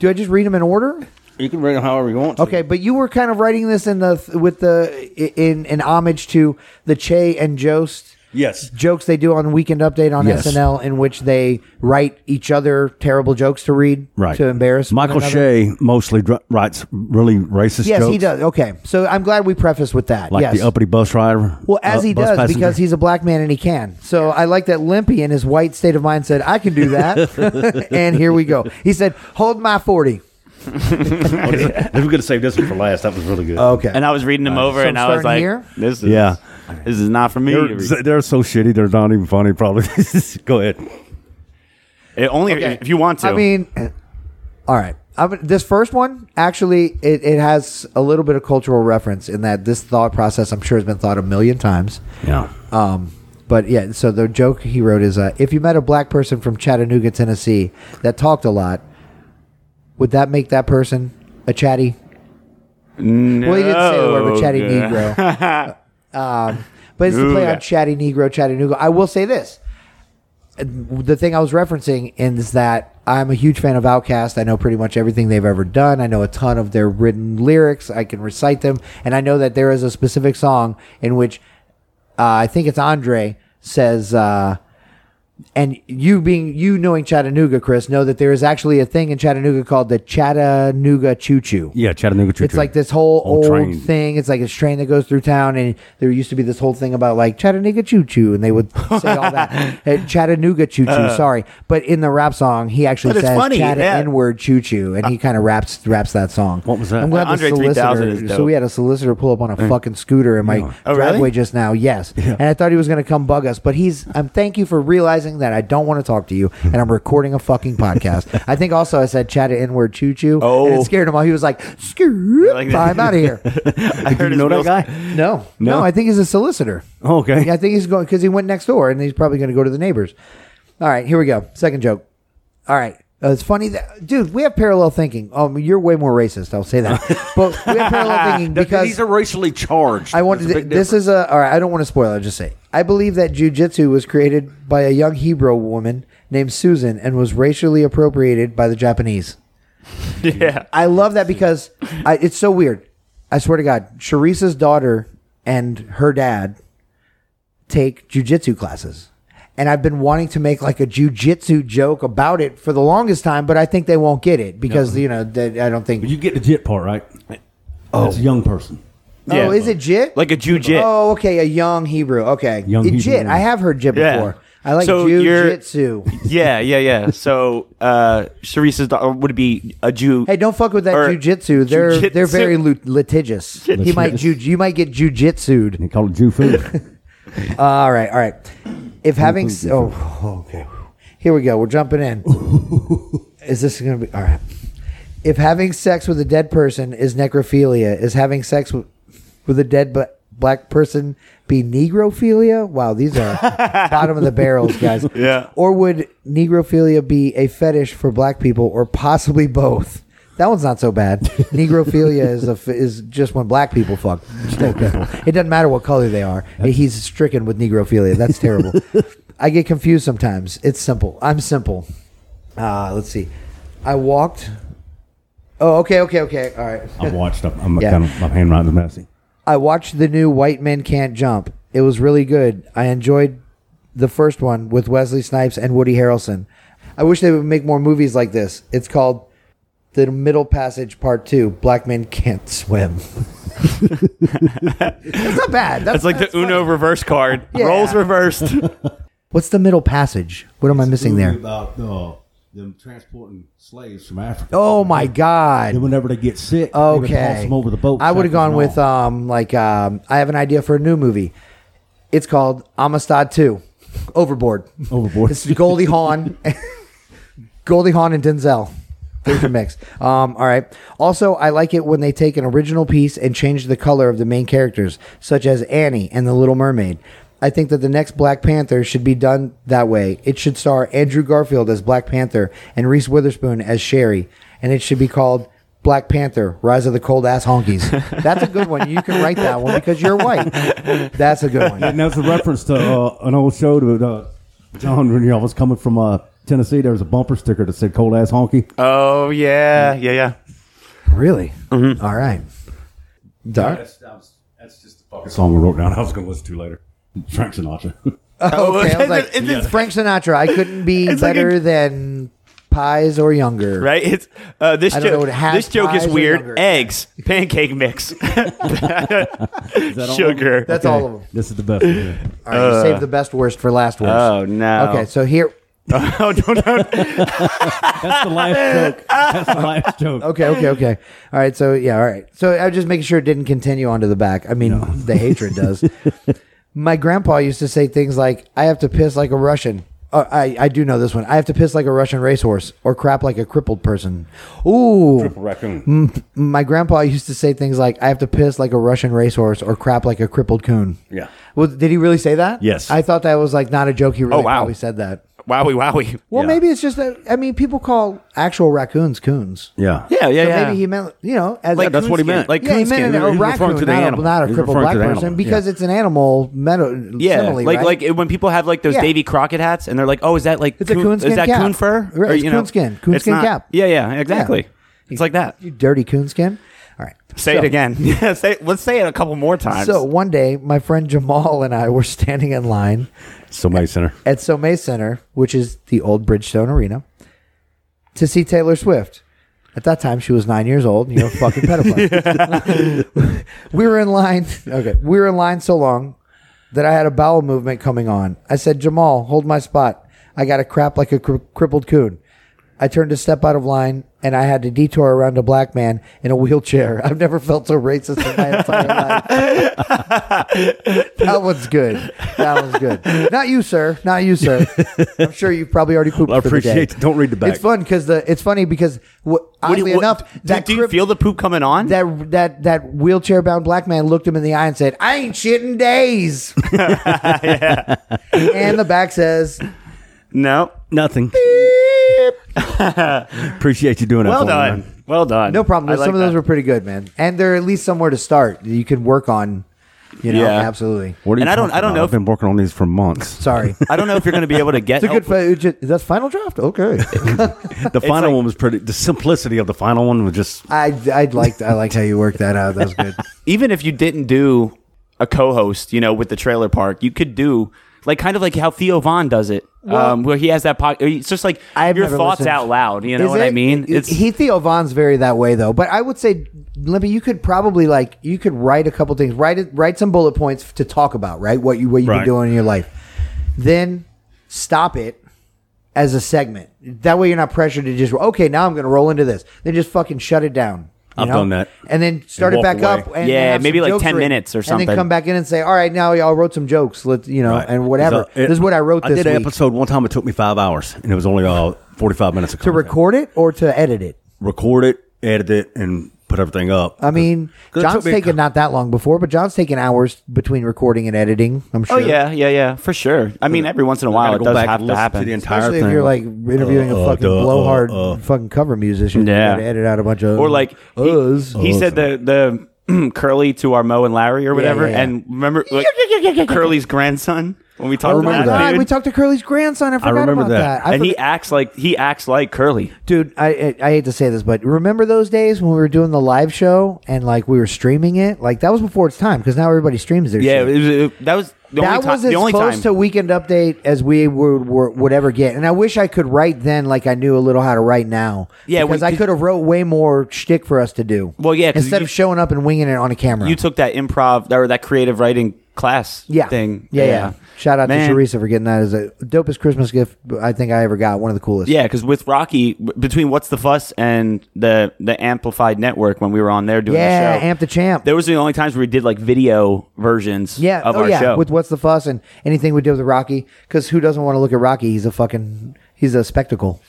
do I just read them in order? You can read it however you want. to. Okay, but you were kind of writing this in the with the in in homage to the Che and Jost Yes. jokes they do on Weekend Update on Yes. SNL, in which they write each other terrible jokes to read, Right. To embarrass one Michael another. Shea mostly dr- writes really racist Yes, jokes. he does. Okay, so I'm glad we preface with that. Like yes. the uppity bus rider. well, as uh, he bus does, passenger. (laughs) because he's a black man and he can. So I like that Limpy in his white state of mind said, I can do (laughs) that. (laughs) and here we go. He said, Hold my 40. Oh, this- we could have saved this one for last. That was really good. Okay. and I was reading them over So and I was starting like here? this is Yeah. This is not for me. to They're, read. they're so shitty. They're not even funny. Probably. (laughs) Go ahead. (laughs) It only Okay. if you want to. I mean, uh, all right. I would- this first one actually it, it has a little bit of cultural reference in that this thought process I'm sure has been thought a million times. Yeah. Um, but yeah, so the joke he wrote is uh, if you met a black person from Chattanooga, Tennessee that talked a lot, would that make that person a chatty? no, Well, he didn't say the word, but chatty good. Negro. um, but it's the play on Nougat. chatty Negro, Chattanooga. I will say this. Uh, The thing I was referencing is that I'm a huge fan of Outkast. I know pretty much everything they've ever done. I know a ton of their written lyrics. I can recite them. And I know that there is a specific song in which uh, I think it's Andre says, uh, and you being you knowing Chattanooga, Chris, know that there is actually a thing in Chattanooga callga the Chattanooga Choo Choo. Yeah. Chattanooga. Choo It's like this whole Old old train. thing. It's like a train that goes through town, and there used to be this whole thing about like Chattanooga choo choo, and they (laughs) would say all that Uh, Chattanooga choo choo. sorry, but in the rap song, he actually Uh. But it's says funny, Chatta yeah. Uh. N word choo choo, and he kind of raps raps that song. What was that? I'm glad Andre the 3000 is solicitor. So dope. Uh. we had a solicitor pull up on a fucking scooter in my Oh, really? driveway just now. Yes, and I thought he was going to come bug us, but he's. I'm thank you for realizing that I don't want to talk to you, and I'm recording a fucking podcast. I think also I said Chatta N word choo choo. Oh. and it scared him all. He was like, "Scoot, like that. I'm out of here." (laughs) I heard his You know that wheels- guy? No, No? no, I think he's a solicitor. Oh, okay. Yeah, I think he's going because he went next door, and he's probably going to go to the neighbors. All right, here we go. Second joke. All right. Uh, it's funny that, dude, we have parallel thinking. Um, you're way more racist. I'll say that, but we have parallel thinking because these are racially charged. I wanted to, this is a all right. I don't want to spoil. it. just say I believe that jujitsu was created by a young Hebrew woman named Susan and was racially appropriated by the Japanese. Yeah. I love that because I, it's so weird. I swear to God, Sharice's daughter and her dad take jujitsu classes. And I've been wanting to make like a jujitsu joke about it for the longest time, but I think they won't get it because, you know, that I don't think. You get the jit part right. Oh, it's a young person. Yeah. Oh, is it jit? Like a jujit. Oh, okay. A young Hebrew. Okay. Young It Hebrew jit. woman. I have heard jit Yeah. before. I like So you're- jujitsu. Yeah, yeah, yeah. So uh Sharice's daughter would be a Jew. Hey, don't fuck with that Or- jujitsu. They're they're Jujitsu. very lu- litigious. He might ju- you might get jujitsued. They call it Jew food. (laughs) All right, all right. If having s- oh okay, here we go. We're jumping in. is this going to be all right? If having sex with a dead person is necrophilia, is having sex with, with a dead but black person be negrophilia? Wow, these are bottom of the barrels, guys. Yeah. Or would negrophilia be a fetish for black people, or possibly both? That one's not so bad. Negrophilia is a f is just when black people fuck. Okay. It doesn't matter what color they are. He's stricken with negrophilia. That's terrible. I get confused sometimes. It's simple. I'm simple. Uh, let's see. I walked. Oh, okay, okay, okay. All right. I've watched. I'm, I'm Yeah. kind of my handwriting's messy. I watched the new White Men Can't Jump. It was really good. I enjoyed the first one with Wesley Snipes and Woody Harrelson. I wish they would make more movies like this. It's called The Middle Passage Part 2 Black Men Can't Swim. (laughs) That's not bad. That's, That's like the Uno reverse card. Yeah. Rolls (laughs) reversed. What's the middle passage? What am I missing there? About uh, them transporting slaves from Africa. Oh my God. whenever they get sick, Okay. I would have gone with um like um I have an idea for a new movie. It's called Amistad 2. Overboard. Overboard. It's Goldie Hawn. (laughs) Goldie Hawn and Denzel. There's your mix. Um, all right. Also, I like it when they take an original piece and change the color of the main characters, such as Annie and the Little Mermaid. I think that the next Black Panther should be done that way. It should star Andrew Garfield as Black Panther and Reese Witherspoon as Sherry, and it should be called Black Panther, Rise of the Cold Ass Honkies. That's a good one. You can write that one because you're white. That's a good (laughs) one. And that's a reference to uh, an old show to uh, John when y'all was coming from uh, Tennessee. There was a bumper sticker that said "Cold Ass Honky." Oh yeah, yeah, yeah. Really? All right. Doc? That's, just the fucking song we wrote down. (laughs) I was going to listen to later. Frank (laughs) Sinatra. Oh, (laughs) Okay, I was like, It's- it's- Frank Sinatra. I couldn't (laughs) be It's like better a- than pies or younger. Right? It's uh, this I don't know joke. what hash This joke is fries or weird. yogurt. Eggs, pancake (laughs) mix, that all of them? sugar. That's all of them. This is the best. One, yeah. All right, you saved the best worst for last worst. Uh. Oh, no. Okay, so here. oh, no, no, no. That's the (laughs) last joke. That's the last joke. Okay, okay, okay. All right, so yeah, all right. So I was just making sure it didn't continue onto the back. I mean, (laughs) the hatred (laughs) does. My grandpa used to say things like, "I have to piss like a Russian." Oh, I I do know this one. I have to piss like a Russian racehorse or crap like a crippled person. Ooh. Raccoon. Hmm. My grandpa used to say things like, "I have to piss like a Russian racehorse or crap like a crippled coon." Yeah. Well, did he really say that? Yes. I thought that was like not a joke. He really Oh, wow. probably said that. Wowie, wowie. Well, Yeah. maybe it's just that. I mean, people call actual raccoons coons. Yeah. Yeah, yeah, So yeah. maybe he meant, you know, as Like a that's what he coonskin. meant. Like yeah, he meant coonskin. an- a He was referring raccoon, to the not a, animal. not a He was crippled referring black to the person, animal. because it's an animal meta- Yeah, simile, like right? like it- when people have like those Yeah. Davy Crockett hats, and they're like, "Oh, is that like It's a coonskin Is that cap. coon fur? Right, it's coonskin. Coonskin not- cap. Yeah, yeah, exactly. It's like that. you dirty coonskin. All right, Say So- it again. (laughs) Yeah, say let's say it a couple more times. So one day, my friend Jamal and I were standing in line Somebody center. at Somme Center, which is the old Bridgestone Arena, to see Taylor Swift. At that time, she was nine years old. You know, (laughs) fucking pedophile. we (laughs) were in line. Okay, we were in line so long that I had a bowel movement coming on. I said, "Jamal, hold my spot. I got a crap like a cri- crippled coon." I turned to step out of line, and I had to detour around a black man in a wheelchair. (laughs) I've never felt so racist in my entire (laughs) life. That one's good. That one's good. Not you, sir. Not you, (laughs) sir. I'm sure you've probably already pooped. I for the day. appreciate it. Don't read the back. It's fun because the it's funny because wh- What do oddly you- what- enough, do, that do you crip- feel the poop coming on? (laughs) that that that wheelchair bound black man looked him in the eye and said, "I ain't shitting days." (laughs) And the back says, no. Nothing. (laughs) Appreciate you doing that. Well for me, done. man. Well done. "No problem. I Some like of those that. were pretty good, man, and they're at least somewhere to start. that You can work on, you know, Yeah. absolutely." What are you And I don't- talking I don't about? know I've if- been working on these (laughs) for months. Sorry, it's I don't know if you're going to be able (laughs) to get a good. help with- Fi- it's just- that's final draft. Okay, (laughs) The final like- one was pretty. The simplicity of the final one was just. I I liked I liked how you worked that out. That was good. even if you didn't do a co-host, you know, with the trailer park, you could do like kind of like how Theo Vaughn does it, um, where he has that pocket. It's just like I have your never thoughts listened. out loud. You know Is what I it? mean? It's he Theo Vaughn's very that way though. But I would say, Limpy, you could probably like you could write a couple things, write it, write some bullet points to talk about, right? What you what you've been Right. doing in your life, then stop it as a segment. That way you're not pressured to just okay now I'm going to roll into this. Then just fucking shut it down. you I've done that. and then start And it back walk away. up. And Yeah, have maybe some like jokes 10 written. minutes or and something. then come back in and say, "All right, now y'all wrote some jokes. Let you know, Right. Uh, and whatever. So it- this is what I wrote I this did an week episode one time. It took me five hours, and it was only uh, forty-five minutes of to content. record it or to edit it." record it, edit it, and put everything up. I mean, 'Cause it John's took me a taken cou- not that long before, but John's taken hours between recording and editing. I'm oh sure. yeah, yeah, yeah, for sure. I mean, every once in a I while gotta it go does back have and to listen happen. the entire Especially if thing. you're like interviewing Uh, a uh, fucking duh, uh, blowhard uh. fucking cover musician. Yeah. You gotta edit out a bunch of or like he, uhs. he Uh, said the the (clears throat) curly to our Mo and Larry or whatever. yeah, yeah. And remember like, Curly's grandson when we talked Oh about my that, god, dude? we talked to Curly's grandson. I forgot remember about that. that. I and he forgot- acts like he acts like Curly. dude, I, I I hate to say this, but remember those days when we were doing the live show and like we were streaming it? Like that was before its time because now everybody streams their Yeah, shit. it was, it- that was the that only time. was as the only close time. to weekend update as we would, were, would ever get. And I wish I could write then, like I knew a little how to write now. Yeah, we- because I could have wrote way more shtick for us to do. Well, yeah, 'cause instead you- of showing up and winging it on a camera. you took that improv or that creative writing class yeah. thing. Yeah, yeah, Shout out Man. to Teresa for getting that as a dopest Christmas gift I think I ever got. One of the coolest. Yeah, because with Rocky, b- between What's the Fuss and the the Amplified Network, when we were on there doing yeah. the show, Amp the champ. there was the only times where we did like video versions yeah, of oh our yeah, show. with what's the fuss and anything we did with Rocky, because who doesn't want to look at Rocky? He's a fucking, he's a spectacle.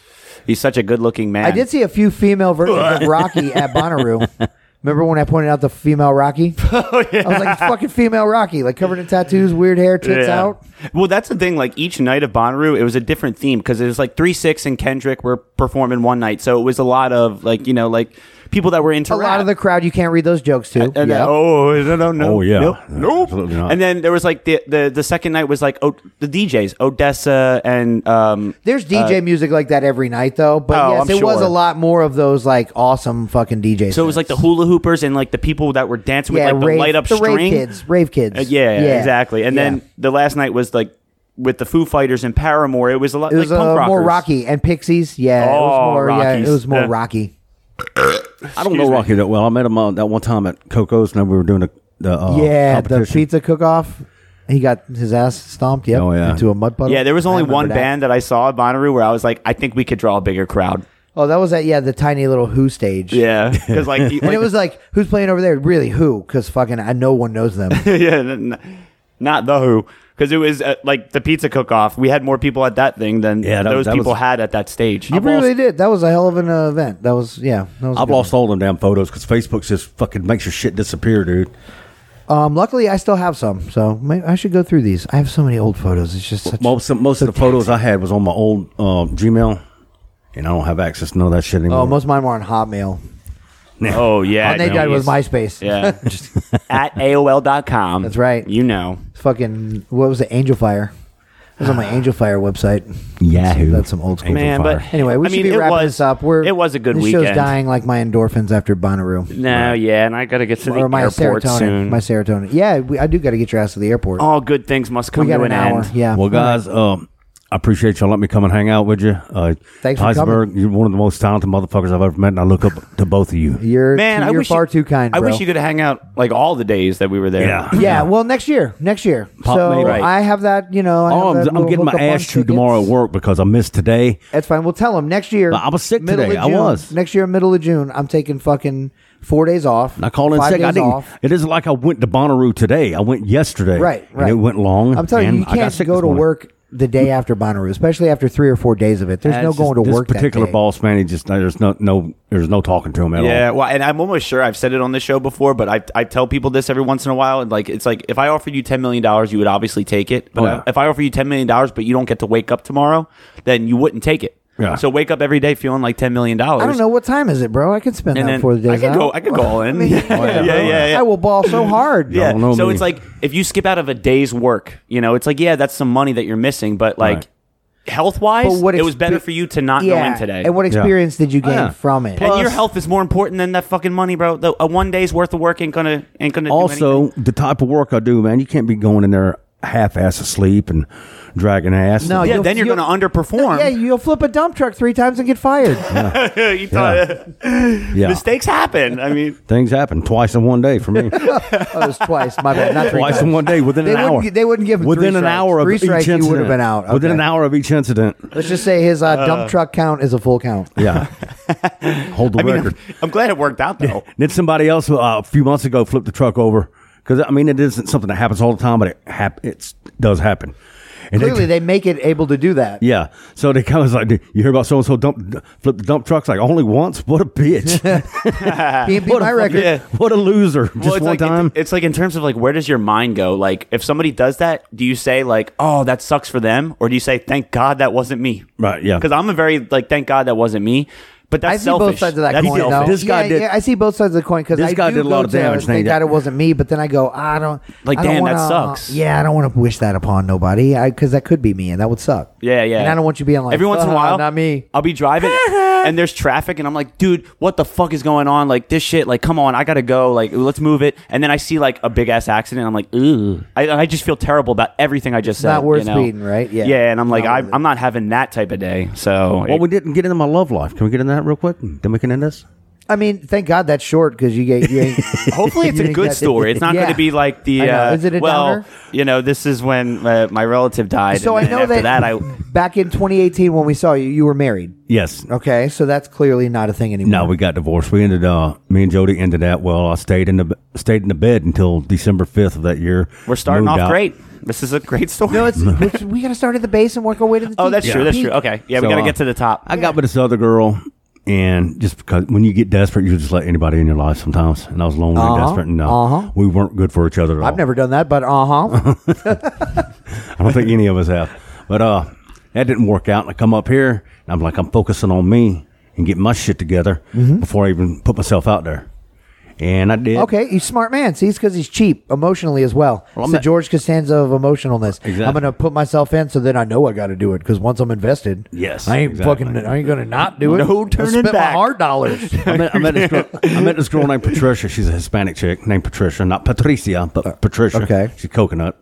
He's such a good looking man. I did see a few female (laughs) versions of Rocky at Bonnaroo. Remember when I pointed out the (laughs) female Rocky? Oh, I was like, fucking female Rocky, like covered in tattoos, weird hair, tits Yeah. out. Well, that's the thing. Like each night of Bonnaroo, it was a different theme because it was like Three Six and Kendrick were performing one night, so it was a lot of like you know like people that were into A lot rap. of the crowd you can't read those jokes to. And Yeah. then, oh no no no Oh, yeah. nope, No, nope. absolutely not. And then there was like the the, the second night was like o- the DJs Odessa and um There's DJ music like that every night though, but Oh, yes, I'm it was sure. a lot more of those like awesome fucking DJs. so it was like the hula hoopers and like the people that were dancing with like the light up the string rave kids, rave kids. Uh, yeah, exactly. And then the last night was like with the Foo Fighters and Paramore. It was a lot it was like uh, punk more rockers. Rocky and Pixies. Yeah, it Oh, was more. Rockies. Yeah, it was more Yeah. Rocky. I don't know Rocky that well. I met him uh, that one time at Coco's, and we were doing a, the uh, yeah, the competition. pizza cook-off. He got his ass stomped. Yep, Oh, yeah. into a mud puddle. Yeah, there was I only remember one that. band that I saw at Bonnaroo where I was like, I think we could draw a bigger crowd. Oh, that was at yeah the tiny little Who stage. (laughs) Yeah, because like, you- and it like- was like who's playing over there? Really, who? Because fucking I, no one knows (laughs) them. (laughs) yeah, n- n- not the Who. Because it was uh, like the pizza cook-off. We had more people at that thing than Yeah, that- those that people was- had at that stage. you really did. That was a hell of an uh, event. That was yeah. That was a I've good lost all them damn photos because Facebook's just fucking makes your shit disappear, dude. one. Um, luckily I still have some, so may I should go through these. I have so many old photos. It's just such. Most of, most of the photos I had was on my old uh, Gmail, and I don't have access to none of that shit anymore. oh, most of mine were on Hotmail. Oh yeah, And they no, died with yes. MySpace. yeah (laughs) at AOL.com. That's right. You know. Fucking what was it? Angel Fire. It was on my Ah. Angel Fire website. Yahoo. That's some old school. Angel Man, but Fire. Anyway, we I should mean, be it wrapping was, this up. We're it was a good this weekend. show's dying like my endorphins after Bonnaroo. No, yeah, and I got to get to the Or my airport serotonin. soon. My serotonin. Yeah, we, I do got to get your ass to the airport. Oh, All good things must we come got to an, an, hour. end. Yeah. Well, guys, um, I appreciate y'all letting me come and hang out with you. Uh, Thanks for Heisberg, coming. you're one of the most talented motherfuckers I've ever met, and I look up to both of you. You're Man, I you're wish far you, too kind. I bro. wish you could hang out like all the days that we were there. Yeah. Yeah, well, next year, next year. Pop so me. Right. I have that. You know, I have Oh, that I'm, I'm little getting my hookup on ass chewed tomorrow at tickets. work because I missed today. That's fine. We'll tell them next year. I was sick middle today. of I June- was. Next year, middle of June, I'm taking fucking four days off. And I called in five sick. I days didn't. off. It isn't like I went to Bonnaroo today. I went yesterday. Right, And right. it went long. I'm telling and you, you I got can't sick go this to morning. work the day after Bonnaroo, especially after three or four days of it. There's That's no just- going to this work. particular that day. boss man, he just there's no no there's no talking to him at Yeah, all. well, and I'm almost sure I've said it on this show before, but I, I tell people this every once in a while. And like, it's like if I offered you ten million dollars, you would obviously take it. But Oh, yeah. if I offer you ten million dollars, but you don't get to wake up tomorrow, then you wouldn't take it. Yeah. So wake up every day feeling like ten million dollars. I don't know what time is it, bro. I can spend And that then four days. I can out. go. I can go (laughs) all in. mean, yeah, yeah, bro. yeah, yeah. I will ball (laughs) so hard. Yeah. don't know So me. it's like if you skip out of a day's work, you know, it's like yeah, that's some money that you're missing, but like Right. health wise, But what it was expe- better for you to not go yeah. in today. And what experience did you gain Yeah. from it? and your health is more important than that fucking money, bro. The, a one day's worth of work ain't gonna ain't gonna. do anything. Also, the type of work I do, man, you can't be going in there half ass asleep and dragging ass. No, And- yeah, you'll- then you're you'll- gonna underperform. Yeah, you'll flip a dump truck three times and get (laughs) fired. (laughs) You thought- (laughs) yeah. mistakes happen. I mean, Things happen twice in one day (laughs) for me. Oh, it was twice. My bad. Not three twice times. in one day within They an wouldn't hour. gi- they wouldn't give him within three an strikes. hour of Three each strikes, you incident. would've been out. Within Okay. an hour of each incident. Let's just say his uh, dump truck count is a full count. Yeah, (laughs) hold the I mean, (laughs) record. I'm, I'm glad it worked out (laughs) though. Then somebody else uh, a few months ago flipped the truck over because I mean it isn't something that happens all the time, but it hap- it's, does happen. And Clearly, they make it able to do that. yeah, so they kind of like, "Dude, you hear about so and so dump flip the dump trucks like only once? What (laughs) a bitch! He beat what my a record. yeah. What a loser! Just Well, one it's like, it- time. it's like in terms of like where does your mind go? Like if somebody does that, do you say like, "Oh, that sucks for them," or do you say, "Thank God that wasn't me"? Right, yeah. Because I'm a very like, "Thank God that wasn't me," but that's I see selfish. both sides of that That's coin. selfish. Though. This guy yeah, did- yeah, I see both sides of the coin because This I guy do did a lot go of to, damage, Thank didn't he? God it wasn't me. But then I go, I don't Like, I don't damn, that wanna, uh, sucks. Yeah, I don't want to wish that upon nobody because that could be me, and that would suck. Yeah, yeah. And I don't want you being like every once in a "Uh-huh, while. Not me. I'll be (laughs) driving and there's traffic, and I'm like, dude, what the fuck is going on? Like this shit. Like, come on, I gotta go. Like, let's move it. And then I see like a big ass accident. And I'm like, ooh, I, I just feel terrible about everything I just said. not worth you know? speeding, right? Yeah. Yeah. and I'm like, Not I, worth it. I'm not having that type of day. So, well, we didn't get into my love life. Can we get into that real quick? Then we can end this. I mean, thank God that's short because you get. You ain't, (laughs) Hopefully, it's you a ain't good got- story. It's not Yeah. going to be like I the. know. Uh, Is it a well, downer? you know, this is when uh, my relative died. So and I then know after that, that I back in 2018 when we saw you, you were married. Yes. Okay, so that's clearly not a thing anymore. No, we got divorced. We ended. Uh, me and Jody ended that well. I stayed in the stayed in the bed until December fifth of that year. we're starting Moved off out. great. This is a great (laughs) story. no, it's which, we got to start at the base and work our way to the. oh, peak. that's true. That's Peak. true. Okay, yeah, we So, got to uh, get to the top. I got with this other girl, and just because when you get desperate, you just let anybody in your life sometimes. And I was lonely and Uh-huh, desperate, and uh, uh-huh. we weren't good for each other at all. I've never done that, but uh huh. I don't think any of us have. But uh, That didn't work out. And I come up here and I'm like, I'm focusing on me and getting my shit together Mm-hmm. before I even put myself out there. And I did. Okay, he's a smart man. See, it's because he's cheap emotionally as well. Well, I'm it's the not- George Costanza of emotionalness. Exactly. I'm going to put myself in, so then I know I got to do it. Because once I'm invested, Yes, I ain't exactly. fucking, I ain't going to not do it. No I turning spent back. my hard (laughs) dollars. I met, I, met this girl, I met this girl named Patricia. She's a Hispanic chick named Patricia, not Patricia, but Patricia. Uh, okay. Uh, She's coconut.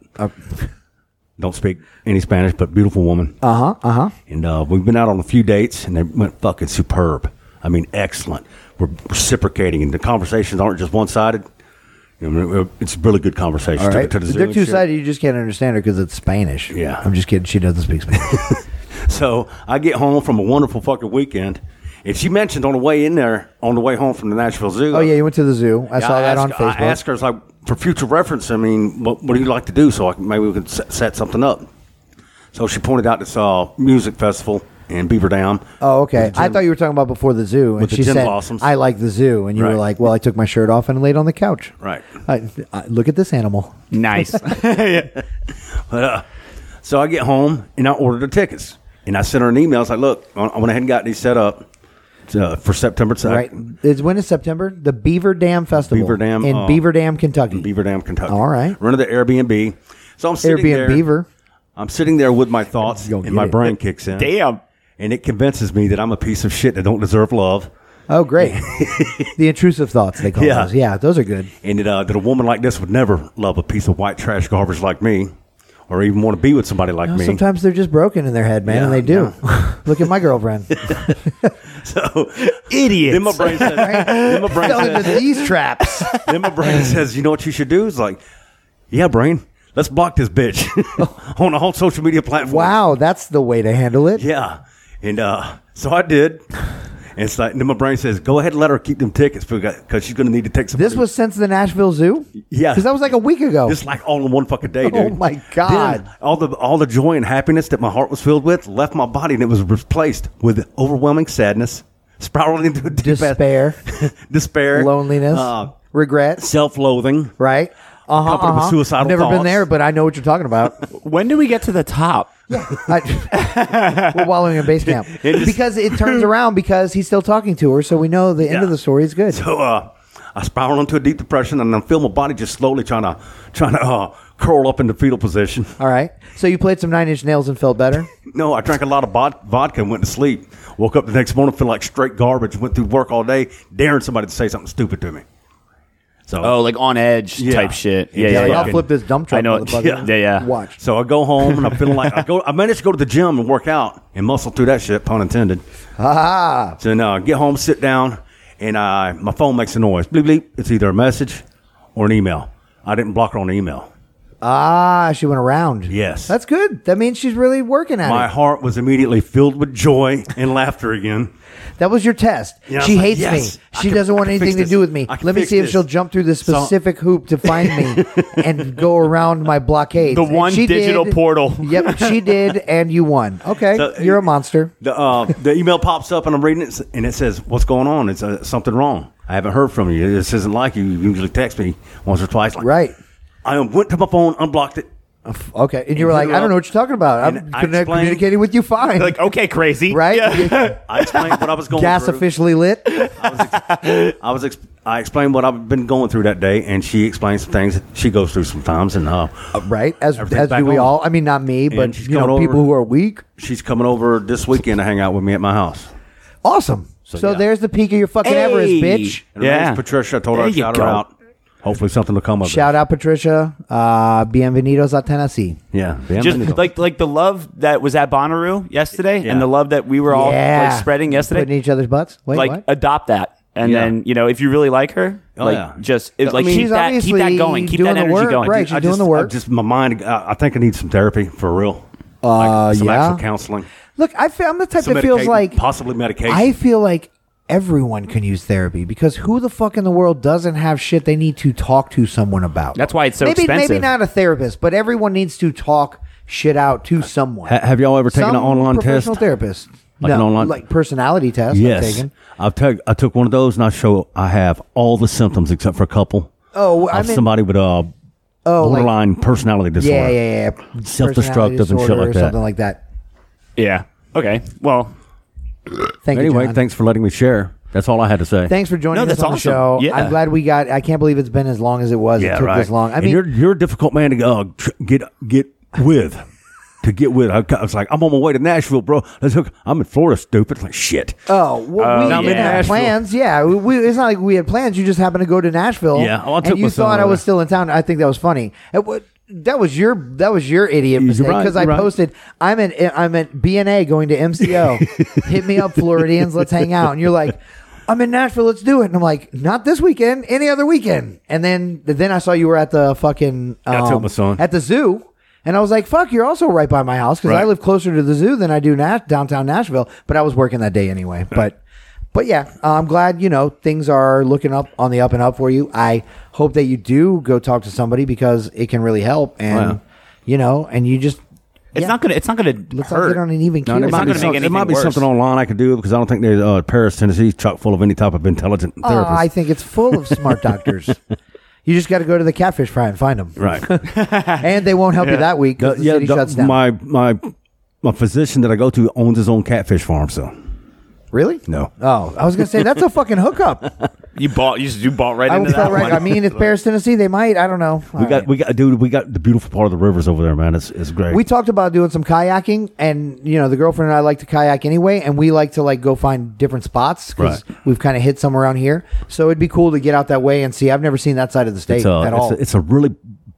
Don't speak any Spanish, but beautiful woman. Uh huh. Uh huh. And uh, we've been out on a few dates, and they went fucking superb. I mean, excellent. We're reciprocating, and the conversations aren't just one sided. It's really good conversation. All Took right. it to the zoo They're and two shit. sided. You just can't understand her because it's Spanish. Yeah. I'm just kidding. She doesn't speak (laughs) Spanish. So I get home from a wonderful fucking weekend. And she mentioned on the way in there, on the way home from the Nashville Zoo. oh yeah, you went to the zoo. I saw that asked- on Facebook. I asked her, it's like, for future reference, I mean, what, what do you like to do? So I, can- maybe we could set, set something up. So she pointed out this uh, music festival in Beaver Dam. Oh, okay. With the I gym- thought you were talking about before the zoo, and the she gin said, blossoms. "I like the zoo," and you were Right. like, "Well, I took my shirt off and laid on the couch." Right. I, I, look at this animal. (laughs) Nice. But, uh, so I get home and I ordered the tickets. And I sent her an email. I was like, look, I I went ahead and got these set up uh, for September 2nd. Right. It's when is September? The Beaver Dam Festival. Beaver Dam, in uh, Beaver Dam, Kentucky. Beaver Dam, Kentucky. All right. Rented the Airbnb. So I'm sitting Airbnb there. Beaver. I'm sitting there with my thoughts, Go and get my it. brain kicks in. Damn. And it convinces me that I'm a piece of shit that don't deserve love. Oh, (laughs) great. (laughs) the intrusive thoughts they call Yeah. those. Yeah, those are good. and that, uh, that a woman like this would never love a piece of white trash garbage like me, or even want to be with somebody like Well, me. Sometimes they're just broken in their head, man, and Yeah, they do. (laughs) look at my (laughs) girlfriend. (laughs) So Idiots. then my brain says, then my brain Fell into says, these (laughs) traps. then my brain says, you know what you should do? It's like, yeah, brain, let's block this bitch (laughs) on the whole social media platform. Wow, that's the way to handle it. Yeah, and uh, so I did. And it's like, then my brain says, go ahead and let her keep them tickets because she's going to need to take some. This was since the Nashville Zoo. Yeah. because that was like a week ago. Just like all in one fucking day, dude. Oh, my God. Then all the all the joy and happiness that my heart was filled with left my body, and it was replaced with overwhelming sadness, spiraling into a deep (laughs) ass- (laughs) Despair, despair, loneliness, uh, regret. self-loathing. Right. Uh huh. Coupled with suicidal Never been thoughts. there, but I know what you're talking about. (laughs) when do we get to the top? I, we're wallowing in base camp (laughs) It is- because it turns around because he's still talking to her, so we know the end Yeah. of the story is good. So uh, I spiral into a deep depression, and I feel my body just slowly trying to trying to uh, curl up into fetal position. (laughs) All right, so you played some Nine Inch Nails and felt better. No, I drank a lot of bod- vodka and went to sleep. Woke up the next morning, feel like straight garbage. Went through work all day, daring somebody to say something stupid to me. So Oh, like on edge Yeah. type shit. Yeah, Yeah, yeah, like, yeah. I'll flip this dump truck. I know. motherfucker. Yeah, yeah, yeah. Watch. So I go home and I'm feeling like I go. I managed to go to the gym and work out and muscle through that shit, pun intended. Ah, So now I get home, sit down, and I my phone makes a noise. Bleep bleep. It's either a message or an email. I didn't block her on the email. ah, she went around. Yes. that's good. That means she's really working at My it. heart was immediately filled with joy and laughter again. That was your test. Yeah, I was she like, hates yes, me. I She can- doesn't I want can anything fix to this. do with me. I can Let me fix see if this. she'll jump through this So- specific hoop to find me (laughs) and go around my blockade. The one digital portal. yep, (laughs) she did, and you won. Okay, So- you're a monster. The uh, the email pops up and I'm reading it and it says, "What's going on? It's uh, something wrong. I haven't heard from you. This isn't like you. You usually text me once or twice." Like, Right. I went to my phone, unblocked it. Okay, and you were you like, were I don't up- know what you're talking about. I'm and I connect- explained- communicating with you fine. Like okay, crazy. (laughs) right? Yeah. I explained what I (laughs) was going. Gas through. officially lit. Uh, I was, ex- I was ex- I explained what I've been going through that day, and she explained some things that she goes through sometimes, and uh, Right. As Everything's as back do we on. all. I mean, not me, but she's you know, coming people over. who are weak. she's coming over this weekend to hang out with me at my house. Awesome. So, yeah. there's the peak of your fucking Hey! Everest, bitch. And her name's Yeah. Patricia. I told There her I you shout go. her out. Hopefully, something will come of Shout out Patricia. Uh, bienvenidos a Tennessee. it. Yeah, damn Just it. like like the love that was at Bonnaroo yesterday, Yeah. and the love that we were all yeah. like, spreading Putting yesterday. each other's butts. Wait, like what? adopt that, and Yeah. then you know if you really like her, Oh, like yeah. just it, like mean, keep she's that keep obviously that going, keep doing that the energy work, going. right, I doing just, the work. I just my mind. I, I think I need some therapy for real. Uh, some yeah. actual counseling. Look, I feel, I'm the type Some that feels medication, like possibly medication. I feel like everyone can use therapy because who the fuck in the world doesn't have shit they need to talk to someone about? That's why it's so maybe, Maybe expensive. not a therapist, but everyone needs to talk shit out to someone. Ha- have y'all ever taken Some an online professional test? therapist? Like an no, online- like personality test. I've Yes, taken. I've took I took one of those, and I show I have all the symptoms except for a couple. Oh, I of mean- somebody with uh, Oh, like- borderline personality disorder. Yeah, yeah, yeah. Self-destructive Personality and shit disorder like or that. Something like that. Yeah. Okay. Well, Thank you. Anyway, John. thanks for letting me share. That's all I had to say. Thanks for joining No, us that's on the awesome. show. Yeah. I'm glad we got. I can't believe it's been as long as it was. it took this long. I And mean, you're you're a difficult man to uh, tr- get get with. To get with, I I was like, I'm on my way to Nashville, bro. Let's hook. I'm in Florida, stupid. It's like shit. Oh, well, we now I'm didn't in have Um, Nashville. plans. Yeah, we, we, it's not like we had plans. You just happened to go to Nashville. Yeah, well, I took and you my son thought I over. was still in town. I think that was funny. It wa- that was your that was your idiot You're mistake right, because I you're right. posted I'm at I'm at BNA going to MCO. Hit me up, Floridians. Let's hang out. And you're like. I'm in Nashville. Let's do it. And I'm like, not this weekend. Any other weekend. And then, then I saw you were at the fucking I took um, my son. at the zoo. And I was like, fuck, you're also right by my house because I Right. live closer to the zoo than I do Nash- downtown Nashville. But I was working that day anyway. But, but yeah, uh, I'm glad, you know, things are looking up on the up and up for you. I hope that you do go talk to somebody because it can really help. And, Wow. you know, and you just, it's yeah, not gonna. It's not gonna let's not hurt. get on an even No, keel. there not might gonna be make some- there anything might be worse. something online I could do because I don't think there's uh, Paris, Tennessee, is chock full of any type of intelligent Oh, therapist. I think it's full of (laughs) smart doctors. You just got to go to the catfish fry and find them. (laughs) right. (laughs) And they won't help you that week because the yeah, city the- shuts down. my my my physician that I go to owns his own catfish farm, so really? no. Oh, I was going to say, that's a fucking hookup. You bought. You, you bought right I into felt that. right. one. I mean, it's Paris, Tennessee. They might. I don't know. All we got right. we got dude, we got the beautiful part of the rivers over there, man. It's it's great. We talked about doing some kayaking, and you know, the girlfriend and I like to kayak anyway, and we like to like go find different spots because Right. we've kind of hit some around here. So it'd be cool to get out that way and see. I've never seen that side of the state it's a, at all. It's a, it's a really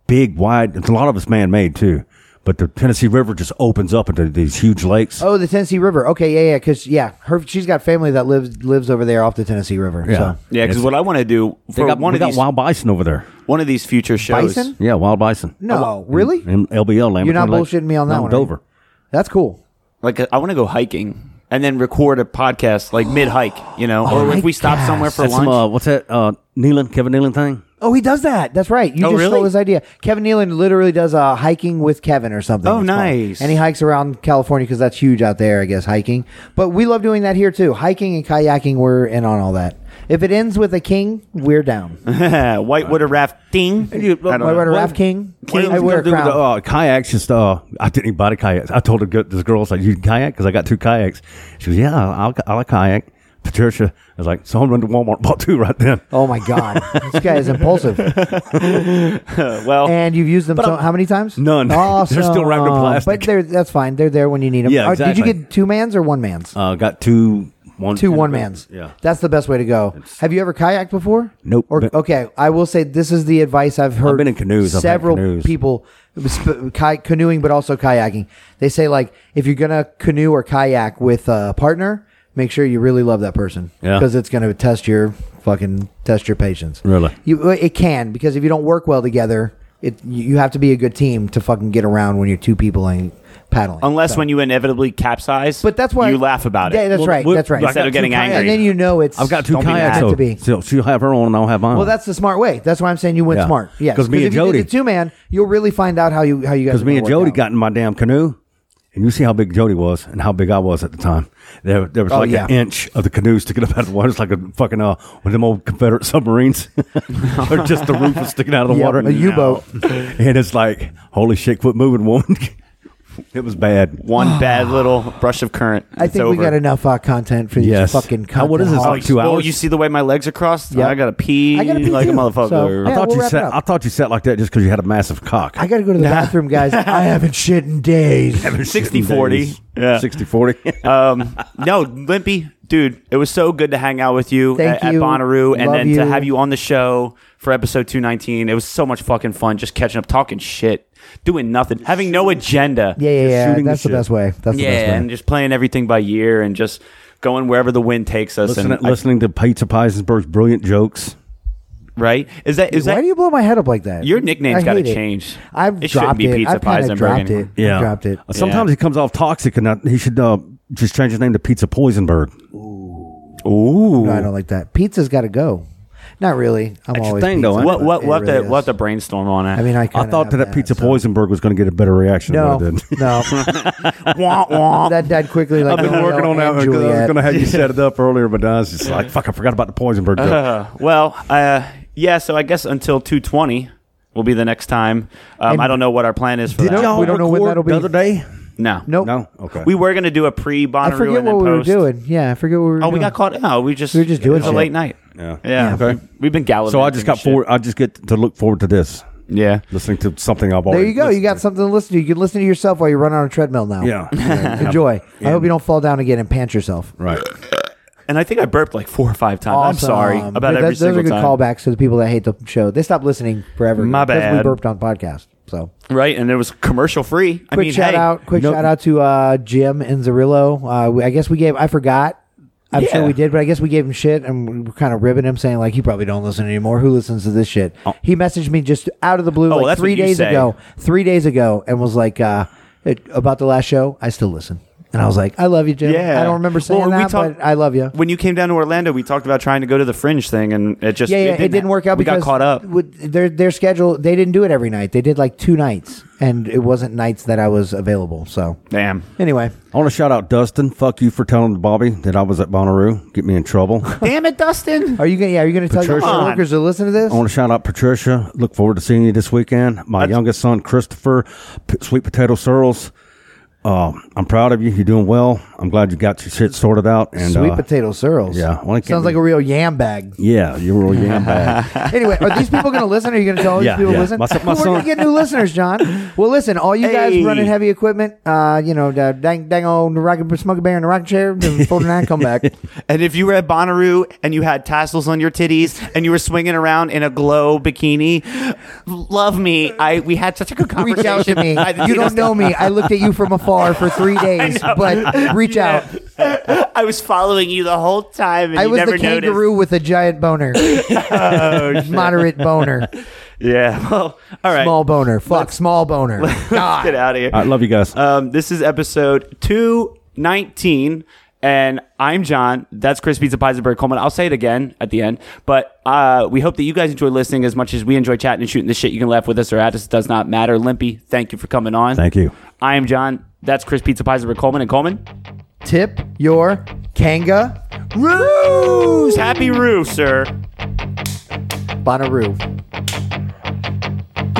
big, wide. It's a lot of it's man made too, but the Tennessee River just opens up into these huge lakes. oh, the Tennessee River. Okay, yeah, yeah, because yeah, her she's got family that lives lives over there off the Tennessee River. Yeah. So. (laughs) Yeah, because what I want to do they for got, one we of got these wild bison over there. one of these future shows. Bison? Yeah, wild bison. No, Oh, really? In, in LBL land. You're not bullshitting me on that one, are you? Dover. That's cool. Like I want to go hiking and then record a podcast like mid hike. You know, or my if we stop gosh. somewhere for That's lunch. some, uh, what's that? Uh, Nealon, Kevin Nealon thing. Oh, he does that. That's right. You Oh, just stole really? his idea. Kevin Nealon literally does uh, hiking with Kevin or something. Oh, It's called. nice. And he hikes around California because that's huge out there, I guess, hiking. But we love doing that here too. Hiking and kayaking, we're in on all that. If it ends with a king, we're down. (laughs) White White water rafting. I don't know. Rider Well, Raft King. What I was wear a gonna do with crown. The, uh, kayaks just uh, I didn't even buy the kayaks. I told her go- this girl I was like, "You kayak?" Because I got two kayaks. She goes, "Yeah, I'll, i like kayak." Patricia I was like, "So I went to Walmart and bought two right then." oh my God. this guy is (laughs) impulsive. Well, And you've used them so, I'm- how many times? None. (laughs) They're Awesome. still wrapped in plastic. But they're, that's fine. They're there when you need them. Yeah, Did you exactly. get two mans or one mans? Uh, got two one two one mans. Yeah, that's the best way to go. Have you ever kayaked before? Nope. Or Been- okay, I will say this is the advice I've heard. been in canoes. I've had Several canoes. people sp- ki- canoeing, but also kayaking. They say like if you're gonna canoe or kayak with a partner, make sure you really love that person. Yeah. because it's gonna test your fucking test your patience. Really? you it can because if you don't work well together. It, you have to be a good team to fucking get around when you're two people and paddling. unless when you inevitably capsize, But that's why you laugh about Yeah, it. that's Well, right. we- That's right. I got Instead of getting two kayaks. angry, And then you know it's. I've got two don't be kayaks. mad. So, Meant to be. so she'll have her own, and I'll have mine. Well, that's the smart way. That's why I'm saying you went Yeah. smart. Yeah, 'Cause me and Jody- if you did the two man, you'll really find out how you how you guys. because are me gonna and work Jody out. got in my damn canoe, and you see how big Jody was and how big I was at the time. There, there was Oh, like yeah. an inch of the canoe sticking up out of the water. It's like a fucking uh, one of them old Confederate (laughs) submarines, or just the roof was sticking out of the Yeah, water. a U-boat. (laughs) and it's like, holy shit, quit moving, woman. (laughs) it was bad. (sighs) One bad little brush of current. I think we got enough uh, content for these Yes. fucking How- content. what is this, hogs. like two Oh, hours? you see the way my legs are crossed? Yeah. I gotta pee, I gotta pee like too, a motherfucker. so- I Yeah, thought we'll you wrap it sat. up. I thought you sat like that just because you had a massive cock. I got to go to the bathroom, (laughs) guys. I haven't shit in days. 60-40. Yeah. 60 (laughs) 40. um, no, Limpy, dude, it was so good to hang out with you Thank at, at you. Bonnaroo and Love then you. to have you on the show for episode 219. It was so much fucking fun just catching up, talking shit, doing nothing, having no agenda. Yeah, yeah, yeah. shooting the That's the, shit. best way. That's Yeah, the best way. and just playing everything by year and just going wherever the wind takes us. Listen, and I- listening to Peter Peisenberg's brilliant jokes. right? Is that is Why that do you blow my head up like that? Your nickname's I gotta hate it. change. I've It shouldn't dropped be it. Pizza I've kinda Peisenberg dropped it. anymore. I dropped it. Uh, Sometimes Yeah. he comes off toxic, and I, he should uh, just change his name to Pizza Poisonberg. ooh? No, I don't like that. Pizza's got to go. Not really. I'm That's your always thing, though, pizza, ain't what but what it what really the is. what the brainstorm on it? I mean, I, I kinda thought that, have that Pizza so- Poisonberg was going to get a better reaction No, than what it did. no. that died quickly. Like (laughs) I've been Romeo working on that. and one 'cause I was Juliet. going to have you set it up earlier, but I was just like, fuck, I forgot about the Poisonberg joke. (laughs) Uh, (laughs) well, uh, yeah. So I guess until two twenty will be the next time. Um, And- I don't know what our plan is for Did that. y'all we don't know when record that'll be. The other day, No. Nope. No? Okay. We were gonna do a pre I Bonnaroo forget and then what we were post. doing. Yeah, I forget what we were. Oh, we doing. got caught. No, we just We were just doing it was a shit. late night. Yeah. Yeah. Okay. We've been gallivanting. (laughs) So I just and got shit. forward. I just get to look forward to this, Yeah. listening to something I've already. There you go. You got something to listen to. You can listen to yourself while you run on a treadmill now. listened to. Yeah. (laughs) Enjoy. I hope you don't fall down again and pant yourself. right. And I think I burped like four or five times. I'm sorry Awesome. about But every that, those single are good time. callbacks to the people that hate the show. They stopped listening forever. My because We bad. burped on podcast. So Right, and it was commercial free. I quick mean, shout hey, out. Quick no- shout out to uh, Jim and Zarillo. Uh, we, I guess we gave. I forgot. I'm sure Yeah. we did, but I guess we gave him shit and we were kind of ribbing him, saying like, "You probably don't listen anymore. Who listens to this shit?" He messaged me just out of the blue, Oh, like that's three what you days say. ago. Three days ago, and was like, uh, it, "About the last show, I still listen." And I was like, "I love you, Jim. Yeah, I don't remember Well, saying when we that, talked- but I love you." When you came down to Orlando, we talked about trying to go to the Fringe thing, and it just yeah, yeah, it didn't, work out We because got caught up. With their their schedule, they didn't do it every night. They did like two nights, and it wasn't nights that I was available. So Damn. anyway, I want to shout out Dustin. Fuck you for telling Bobby that I was at Bonnaroo. Get me in trouble. Damn it, Dustin. are you gonna yeah? Are you gonna tell your Patricia. coworkers to listen to this? I want to shout out Patricia. Look forward to seeing you this weekend. My youngest son, Christopher, P- Sweet Potato Searles. Um, I'm proud of you. You're doing well. I'm glad you got your shit sorted out. And Sweet uh, potato searles. yeah, well, I can't sounds like be- a real yam (laughs) bag. Yeah, you're real yam bag. anyway, are these people going to listen? Are you going to tell all these Yeah, people to yeah. listen? My son- my Well, we're going son- to get new listeners, John. Well, listen, all you guys Hey. running heavy equipment, uh, you know, the dang dang old rocket smoking bear in the rocket chair, (laughs) the 49 come back. And if you were at Bonnaroo and you had tassels on your titties and you were swinging around in a glow bikini, love me. I we had such a good Reach conversation. out to (laughs) me. I- You don't know me. I looked at you from afar for (laughs) three days, but reach out. out. (laughs) I was following you the whole time, and I you was never Oh, the kangaroo with a (laughs) giant boner, noticed. moderate boner, yeah. (laughs) Well, all right. small boner. Fuck, small (laughs) boner. Let's get out of here. I love you guys. Um, this is episode 219. And I'm John. That's Chris Pizza Peisenberg Coleman. I'll say it again at the end. But uh, we hope that you guys enjoy listening as much as we enjoy chatting and shooting the shit. You can laugh with us or at us. It does not matter. Limpy, thank you for coming on. Thank you. I am John. That's Chris Pizza Peisenberg Coleman. And Coleman, Tip your kanga Roos! Happy Roo, sir. Bonnaroo.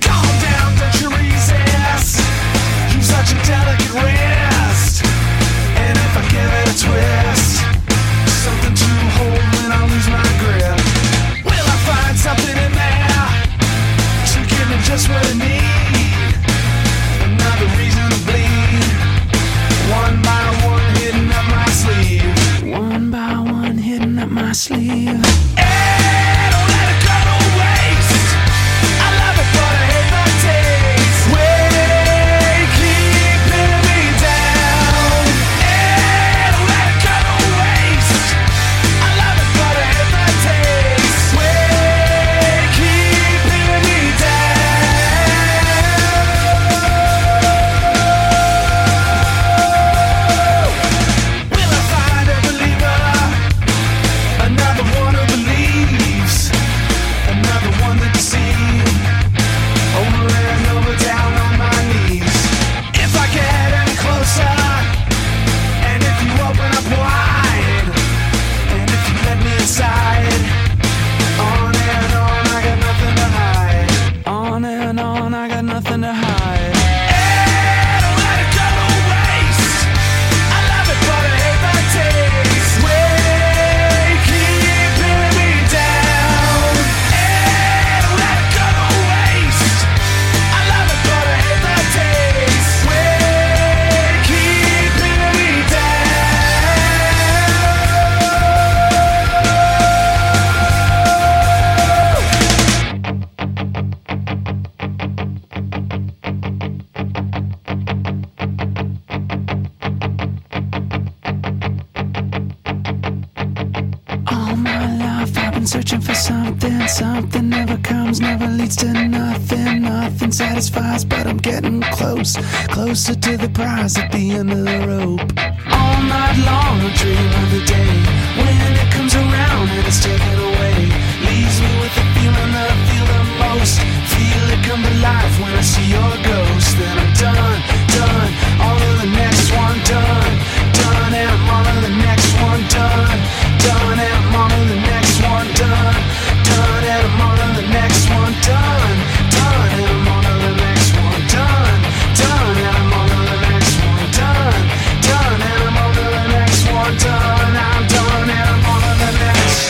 Calm down, don't you resist. Keep such a delicate wrist. And if I give it a twist, something to hold when I lose my grip. Will I find something in there to give me just what I need? Another reason to bleed. One by one, hidden up my sleeve. One by one, hidden up my sleeve. Hey, don't let it go to waste. I love it, but I hate the taste. Way keeping me down. Hey, don't let it go to waste. I love it, but I hate the taste. Way keeping me down. Will I find a believer? Another one who believes. Oh, searching for something. Something never comes, never leads to nothing. Nothing satisfies, but I'm getting close. Closer to the prize at the end of the rope. All night long, I dream of the day when it comes around and it's taken away. Leaves me with the feeling that I feel the most. Feel it come to life when I see your ghost. Then I'm done, done. On to the next one, done, done. And I'm on to the next one, done, done. And I'm on to the next one, done, done. And I'm on to the next one, done, done. And I'm on to the next one, done, done. And I'm on to the next one, done, done. And I'm on to the next one, done. I'm done. And I'm on to the next.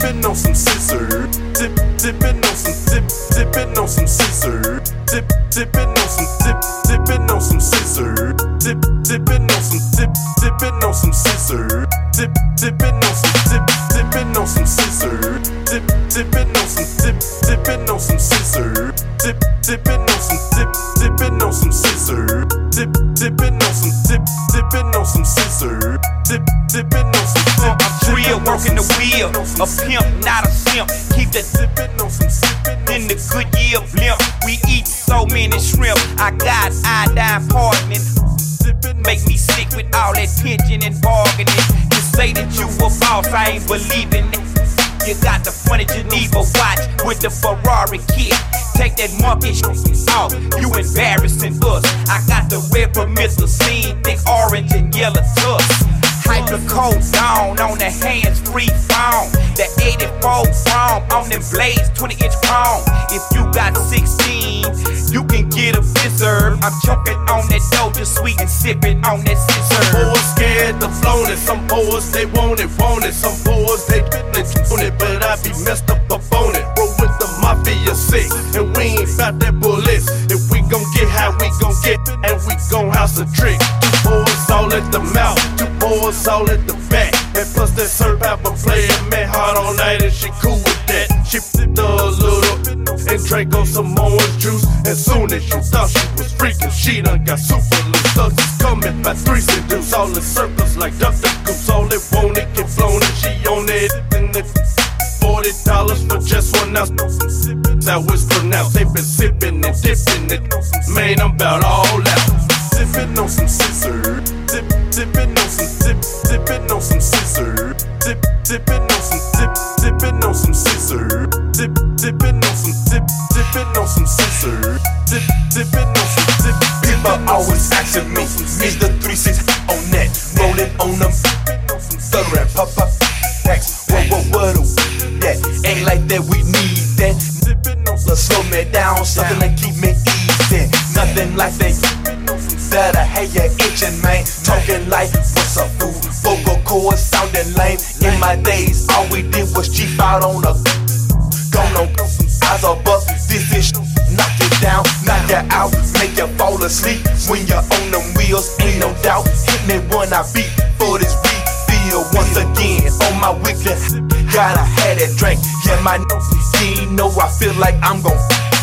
dipping on some scissor. Dip, dipping on some dip, dipping on some scissor. Dip, dipping on some dip, dipping on some scissor. Dip, dipping on some dip, dipping on some scissor. Dip, dipping on some dip, dipping on some scissor. Dip, dipping on some dip, dipping on some scissor. Dip, dipping on some dip, dipping on some scissor. Dip, dipping on some dip, dipping on some scissor. Dip, dipping on some dip, Real dipping on working some the wheel, scissor. a pimp, not a simp. Keep the Sippin' on some sippin' in the good year blimp. We eat so many shrimp. I got iodine poisoning. sippin' Make me sick with all that tension and bargaining. You say that you a boss, I ain't believing it. You got the funny Geneva watch with the Ferrari kick. Take that monkey sh- off, you embarrassing us. I got the red promethazine, the orange and yellow tusk. Hype the cold down on the hands free phone. The 84 phone on them blades, 20 inch chrome. If you got 16, you can get a deserve. I'm choking on that dough, just sweet and sipping on that scissor. Boys scared to flown it. Some boys they want it, want it. Some boys they been on it, but I be messed up up on it. Roll with the mafia sick, and we ain't bout that bullets. If we gon' get high, we gon' get, and we gon' house a trick. Two boys all at the mouth, two boys all at the back, and plus that survivor playin' man hard all night, and she cool with that. She flipped a little and drank on some orange juice. As soon as you thought she was freaking, she done got super loose. Thugs coming by three seduce, all in circles like duck duck goose. All it want it get flown and she on it. And it's forty dollars for just one ounce. That's how it's pronounced. They been sipping and dipping it. Man, I'm about all out. Sipping on some scissor, dip, dipping on some dip, dipping on some scissor, dip, dipping on some dip, dipping on some scissor, dip, dipping on some dip, dipping on some scissor, dip, dipping on some dip. People always asking me, is the 3-6 on net? Rolling on them, stutter and pop pop packs. What, what, what, that? Ain't like that, we need that. Let's slow me down, something that keep me easy. Nothing like that, that I hate you itching, man. Talking like, what's up, fool? Vocal cords sounding lame. In my days, all we did was cheap out on a don't know eyes are bust. This is sh- knock it down, knock you out, make you fall asleep when you're on them wheels. Ain't no doubt, hit me when I beat for this beat. Feel once again on my weekly. Gotta have that drink. Yeah, my team know I feel like I'm gon'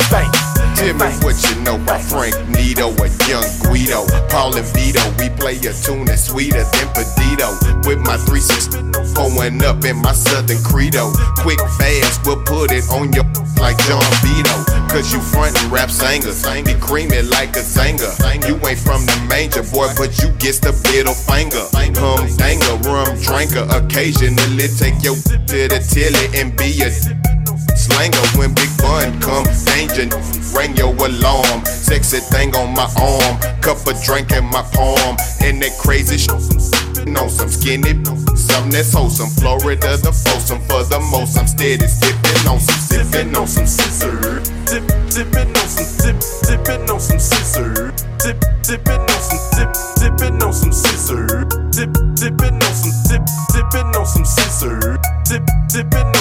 faint. Tell me what you know about Frank Nito and Young Guido. Paul and Vito, we play a tune that's sweeter than Perdido. With my 360 pulling up in my Southern Credo. Quick, fast, we'll put it on your like John Vito. Cause you frontin' rap singers, be creaming like a zanger. You ain't from the manger, boy, but you gets the middle finger. Hum danger, rum drinker, occasionally take your to the tilly and be a Slanger when Big Bun come, danger Legion. Rang your alarm. Sexy thing on my arm. Cup of drink in my palm. And that crazy sh- on some skinny. Something that's wholesome. Florida the foursome. For the most, I'm steady sipping on some. Sipping on some scissor. Dip, dipping on some. Dip, dipping on some scissor. Dip, dipping on some. Dip, dipping on some scissor. Dip, dipping on some. Dip, dipping on some scissor. Dip, dipping